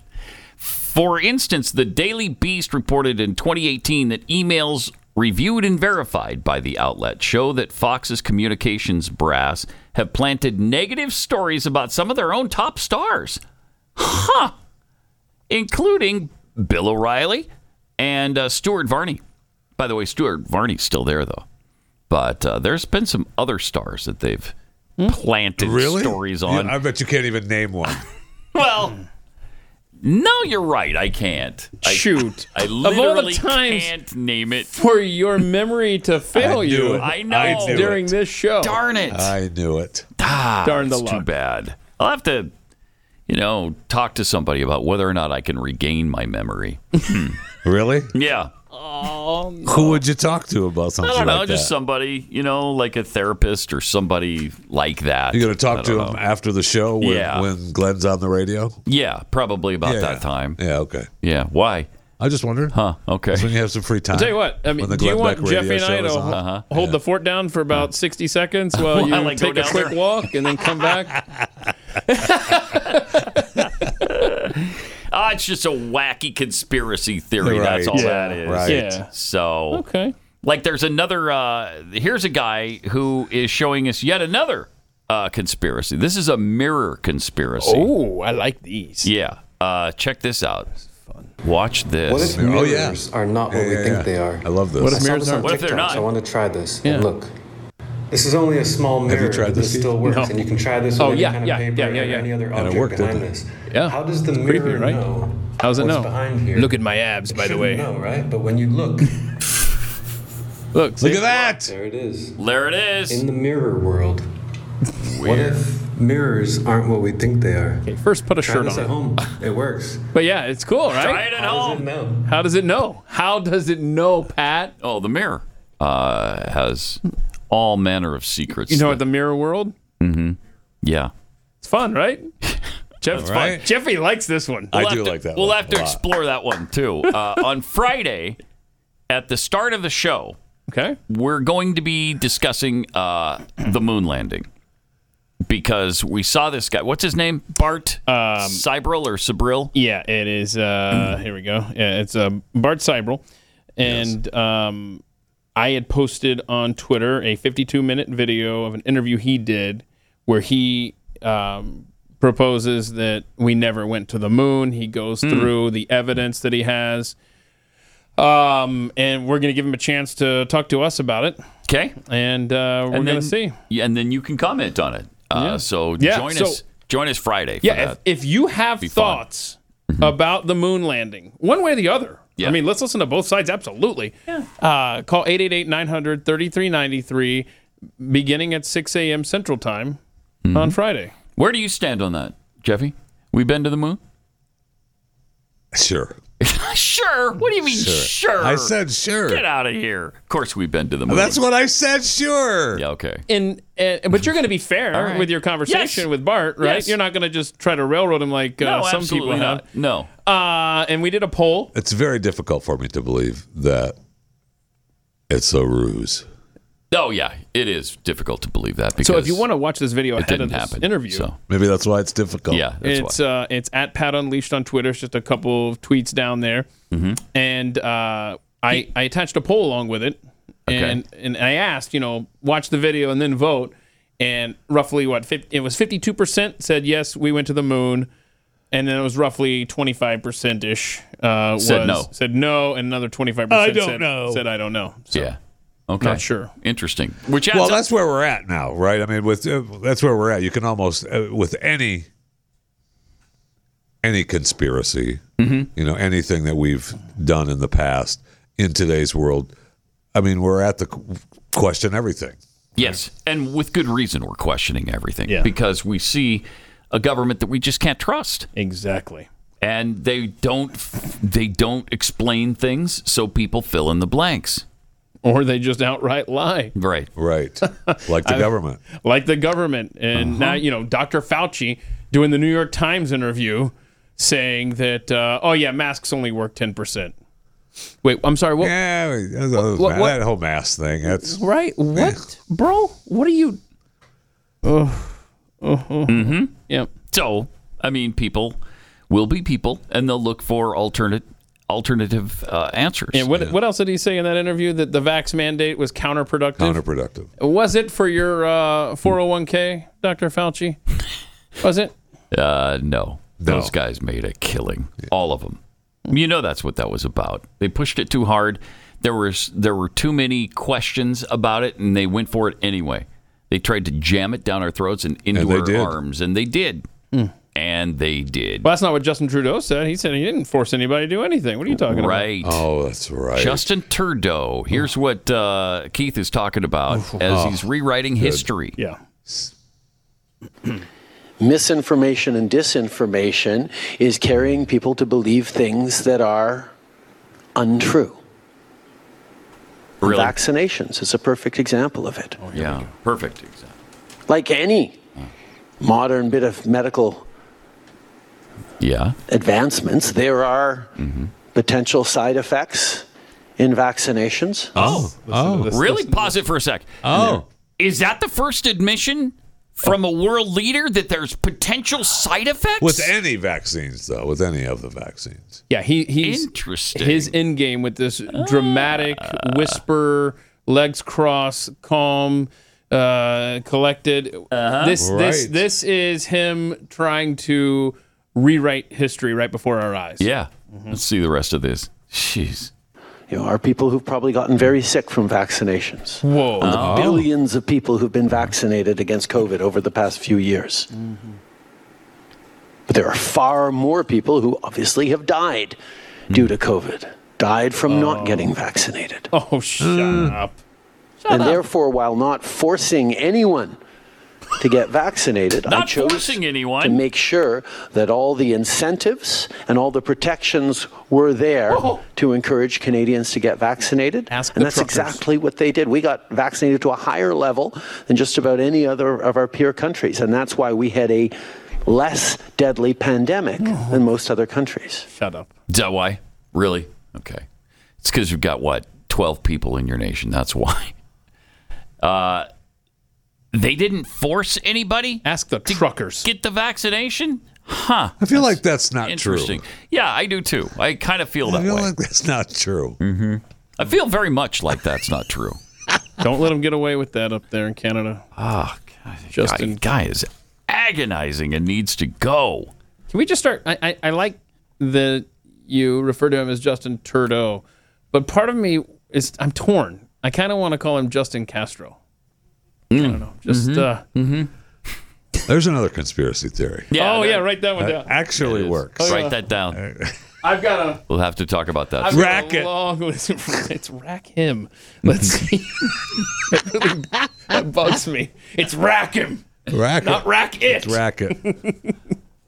Speaker 2: For instance, the Daily Beast reported in 2018 that emails reviewed and verified by the outlet show that Fox's communications brass have planted negative stories about some of their own top stars. Huh. Including Bill O'Reilly and uh, Stuart Varney. By the way, Stuart Varney's still there, though. But uh, there's been some other stars that they've planted
Speaker 3: Really?
Speaker 2: stories
Speaker 3: You-
Speaker 2: on.
Speaker 3: I bet you can't even name one.
Speaker 2: (laughs) Well, no, you're right. I can't. I,
Speaker 4: Shoot.
Speaker 2: I
Speaker 4: all the
Speaker 2: literally
Speaker 4: times-
Speaker 2: can't name it.
Speaker 4: For your memory to fail
Speaker 2: I knew
Speaker 4: you,
Speaker 2: it. I know. I knew
Speaker 4: during
Speaker 2: it.
Speaker 4: this show.
Speaker 2: Darn it.
Speaker 3: I knew it.
Speaker 2: Ah,
Speaker 4: Darn the
Speaker 2: it's too
Speaker 4: luck.
Speaker 2: bad. I'll have to, you know, talk to somebody about whether or not I can regain my memory. Hmm.
Speaker 3: (laughs) really?
Speaker 2: Yeah.
Speaker 3: Who would you talk to about
Speaker 2: I
Speaker 3: something
Speaker 2: don't know.
Speaker 3: like
Speaker 2: just
Speaker 3: that?
Speaker 2: somebody, you know, like a therapist or somebody like that.
Speaker 3: You're going to
Speaker 2: I
Speaker 3: talk
Speaker 2: don't
Speaker 3: to
Speaker 2: know.
Speaker 3: him after the show when,
Speaker 2: Yeah.
Speaker 3: when Glenn's on the radio?
Speaker 2: Yeah, probably about
Speaker 3: Yeah.
Speaker 2: that time.
Speaker 3: Yeah, okay.
Speaker 2: Yeah, why?
Speaker 3: I just wondered.
Speaker 2: Huh, okay.
Speaker 3: That's when you have some free time.
Speaker 4: I'll tell you what. I mean,
Speaker 3: When the
Speaker 4: do you
Speaker 3: Glenn
Speaker 4: want
Speaker 3: Beck
Speaker 4: Jeffy
Speaker 3: radio
Speaker 4: and I
Speaker 3: show
Speaker 4: to
Speaker 3: is
Speaker 4: ho-
Speaker 3: on?
Speaker 2: Uh-huh.
Speaker 4: hold the fort down for about
Speaker 3: (laughs)
Speaker 4: 60 seconds while you
Speaker 2: While I go
Speaker 4: take a
Speaker 2: down
Speaker 4: quick
Speaker 2: there.
Speaker 4: walk and then come back?
Speaker 2: Ah, it's just a wacky conspiracy theory.
Speaker 4: Right.
Speaker 2: That's all
Speaker 4: Yeah,
Speaker 2: that is.
Speaker 4: right. Yeah.
Speaker 2: So
Speaker 4: Okay.
Speaker 2: Like there's another. Uh, here's a guy who is showing us yet another uh, conspiracy. This is a mirror conspiracy.
Speaker 4: Oh, I like these.
Speaker 2: Yeah. Uh, check this out. Watch this.
Speaker 6: What if
Speaker 3: Oh,
Speaker 6: mirrors are not what we think they are?
Speaker 3: I love
Speaker 6: I saw this on
Speaker 2: What if they're
Speaker 6: TikTok,
Speaker 2: not?
Speaker 6: so I want to try this. And look, this is only a small mirror. but this? still works, and you can try this with
Speaker 4: Oh,
Speaker 6: any
Speaker 4: yeah,
Speaker 6: kind of
Speaker 4: yeah,
Speaker 6: paper
Speaker 4: yeah, yeah,
Speaker 6: or
Speaker 4: yeah.
Speaker 6: any other
Speaker 4: And it
Speaker 6: object
Speaker 4: worked, didn't
Speaker 6: behind
Speaker 4: it?
Speaker 6: this.
Speaker 4: Yeah.
Speaker 6: How does the
Speaker 4: Creepy,
Speaker 6: mirror
Speaker 4: right?
Speaker 6: know?
Speaker 4: How's it
Speaker 6: what's
Speaker 4: know?
Speaker 6: Behind here?
Speaker 4: Look at my abs,
Speaker 6: It
Speaker 4: by the
Speaker 6: shouldn't
Speaker 4: way.
Speaker 6: know, right? But when you
Speaker 4: (laughs)
Speaker 6: look,
Speaker 4: Look,
Speaker 6: look at that. There it is.
Speaker 2: There it is.
Speaker 6: In the mirror world, what if mirrors aren't what we think they are. Okay,
Speaker 4: first put a
Speaker 6: Try
Speaker 4: shirt
Speaker 6: this
Speaker 4: on.
Speaker 6: at
Speaker 4: (laughs)
Speaker 6: home. It works.
Speaker 4: But yeah, it's cool, right?
Speaker 6: Try it at How does home. it know?
Speaker 4: How does it know? How does it know, Pat?
Speaker 2: Oh, the mirror uh, has all manner of secrets.
Speaker 4: You know, at the mirror world,
Speaker 2: Mm-hmm. Yeah.
Speaker 4: it's
Speaker 2: (laughs)
Speaker 4: fun, right? Jeff, it's
Speaker 2: Right.
Speaker 4: fun. Jeffy likes this one.
Speaker 2: We'll have to- We'll have to explore that one too.
Speaker 4: (laughs)
Speaker 2: Uh, on Friday, at the start of the show,
Speaker 4: okay,
Speaker 2: we're going to be discussing uh, the moon landing because we saw this guy. What's his name? Bart um, Cybril or Sabril?
Speaker 4: Yeah, it is. Uh,
Speaker 2: Mm.
Speaker 4: Here we go. Yeah, it's uh, Bart Seibel. And um, I had posted on Twitter a 52 minute video of an interview he did where he um, proposes that we never went to the moon. He
Speaker 2: Hmm.
Speaker 4: goes through the evidence that he has. Um, and we're going to give him a chance to talk to us about it.
Speaker 2: Okay.
Speaker 4: And uh, we're
Speaker 2: And
Speaker 4: going
Speaker 2: then-
Speaker 4: to see.
Speaker 2: Yeah, and then you can comment on it. Uh, So
Speaker 4: Yeah,
Speaker 2: join
Speaker 4: so-
Speaker 2: us. Join us Friday. For
Speaker 4: Yeah,
Speaker 2: that.
Speaker 4: if, if you have
Speaker 2: Be Mm-hmm. fun.
Speaker 4: thoughts about the moon landing, one way or the other, I mean, let's listen to both sides, absolutely. Uh, call 888 900 3393, beginning at 6 a.m. Central Time
Speaker 2: Mm-hmm.
Speaker 4: on Friday.
Speaker 2: Where do you stand on that, Jeffy? We been to the moon?
Speaker 3: Sure.
Speaker 2: (laughs) sure. What do you mean,
Speaker 3: Sure.
Speaker 2: sure?
Speaker 3: I said sure.
Speaker 2: Get out of here. Of course, we've been to the moon.
Speaker 3: That's what I said. Sure.
Speaker 2: Yeah. Okay.
Speaker 4: And, and But you're going to be fair
Speaker 2: All right.
Speaker 4: with your conversation
Speaker 2: Yes.
Speaker 4: with Bart, right?
Speaker 2: Yes.
Speaker 4: You're not going to just try to railroad him like uh,
Speaker 2: no,
Speaker 4: some
Speaker 2: absolutely
Speaker 4: people
Speaker 2: not.
Speaker 4: have.
Speaker 2: No.
Speaker 4: Uh, and we did a poll.
Speaker 3: It's very difficult for me to believe that it's a ruse.
Speaker 2: Oh yeah, it is difficult to believe that because
Speaker 4: So if you want to watch this video
Speaker 2: it
Speaker 4: ahead of
Speaker 2: didn't
Speaker 4: this
Speaker 2: happen.
Speaker 4: interview,
Speaker 2: So
Speaker 3: Maybe that's why it's difficult.
Speaker 2: yeah, that's
Speaker 4: it's
Speaker 2: why.
Speaker 4: uh, it's at Pat Unleashed on Twitter. It's just a couple of tweets down there,
Speaker 2: Mm-hmm.
Speaker 4: and uh, I I attached a poll along with it, and and I asked, you know, watch the video and then vote, and roughly what 50, it was fifty two percent said yes, we went to the moon, and then it was roughly twenty five percent ish uh,
Speaker 2: Said
Speaker 4: was-
Speaker 2: no.
Speaker 4: said no, and another twenty five percent
Speaker 2: I don't
Speaker 4: said,
Speaker 2: know.
Speaker 4: said I don't know.
Speaker 2: yeah. Okay.
Speaker 4: Not sure.
Speaker 2: Interesting. Which adds
Speaker 3: well,
Speaker 2: up-
Speaker 3: that's
Speaker 4: (laughs)
Speaker 3: where we're at now, right? I mean, with uh, that's where we're at. You can almost uh, with any any conspiracy,
Speaker 2: Mm-hmm.
Speaker 3: you know, anything that we've done in the past in today's world. I mean, we're at the qu- question everything.
Speaker 2: Yes, and with good reason, we're questioning everything because we see a government that we just can't trust.
Speaker 4: Exactly.
Speaker 2: And they don't they don't explain things, so people fill in the blanks.
Speaker 4: Or they just outright lie.
Speaker 2: Right. (laughs)
Speaker 3: Right. Like the
Speaker 4: I-
Speaker 3: government.
Speaker 4: like the government.
Speaker 2: Uh-huh.
Speaker 4: And now, you know, Dr. Fauci doing the New York Times interview saying that, uh, oh, yeah, masks only work 10%. Wait, I'm sorry. What?
Speaker 3: Yeah, I mean, that's- that's
Speaker 4: what-
Speaker 3: ma-
Speaker 4: what-
Speaker 3: that whole mask thing. That's
Speaker 4: Right? What, bro? What are you. Oh, oh, oh.
Speaker 2: Mm-hmm.
Speaker 4: Yep.
Speaker 2: So, I mean, people will be people, and they'll look for alternate alternative uh, answers.
Speaker 4: And what, what else did he say in that interview that the vax mandate was counterproductive?
Speaker 3: counterproductive.
Speaker 4: was it for your uh, 401k, Dr.
Speaker 2: (laughs)
Speaker 4: Fauci? Was it?
Speaker 2: Uh, no. Those guys made a killing. All of them. You know that's what that was about. They pushed it too hard. There was there were too many questions about it, and they went for it anyway. They tried to jam it down our throats and into
Speaker 3: And they
Speaker 2: our
Speaker 3: did.
Speaker 2: arms, and they did.
Speaker 4: Hmm.
Speaker 2: And they did.
Speaker 4: Well, that's not what Justin Trudeau said. He said he didn't force anybody to do anything. What are you talking
Speaker 2: Right.
Speaker 3: Oh, that's right.
Speaker 2: Justin Turdo. Here's what uh, Keith is talking about as
Speaker 10: Oh,
Speaker 2: he's rewriting
Speaker 10: good.
Speaker 2: history.
Speaker 4: Yeah.
Speaker 10: misinformation and disinformation is carrying people to believe things that are untrue.
Speaker 2: Really?
Speaker 10: Vaccinations is a perfect example of it.
Speaker 2: yeah. Perfect example.
Speaker 10: Like any modern bit of medical
Speaker 2: yeah.
Speaker 10: advancements, there are
Speaker 3: Mm-hmm.
Speaker 10: potential side effects in vaccinations.
Speaker 2: Oh, really? Pause it for a sec.
Speaker 10: Oh.
Speaker 2: is that the first admission from a world leader that there's potential side effects?
Speaker 3: With any vaccines, though, with any of the vaccines.
Speaker 4: Yeah, he he's
Speaker 2: Interesting. Ah.
Speaker 4: His end game with this dramatic whisper, legs crossed, calm, uh, collected.
Speaker 2: Uh-huh.
Speaker 4: This this
Speaker 2: Right.
Speaker 4: this is him trying to rewrite history right before our eyes.
Speaker 2: yeah. Let's see the rest of this. Jeez.
Speaker 10: You know, are people who've probably gotten very sick from vaccinations.
Speaker 4: Whoa.
Speaker 10: And the
Speaker 2: Oh.
Speaker 10: billions of people who've been vaccinated against COVID over the past few years. But there are far more people who obviously have died due to COVID, died from not getting vaccinated.
Speaker 4: (laughs)
Speaker 3: Mm.
Speaker 4: Oh, shut up.
Speaker 10: and therefore, while not forcing anyone to get vaccinated. I
Speaker 2: Not
Speaker 10: chose
Speaker 2: forcing
Speaker 10: to
Speaker 2: anyone.
Speaker 10: make sure that all the incentives and all the protections were there to encourage Canadians to get vaccinated. and
Speaker 11: the
Speaker 10: that's
Speaker 11: truckers.
Speaker 10: exactly what they did. We got vaccinated to a higher level than just about any other of our peer countries. And that's why we had a less deadly pandemic than most other countries.
Speaker 4: Shut up.
Speaker 2: Is that why? Really? Okay. It's because you've got what twelve people in your nation. That's why. (laughs) Uh, they didn't force anybody.
Speaker 4: Ask the truckers.
Speaker 2: Get the vaccination, huh?
Speaker 3: I feel like that's not
Speaker 2: Interesting.
Speaker 3: true.
Speaker 2: Yeah, I do too. I kind of feel that
Speaker 3: I feel
Speaker 2: way.
Speaker 3: like that's not true.
Speaker 2: Mm-hmm. I feel very much like that's not true.
Speaker 4: (laughs) Don't let them get away with that up there in Canada.
Speaker 2: Ah, God,
Speaker 4: Justin.
Speaker 2: guy, guy is agonizing and needs to go.
Speaker 4: Can we just start? I, I, I like that you refer to him as Justin Trudeau, but part of me is I'm torn. I kind of want to call him Justin Castro.
Speaker 2: Mm.
Speaker 4: I don't know. Just
Speaker 2: Mm-hmm.
Speaker 4: uh,
Speaker 3: There's another conspiracy theory.
Speaker 4: Yeah, Oh, that- yeah, write
Speaker 3: uh,
Speaker 4: that one down.
Speaker 3: Actually works.
Speaker 4: Oh, yeah.
Speaker 2: Write
Speaker 3: (laughs)
Speaker 2: that down.
Speaker 4: I've got a
Speaker 2: We'll have to talk about that.
Speaker 4: I've got a (laughs) long list. It's rack him. Let's see. It really- (laughs) that bugs me. It's rack him.
Speaker 3: Rack it.
Speaker 4: Not rack
Speaker 3: It's
Speaker 4: it.
Speaker 3: rack it.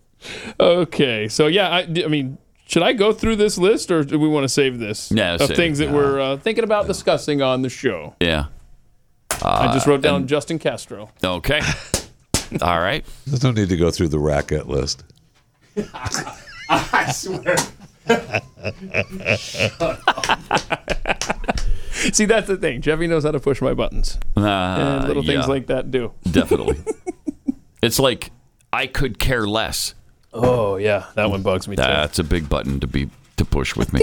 Speaker 4: (laughs) Okay, so yeah, I, I mean, should I go through this list, or do we want to save this?
Speaker 2: Yeah,
Speaker 4: of
Speaker 2: save it.
Speaker 4: things that we're uh, thinking about discussing on the show.
Speaker 2: Yeah.
Speaker 4: I just wrote down
Speaker 2: Uh, and-
Speaker 4: Justin Castro.
Speaker 3: (laughs)
Speaker 2: Okay. All right.
Speaker 3: There's no need to go through the racket list.
Speaker 4: I swear. (laughs) See, that's the thing. Jeffy knows how to push my buttons,
Speaker 2: Uh,
Speaker 4: and little things
Speaker 2: yeah.
Speaker 4: like that do.
Speaker 2: (laughs) Definitely. it's like I could care less.
Speaker 4: Oh yeah, that one bugs (laughs) me.
Speaker 2: That's a big button to be to
Speaker 3: (laughs)
Speaker 2: push with me.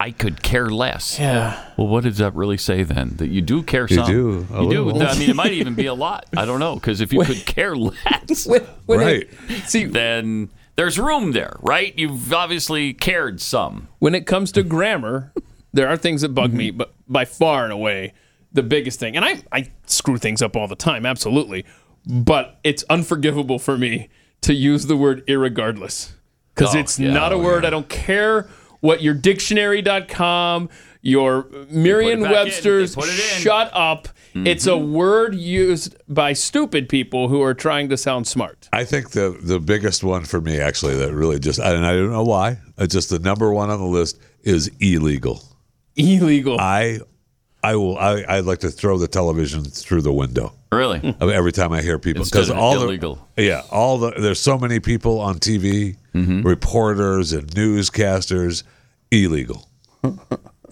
Speaker 2: I could care less.
Speaker 4: Yeah.
Speaker 2: Well, what does that really say then? That you do care
Speaker 3: You
Speaker 2: some.
Speaker 3: do, a
Speaker 2: You do.
Speaker 3: little.
Speaker 2: I mean, it might even be a lot. I don't know because if you could care less,
Speaker 4: when
Speaker 3: it-
Speaker 2: then there's room there, right? You've obviously cared some.
Speaker 4: When it comes to grammar, there are things that bug me,
Speaker 2: Mm-hmm.
Speaker 4: but by far and away, the biggest thing, and I, I screw things up all the time, absolutely, but it's unforgivable for me to use the word irregardless because
Speaker 2: Oh,
Speaker 4: it's
Speaker 2: yeah.
Speaker 4: not a word. I don't care what your dictionary.com, your Merriam
Speaker 2: back in. They
Speaker 4: Webster's,
Speaker 2: put it in.
Speaker 4: shut up. It's a
Speaker 2: Mhm.
Speaker 4: word used by stupid people who are trying to sound smart.
Speaker 3: I think the the biggest one for me actually that really just and I don't know why. It's just the number one on the list is illegal.
Speaker 4: Illegal.
Speaker 3: I I will I I'd like to throw the television through the window.
Speaker 2: Really?
Speaker 3: I mean, every time I hear people
Speaker 2: Instead
Speaker 3: because
Speaker 2: of
Speaker 3: all
Speaker 2: illegal.
Speaker 3: the yeah all the there's so many people on TV
Speaker 2: Mm-hmm.
Speaker 3: reporters and newscasters illegal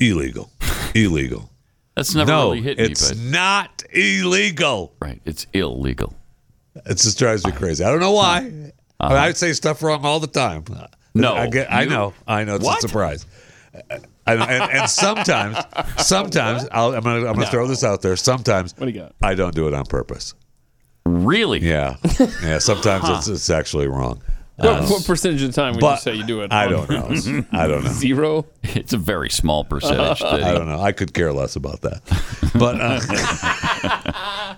Speaker 3: illegal illegal.
Speaker 2: That's never
Speaker 3: no,
Speaker 2: really hit
Speaker 3: it's
Speaker 2: me.
Speaker 3: not illegal.
Speaker 2: Right. It's illegal. Uh, uh-huh.
Speaker 3: It just drives me crazy. I don't know why. I, mean, I say stuff wrong all the time.
Speaker 2: No,
Speaker 3: I get. I
Speaker 2: you-
Speaker 3: know. I know. It's
Speaker 2: What?
Speaker 3: a surprise. I know. And, and sometimes, sometimes I'll, I'm gonna, I'm gonna throw this out there. Sometimes,
Speaker 4: What do you got?
Speaker 3: I don't do it on purpose.
Speaker 2: Really?
Speaker 3: Yeah. Yeah. Sometimes it's, it's actually wrong. Uh,
Speaker 4: What, what percentage of the time would you
Speaker 3: but
Speaker 4: say you do it?
Speaker 3: I
Speaker 4: on
Speaker 3: don't
Speaker 4: purpose? (laughs)
Speaker 3: know. (laughs) I don't know.
Speaker 4: Zero.
Speaker 2: It's a very
Speaker 3: (laughs)
Speaker 2: small percentage. that-
Speaker 3: I don't know. I could care less about that. But
Speaker 2: (laughs)
Speaker 4: (laughs)
Speaker 3: uh,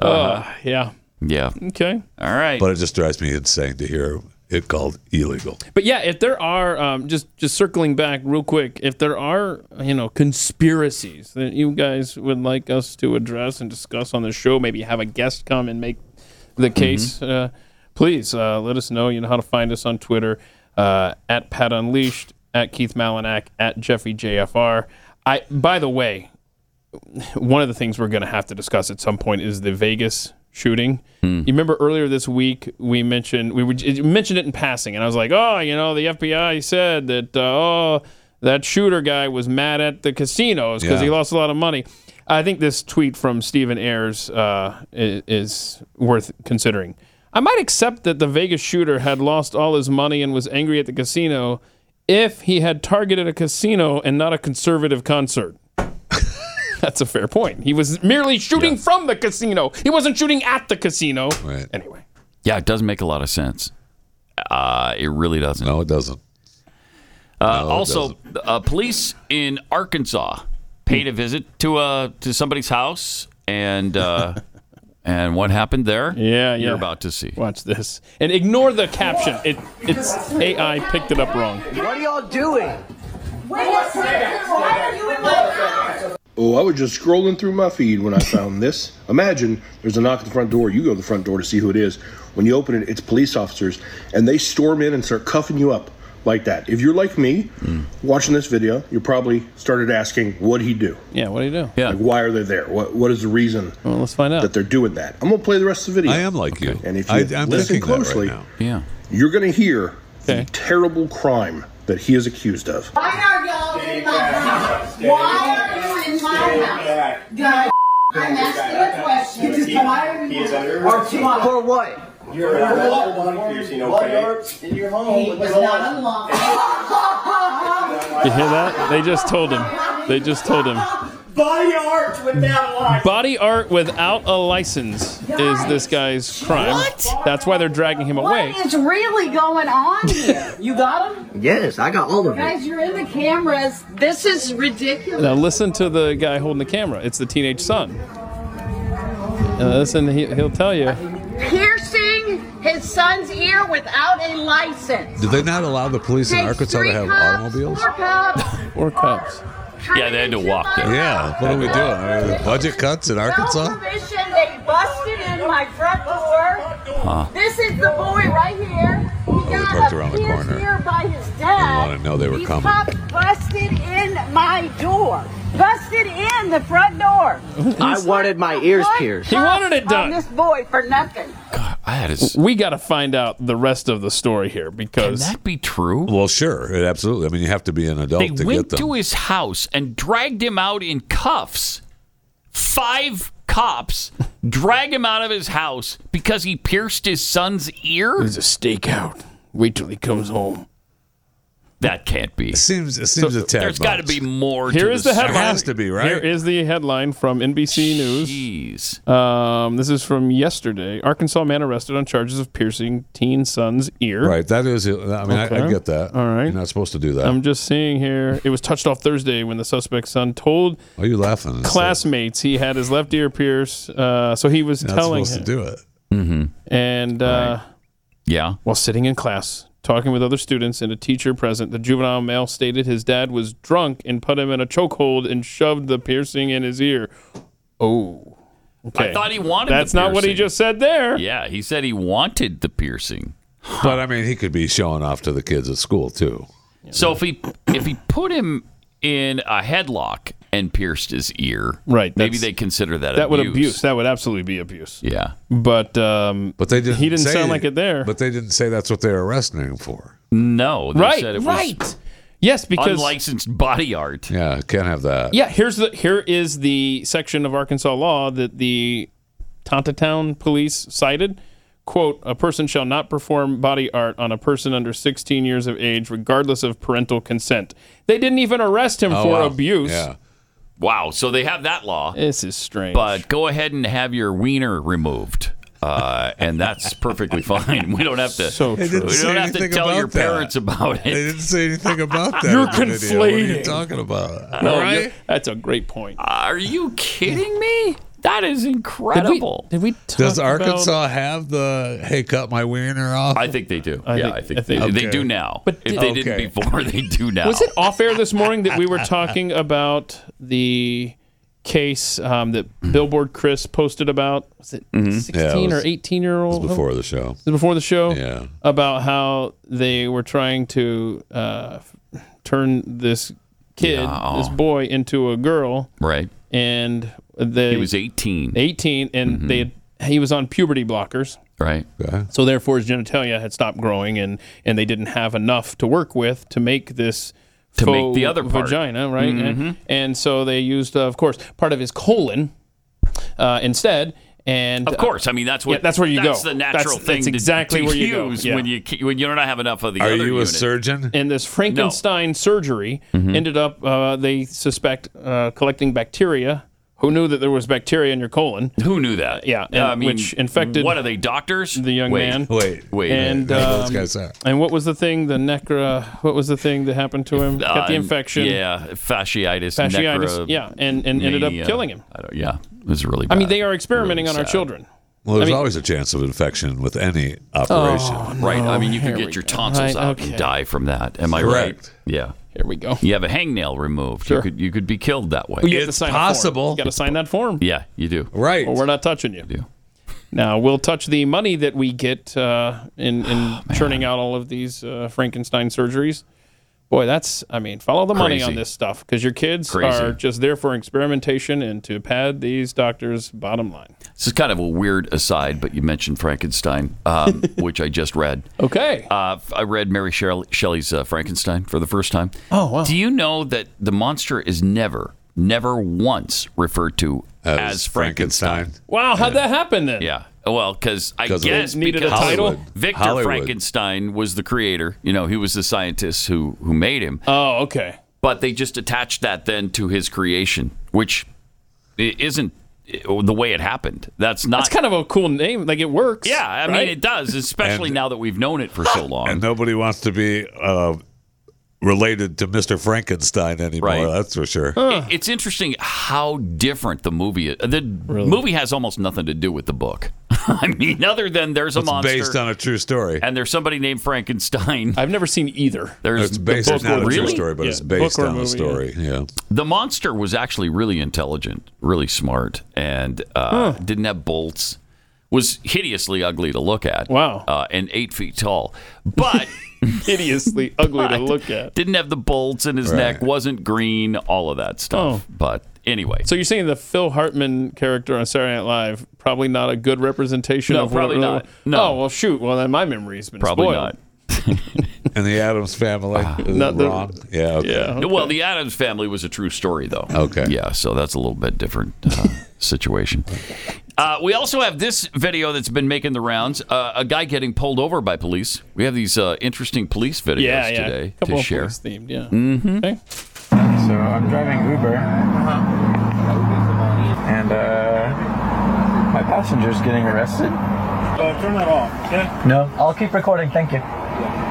Speaker 4: Uh, yeah.
Speaker 2: yeah.
Speaker 4: Okay. All right.
Speaker 3: But it just drives me insane to hear it called illegal.
Speaker 4: But yeah, if there are um, just just circling back real quick, if there are you know conspiracies that you guys would like us to address and discuss on the show, maybe have a guest come and make the case. Uh, please uh, let us know. You know how to find us on Twitter uh, at Pat Unleashed, at Keith Malinak, at Jeffrey JFR. I by the way, one of the things we're going to have to discuss at some point is the Vegas shooting.
Speaker 2: Hmm.
Speaker 4: You remember earlier this week we mentioned we were, it mentioned it in passing, and I was like, "Oh, you know, the FBI said that uh, oh that shooter guy was mad at the casinos because he
Speaker 2: Yeah.
Speaker 4: lost a lot of money." I think this tweet from Stephen Ayers uh, is, is worth considering. I might accept that the Vegas shooter had lost all his money and was angry at the casino if he had targeted a casino and not a conservative concert. (laughs) That's a fair point. He was merely shooting from the casino. He wasn't shooting at the casino.
Speaker 3: Right.
Speaker 4: Anyway.
Speaker 2: Yeah, it doesn't make a lot of sense. Uh, it really doesn't. No,
Speaker 3: it doesn't.
Speaker 2: Uh,
Speaker 3: No, it
Speaker 2: also, Uh, police in Arkansas paid a visit to uh, to somebody's house,
Speaker 3: (laughs)
Speaker 2: and uh, and what happened there?
Speaker 4: Yeah,
Speaker 2: you're
Speaker 4: yeah.
Speaker 2: about to see.
Speaker 4: Watch this. And ignore the caption. It it's AI picked it up wrong.
Speaker 21: What are y'all doing?
Speaker 11: Wait a second. Why are you in my house? Oh, I was just scrolling through my feed
Speaker 4: (laughs)
Speaker 11: when I found this. Imagine there's a knock at the front door. You go to the front door to see who it is. When you open it, it's police officers, and they storm in and start cuffing you up like that. If you're like me, watching this video, you probably started asking, "What'd he do?"
Speaker 4: Yeah, what do you do?
Speaker 11: Yeah. Like, why are they there? What What is the reason?
Speaker 4: Well, let's find out
Speaker 11: that they're doing that. I'm gonna play the rest of the video.
Speaker 3: I am like you.
Speaker 11: And if you
Speaker 3: I- I'm
Speaker 11: listen
Speaker 3: thinking that right
Speaker 11: closely,
Speaker 3: now.
Speaker 2: yeah,
Speaker 11: you're gonna hear the terrible crime that he is accused of.
Speaker 12: Why are y'all in my house? Why are you in my house? God, I'm asking a question.
Speaker 14: You just-
Speaker 12: Why are
Speaker 14: He
Speaker 12: you?
Speaker 14: is under arrest.
Speaker 12: For what?
Speaker 14: You're
Speaker 12: For
Speaker 14: under
Speaker 12: what?
Speaker 14: arrest for body piercing,
Speaker 12: Why
Speaker 14: okay?
Speaker 12: are-
Speaker 14: In your
Speaker 12: He was not unlawful.
Speaker 4: You hear that? They just told him. They just told him.
Speaker 12: Body art without life.
Speaker 4: Body art without a license is this guy's crime.
Speaker 12: What?
Speaker 4: That's why they're dragging him away.
Speaker 12: What is really going on here? You got him?
Speaker 4: Yes, I got all
Speaker 12: Guys, you're in the cameras. This is ridiculous.
Speaker 4: Now listen to the guy holding the camera. It's the teenage son. And listen, he, he'll tell you.
Speaker 12: Piercing his son's ear without a license.
Speaker 3: Did they not allow the police in
Speaker 12: Takes
Speaker 3: Arkansas
Speaker 12: three
Speaker 3: to have
Speaker 12: cups,
Speaker 3: automobiles? (laughs)
Speaker 12: Four cups.
Speaker 4: Or cops.
Speaker 2: Yeah, they had to walk there.
Speaker 3: Yeah. What are we doing? Are there Budget cuts in
Speaker 12: No
Speaker 3: Arkansas?
Speaker 12: permission. They busted in my front door.
Speaker 3: Huh.
Speaker 12: This is the boy right here. He
Speaker 3: they
Speaker 12: got
Speaker 3: parked around the
Speaker 12: appeared
Speaker 3: corner.
Speaker 12: here by his
Speaker 3: Didn't
Speaker 12: dad.
Speaker 3: want to know they were
Speaker 12: These
Speaker 3: coming.
Speaker 12: cops busted in my door. Busted in the front door.
Speaker 14: I wanted my ears pierced.
Speaker 4: He wanted it
Speaker 12: On
Speaker 4: done.
Speaker 12: this boy for nothing.
Speaker 4: We got to find out the rest of the story here because
Speaker 2: Can that be true?
Speaker 3: Well, sure. It- absolutely. I mean, you have to be an adult
Speaker 2: They
Speaker 3: to
Speaker 2: went
Speaker 3: get them.
Speaker 2: to his house and dragged him out in cuffs. Five cops drag him out of his house because he pierced his son's ear. It
Speaker 4: was a stakeout. Wait till he comes home.
Speaker 2: That can't be. It
Speaker 3: seems it seems a tad
Speaker 2: There's got to
Speaker 3: much.
Speaker 2: be more.
Speaker 4: Here
Speaker 2: to
Speaker 4: is the
Speaker 2: story.
Speaker 4: headline. Here is the headline from NBC News. Um, this is from yesterday. Arkansas man arrested on charges of piercing teen son's ear.
Speaker 3: Right. That is. I mean, I, I
Speaker 4: Okay. Um,
Speaker 3: get that. All right. You're not supposed to do that.
Speaker 4: I'm just seeing here. It was touched off Thursday when the suspect's son told
Speaker 3: Why are you laughing?
Speaker 4: classmates he had his left ear pierced. Uh, so he was
Speaker 3: You're not
Speaker 4: telling
Speaker 3: supposed
Speaker 4: him.
Speaker 3: to do it.
Speaker 2: Mm-hmm.
Speaker 4: And uh,
Speaker 2: yeah,
Speaker 4: while sitting in class, talking with other students and a teacher present, the juvenile male stated his dad was drunk and put him in a chokehold and shoved the piercing in his ear. Oh,
Speaker 2: I thought he wanted. the
Speaker 4: That's not what he
Speaker 2: piercing.
Speaker 4: just said there.
Speaker 2: Yeah, he said he wanted the piercing.
Speaker 3: But I mean, he could be showing off to the kids at school too.
Speaker 2: So if he if he put him in a headlock and pierced his ear,
Speaker 4: Right,
Speaker 2: Maybe
Speaker 4: that's-
Speaker 2: they consider that
Speaker 4: that
Speaker 2: abuse.
Speaker 4: would abuse. That would absolutely be abuse.
Speaker 2: Yeah.
Speaker 4: But um,
Speaker 3: but they didn't.
Speaker 4: he didn't
Speaker 3: say-
Speaker 4: sound like it there.
Speaker 3: But they didn't say that's what they're arresting him for.
Speaker 2: No, they
Speaker 4: Right,
Speaker 2: said it was
Speaker 4: right. Yes, because
Speaker 2: unlicensed body art.
Speaker 3: Yeah, can't have that.
Speaker 4: Yeah, here's the here is the section of Arkansas law that the Tontatown police cited. Quote, a person shall not perform body art on a person under 16 years of age, regardless of parental consent. They didn't even arrest him
Speaker 2: Oh,
Speaker 4: for
Speaker 2: wow.
Speaker 4: abuse.
Speaker 2: Yeah. Wow. So they have that law.
Speaker 4: This is strange.
Speaker 2: But go ahead and have your wiener removed. Uh, and that's perfectly fine. We don't have to.
Speaker 4: So
Speaker 3: They didn't
Speaker 2: We
Speaker 3: say
Speaker 2: don't have to
Speaker 3: anything
Speaker 2: tell
Speaker 3: about
Speaker 2: your
Speaker 3: that.
Speaker 2: parents about it.
Speaker 3: They didn't say anything about that.
Speaker 2: You're
Speaker 3: in the video. What are you
Speaker 2: conflating.
Speaker 3: talking about?
Speaker 4: No,
Speaker 3: All right.
Speaker 4: you're- that's a great point.
Speaker 2: Are you kidding me? That is incredible.
Speaker 4: Did we?
Speaker 3: Does
Speaker 4: talk about-
Speaker 3: Arkansas have the hey cut my wiener off?
Speaker 2: I think they do.
Speaker 3: I
Speaker 2: yeah,
Speaker 3: think-
Speaker 2: I think
Speaker 3: I think-
Speaker 2: they, they
Speaker 3: Okay.
Speaker 2: do now.
Speaker 3: But
Speaker 2: if
Speaker 3: did-
Speaker 2: they didn't
Speaker 3: Okay.
Speaker 2: before, (laughs) they do now.
Speaker 4: Was it off air this morning that we were talking about the case um, that Billboard Chris posted about? Was it
Speaker 3: Mhm. Yeah, it
Speaker 4: 16
Speaker 2: Mm-hmm.
Speaker 3: was-
Speaker 4: or 18 year old?
Speaker 3: before the show.
Speaker 4: This is before the show yeah. about how they were trying to uh, f- turn this kid,
Speaker 2: Yeah.
Speaker 4: this boy, into a girl.
Speaker 2: Right.
Speaker 4: And they,
Speaker 2: He was 18.
Speaker 4: 18, and they had, he was on puberty blockers.
Speaker 2: Right.
Speaker 4: So therefore, his genitalia had stopped growing, and and they didn't have enough to work with to make this
Speaker 2: To make
Speaker 4: faux
Speaker 2: the other part. Mm-hmm.
Speaker 4: vagina, right? And, and so they used, uh, of course, part of his colon uh, instead. And
Speaker 2: Of course. I mean, that's what.
Speaker 4: Yeah, that's where you
Speaker 2: that's
Speaker 4: go.
Speaker 2: the natural
Speaker 4: That's-
Speaker 2: thing.
Speaker 4: that's
Speaker 2: to-
Speaker 4: exactly
Speaker 2: to
Speaker 4: where you go.
Speaker 2: use
Speaker 4: Yeah.
Speaker 2: when you when you don't have enough of the.
Speaker 3: Are
Speaker 2: other
Speaker 3: you a
Speaker 2: unit.
Speaker 3: surgeon?
Speaker 4: And this Frankenstein surgery
Speaker 2: Mm-hmm.
Speaker 4: ended up, uh, they suspect, uh, collecting bacteria. Who knew that there was bacteria in your colon?
Speaker 2: Who knew that?
Speaker 4: Yeah, and,
Speaker 2: Yeah, I mean,
Speaker 4: which infected.
Speaker 2: what are they, doctors?
Speaker 4: The young
Speaker 2: Wait,
Speaker 4: man.
Speaker 2: wait, wait.
Speaker 4: And
Speaker 2: Wait,
Speaker 4: um,
Speaker 2: those guys are-
Speaker 4: and what was the thing? The necra. What was the thing that happened to him? Got the
Speaker 2: Uh,
Speaker 4: infection.
Speaker 2: Yeah, fasciitis.
Speaker 4: Fasciitis,
Speaker 2: necro-
Speaker 4: yeah, and- and ended up
Speaker 2: mania.
Speaker 4: killing him.
Speaker 2: I don't, yeah, it was really.
Speaker 4: I
Speaker 2: Bad.
Speaker 4: mean, they are experimenting
Speaker 2: Really
Speaker 4: on our
Speaker 2: sad.
Speaker 4: children.
Speaker 3: Well, there's
Speaker 4: I mean- Oh,
Speaker 3: always a chance of infection with any operation.
Speaker 2: right. I mean, you
Speaker 4: here
Speaker 2: could
Speaker 4: we
Speaker 2: get your
Speaker 4: go.
Speaker 2: tonsils
Speaker 4: Right,
Speaker 2: out
Speaker 4: okay.
Speaker 2: and die from that. Am I right? Yeah.
Speaker 4: Here we go.
Speaker 2: You have a hangnail removed. You could you could be killed that way.
Speaker 4: Well, you have to sign a form. You got to sign that form.
Speaker 2: Yeah, you do.
Speaker 3: Right.
Speaker 4: Or we're not touching you. Now we'll touch the money that we get uh, in
Speaker 2: Oh,
Speaker 4: in churning out all of these uh, Frankenstein surgeries. Boy, that's I mean, follow the money on
Speaker 2: Crazy.
Speaker 4: this stuff because your kids
Speaker 2: Crazy.
Speaker 4: are just there for experimentation and to pad these doctors' bottom line.
Speaker 2: This is kind of a weird aside, but you mentioned Frankenstein,
Speaker 4: (laughs)
Speaker 2: um, which I just read.
Speaker 4: Okay.
Speaker 2: Uh, I read Mary Shelley, Shelley's uh, Frankenstein for the first time.
Speaker 4: Oh, wow.
Speaker 2: Do you know that the monster is never, never once referred to as, Frankenstein?
Speaker 4: Wow, how'd that happen then?
Speaker 2: Yeah. Well, because I
Speaker 4: 'Cause of-
Speaker 2: guess
Speaker 4: It needed a
Speaker 2: because
Speaker 4: title?
Speaker 2: Victor
Speaker 4: Hollywood.
Speaker 2: Frankenstein was the creator. You know, he was the scientist who who made him.
Speaker 4: Oh, okay.
Speaker 2: But they just attached that then to his creation, which i- isn't i- the way it happened. That's not.
Speaker 4: That's kind of a cool name. Like it works.
Speaker 2: yeah, I mean
Speaker 4: right?
Speaker 2: it does, especially now that we've known it for so long.
Speaker 3: And nobody wants to be uh, related to Mr. Frankenstein anymore.
Speaker 2: Right.
Speaker 3: That's for sure.
Speaker 2: It, it's interesting how different the movie is. The movie has almost nothing to do with the book. (laughs) I mean, other than there's a
Speaker 3: It's
Speaker 2: monster
Speaker 3: based on a true story.
Speaker 2: and there's somebody named Frankenstein.
Speaker 4: I've never seen either.
Speaker 2: There's
Speaker 3: It's based
Speaker 2: the
Speaker 3: on
Speaker 2: book
Speaker 3: not a
Speaker 2: or-
Speaker 3: true
Speaker 2: really?
Speaker 3: story, but it's based on a story. Yeah.
Speaker 2: The monster was actually really intelligent, really smart, and uh, didn't have bolts. Was hideously ugly to look at. Wow. Uh, and eight feet tall, but
Speaker 4: (laughs)
Speaker 2: (laughs)
Speaker 4: hideously ugly to look at.
Speaker 2: Didn't have the bolts in his
Speaker 4: Right.
Speaker 2: neck. Wasn't green. All of that stuff.
Speaker 4: Oh.
Speaker 2: But anyway,
Speaker 4: So you're saying the Phil Hartman character on Saturday Night Live probably not a good representation
Speaker 2: No,
Speaker 4: of what
Speaker 2: probably
Speaker 4: it really-
Speaker 2: not. No.
Speaker 4: Oh well, shoot. Well, then my memory's been
Speaker 2: Probably
Speaker 4: spoiled.
Speaker 2: not.
Speaker 3: And the Adams family.
Speaker 2: Ah.
Speaker 3: is
Speaker 4: not the-
Speaker 3: wrong. Uh, yeah. Okay.
Speaker 2: Well, the Adams family was a true story, though.
Speaker 3: Okay.
Speaker 2: Yeah, so that's a little bit different
Speaker 3: (laughs)
Speaker 2: uh, situation. Uh, we also have this video that's been making the rounds: uh, a guy getting pulled over by police. We have these uh, interesting police videos
Speaker 4: Yeah, yeah.
Speaker 2: today
Speaker 4: Couple
Speaker 2: to
Speaker 4: of
Speaker 2: share.
Speaker 4: police themed, yeah.
Speaker 2: Mhm.
Speaker 4: Okay.
Speaker 13: Mm-hmm. So I'm driving Uber,
Speaker 15: Uh-huh.
Speaker 13: and uh, my passenger's getting arrested.
Speaker 15: Uh, turn that off, okay?
Speaker 13: No, I'll keep recording. Thank you.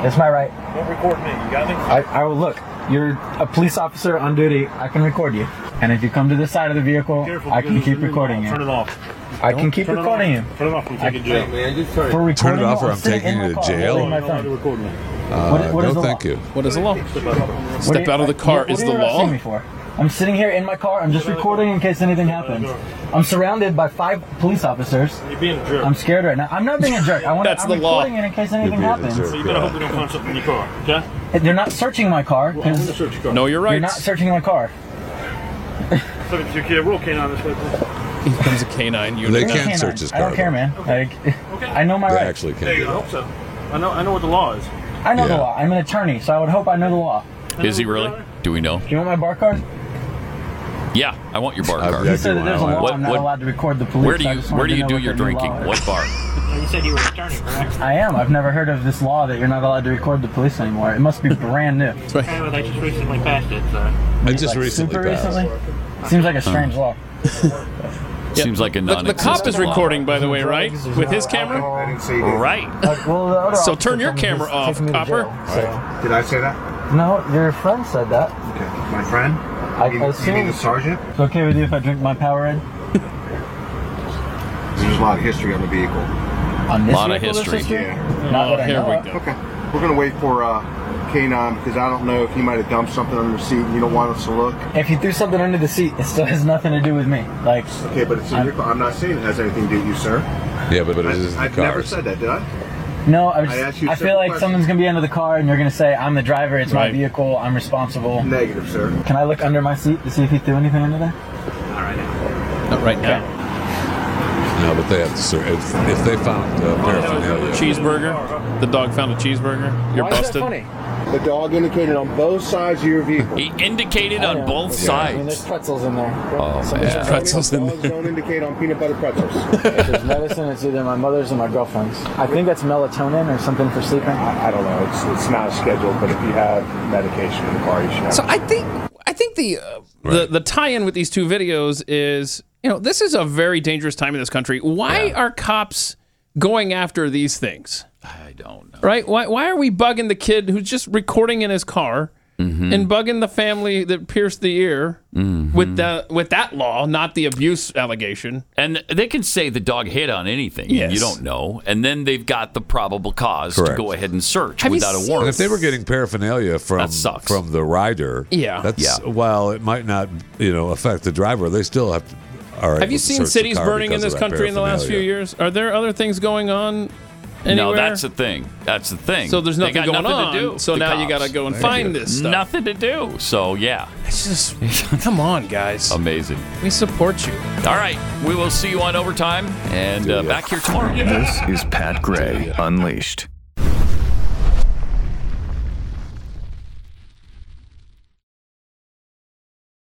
Speaker 13: It's my right.
Speaker 15: Don't record me. You got me?
Speaker 13: I, I will look. You're a police officer on duty. I can record you. And if you come to the side of the vehicle,
Speaker 15: Careful,
Speaker 13: I can
Speaker 15: because
Speaker 13: keep
Speaker 15: it's-
Speaker 13: recording you.
Speaker 15: Turn it off.
Speaker 13: I can keep
Speaker 15: Turn it off.
Speaker 13: recording you.
Speaker 15: Turn it off. I'm
Speaker 13: I-
Speaker 15: taking jail.
Speaker 13: Wait, man, just turn it- For
Speaker 3: Turn it off, or
Speaker 13: recording while
Speaker 3: I'm
Speaker 13: sitting
Speaker 3: taking
Speaker 13: in
Speaker 3: you
Speaker 13: my
Speaker 3: to
Speaker 13: car, holding my
Speaker 3: jail.
Speaker 13: phone.
Speaker 3: Uh,
Speaker 13: What- what
Speaker 3: no,
Speaker 13: is the law?
Speaker 3: thank you.
Speaker 4: What is the law?
Speaker 13: What
Speaker 4: Step
Speaker 13: do
Speaker 4: out of the car
Speaker 13: what- what
Speaker 4: is
Speaker 13: are
Speaker 4: the
Speaker 13: you
Speaker 4: law.
Speaker 13: arresting me for? I'm sitting here in my car. I'm just recording in case anything happens. I'm surrounded by five police officers.
Speaker 15: You're being a jerk.
Speaker 13: I'm scared right now. I'm not being a jerk. I want
Speaker 15: That's
Speaker 13: I'm
Speaker 15: the law.
Speaker 13: recording it in case anything happens.
Speaker 15: So you better hope they don't find something in your car, okay?
Speaker 13: They're not searching my car.
Speaker 15: Well, I'm
Speaker 13: 'cause
Speaker 15: gonna search your car.
Speaker 13: Know your They're rights. not searching my car.
Speaker 15: Look at your kid. Roll canine this way, please.
Speaker 4: He becomes a canine unit.
Speaker 13: They're canine. I don't care, man. Like, (laughs) I know my rights.
Speaker 15: There you go. I hope so. I know, I know what the law is.
Speaker 13: I know the law. I'm an attorney, so I would hope I know the law.
Speaker 2: Hmm? Is he really? Do we know?
Speaker 13: Do you want my bar card?
Speaker 2: Yeah, I want your bar card.
Speaker 13: You said that there's a law.
Speaker 2: What-
Speaker 13: I'm not
Speaker 2: what-
Speaker 13: allowed to record the police.
Speaker 2: where do
Speaker 13: I
Speaker 2: you
Speaker 13: just wanted
Speaker 2: where do
Speaker 13: to
Speaker 2: you
Speaker 13: know
Speaker 2: do
Speaker 13: what
Speaker 2: your
Speaker 13: the new
Speaker 2: drinking?
Speaker 13: law is.
Speaker 2: What
Speaker 4: (laughs)
Speaker 2: bar?
Speaker 15: You said you were attorney, correct?
Speaker 13: I am. I've never heard of this law that you're not allowed to record the police anymore. It must be brand new.
Speaker 15: Apparently, they just recently passed it, so.
Speaker 3: I just
Speaker 13: Like,
Speaker 3: recently
Speaker 13: super
Speaker 3: passed.
Speaker 13: recently? Seems like a strange law.
Speaker 2: Seems like a
Speaker 4: The, the
Speaker 2: non.
Speaker 4: cop is recording, by the way, right? With his camera?
Speaker 2: Right.
Speaker 13: Like, well, the other
Speaker 4: So
Speaker 13: officer
Speaker 4: turn your
Speaker 13: told me
Speaker 4: camera
Speaker 13: just take
Speaker 4: off,
Speaker 13: me to
Speaker 4: copper.
Speaker 13: jail,
Speaker 15: Did I say that?
Speaker 13: so- No, your friend said that.
Speaker 15: My friend?
Speaker 13: I, I assume
Speaker 15: sergeant?
Speaker 13: it's okay with you if I drink my Powerade
Speaker 15: There's a lot of history on the vehicle.
Speaker 13: on this vehicle, this history? Oh, Not that I know of.
Speaker 16: Okay. We're going to wait for uh, K9 because I don't know if he might have dumped something under the seat and you don't want us to look.
Speaker 13: If you threw something under the seat, it still has nothing to do with me. Like,
Speaker 16: Okay, but it's in your car. I'm not saying it has anything to do with you, sir.
Speaker 3: Yeah, but, but it
Speaker 16: I,
Speaker 3: is in the
Speaker 16: I've never
Speaker 3: cars.
Speaker 16: said that, did I?
Speaker 13: no, I,
Speaker 16: I
Speaker 13: just,
Speaker 16: asked you
Speaker 13: I feel
Speaker 16: simple
Speaker 13: like
Speaker 16: questions.
Speaker 13: someone's gonna be under the car, and you're gonna say, "I'm the driver. It's my
Speaker 16: Right.
Speaker 13: vehicle. I'm responsible."
Speaker 16: Negative, sir.
Speaker 13: Can I look under my seat to see if he threw anything under there?
Speaker 16: All right.
Speaker 4: Not right now.
Speaker 3: No, but they have to search. If, if they found uh, paraphernalia,
Speaker 4: Cheeseburger. The dog found a cheeseburger. You're busted.
Speaker 16: funny? The dog indicated on both sides of your vehicle.
Speaker 2: He indicated on both
Speaker 13: I
Speaker 2: sides.
Speaker 13: mean, there's pretzels in there.
Speaker 2: Oh
Speaker 13: Some
Speaker 2: man.
Speaker 13: pretzels in
Speaker 16: Dogs don't indicate on peanut butter pretzels.
Speaker 3: (laughs)
Speaker 13: If there's medicine, it's either my mother's or my girlfriend's. I think that's melatonin or something for sleeping. I, I don't know. It's, it's not scheduled, but if you have medication in the car, you should
Speaker 4: So I think I think the uh, the the tie-in with these two videos is you know this is a very dangerous time in this country. Why are cops going after these things?
Speaker 2: I don't know.
Speaker 4: Right? Why why are we bugging the kid who's just recording in his car?
Speaker 2: Mhm.
Speaker 4: and bugging the family that pierced the ear
Speaker 2: Mhm.
Speaker 4: with the with that law, not the abuse allegation.
Speaker 2: And they can say the dog hit on anything. and
Speaker 4: Yes.
Speaker 2: You don't know. And then they've got the probable cause
Speaker 3: Correct.
Speaker 2: to go ahead and search
Speaker 4: Have you
Speaker 2: without a warrant.
Speaker 3: And if they were getting paraphernalia from from the rider,
Speaker 4: Yeah.
Speaker 3: that's
Speaker 4: Yeah.
Speaker 3: while it might not you know affect the driver, they still have to. All right,
Speaker 4: Have you seen cities burning in this country in the last few years? Are there other things going on? Anywhere?
Speaker 2: No, that's the thing. That's the thing.
Speaker 4: So there's
Speaker 2: They
Speaker 4: nothing
Speaker 2: got
Speaker 4: going
Speaker 2: nothing
Speaker 4: on,
Speaker 2: To do,
Speaker 4: so
Speaker 2: the
Speaker 4: now you
Speaker 2: cops.
Speaker 4: gotta go and Thank find you. this stuff.
Speaker 2: Nothing to do. So yeah,
Speaker 4: It's just come on, guys.
Speaker 2: Amazing.
Speaker 4: We support you.
Speaker 2: All right, we will see you on overtime and uh, back here tomorrow.
Speaker 5: This is Pat Gray Unleashed.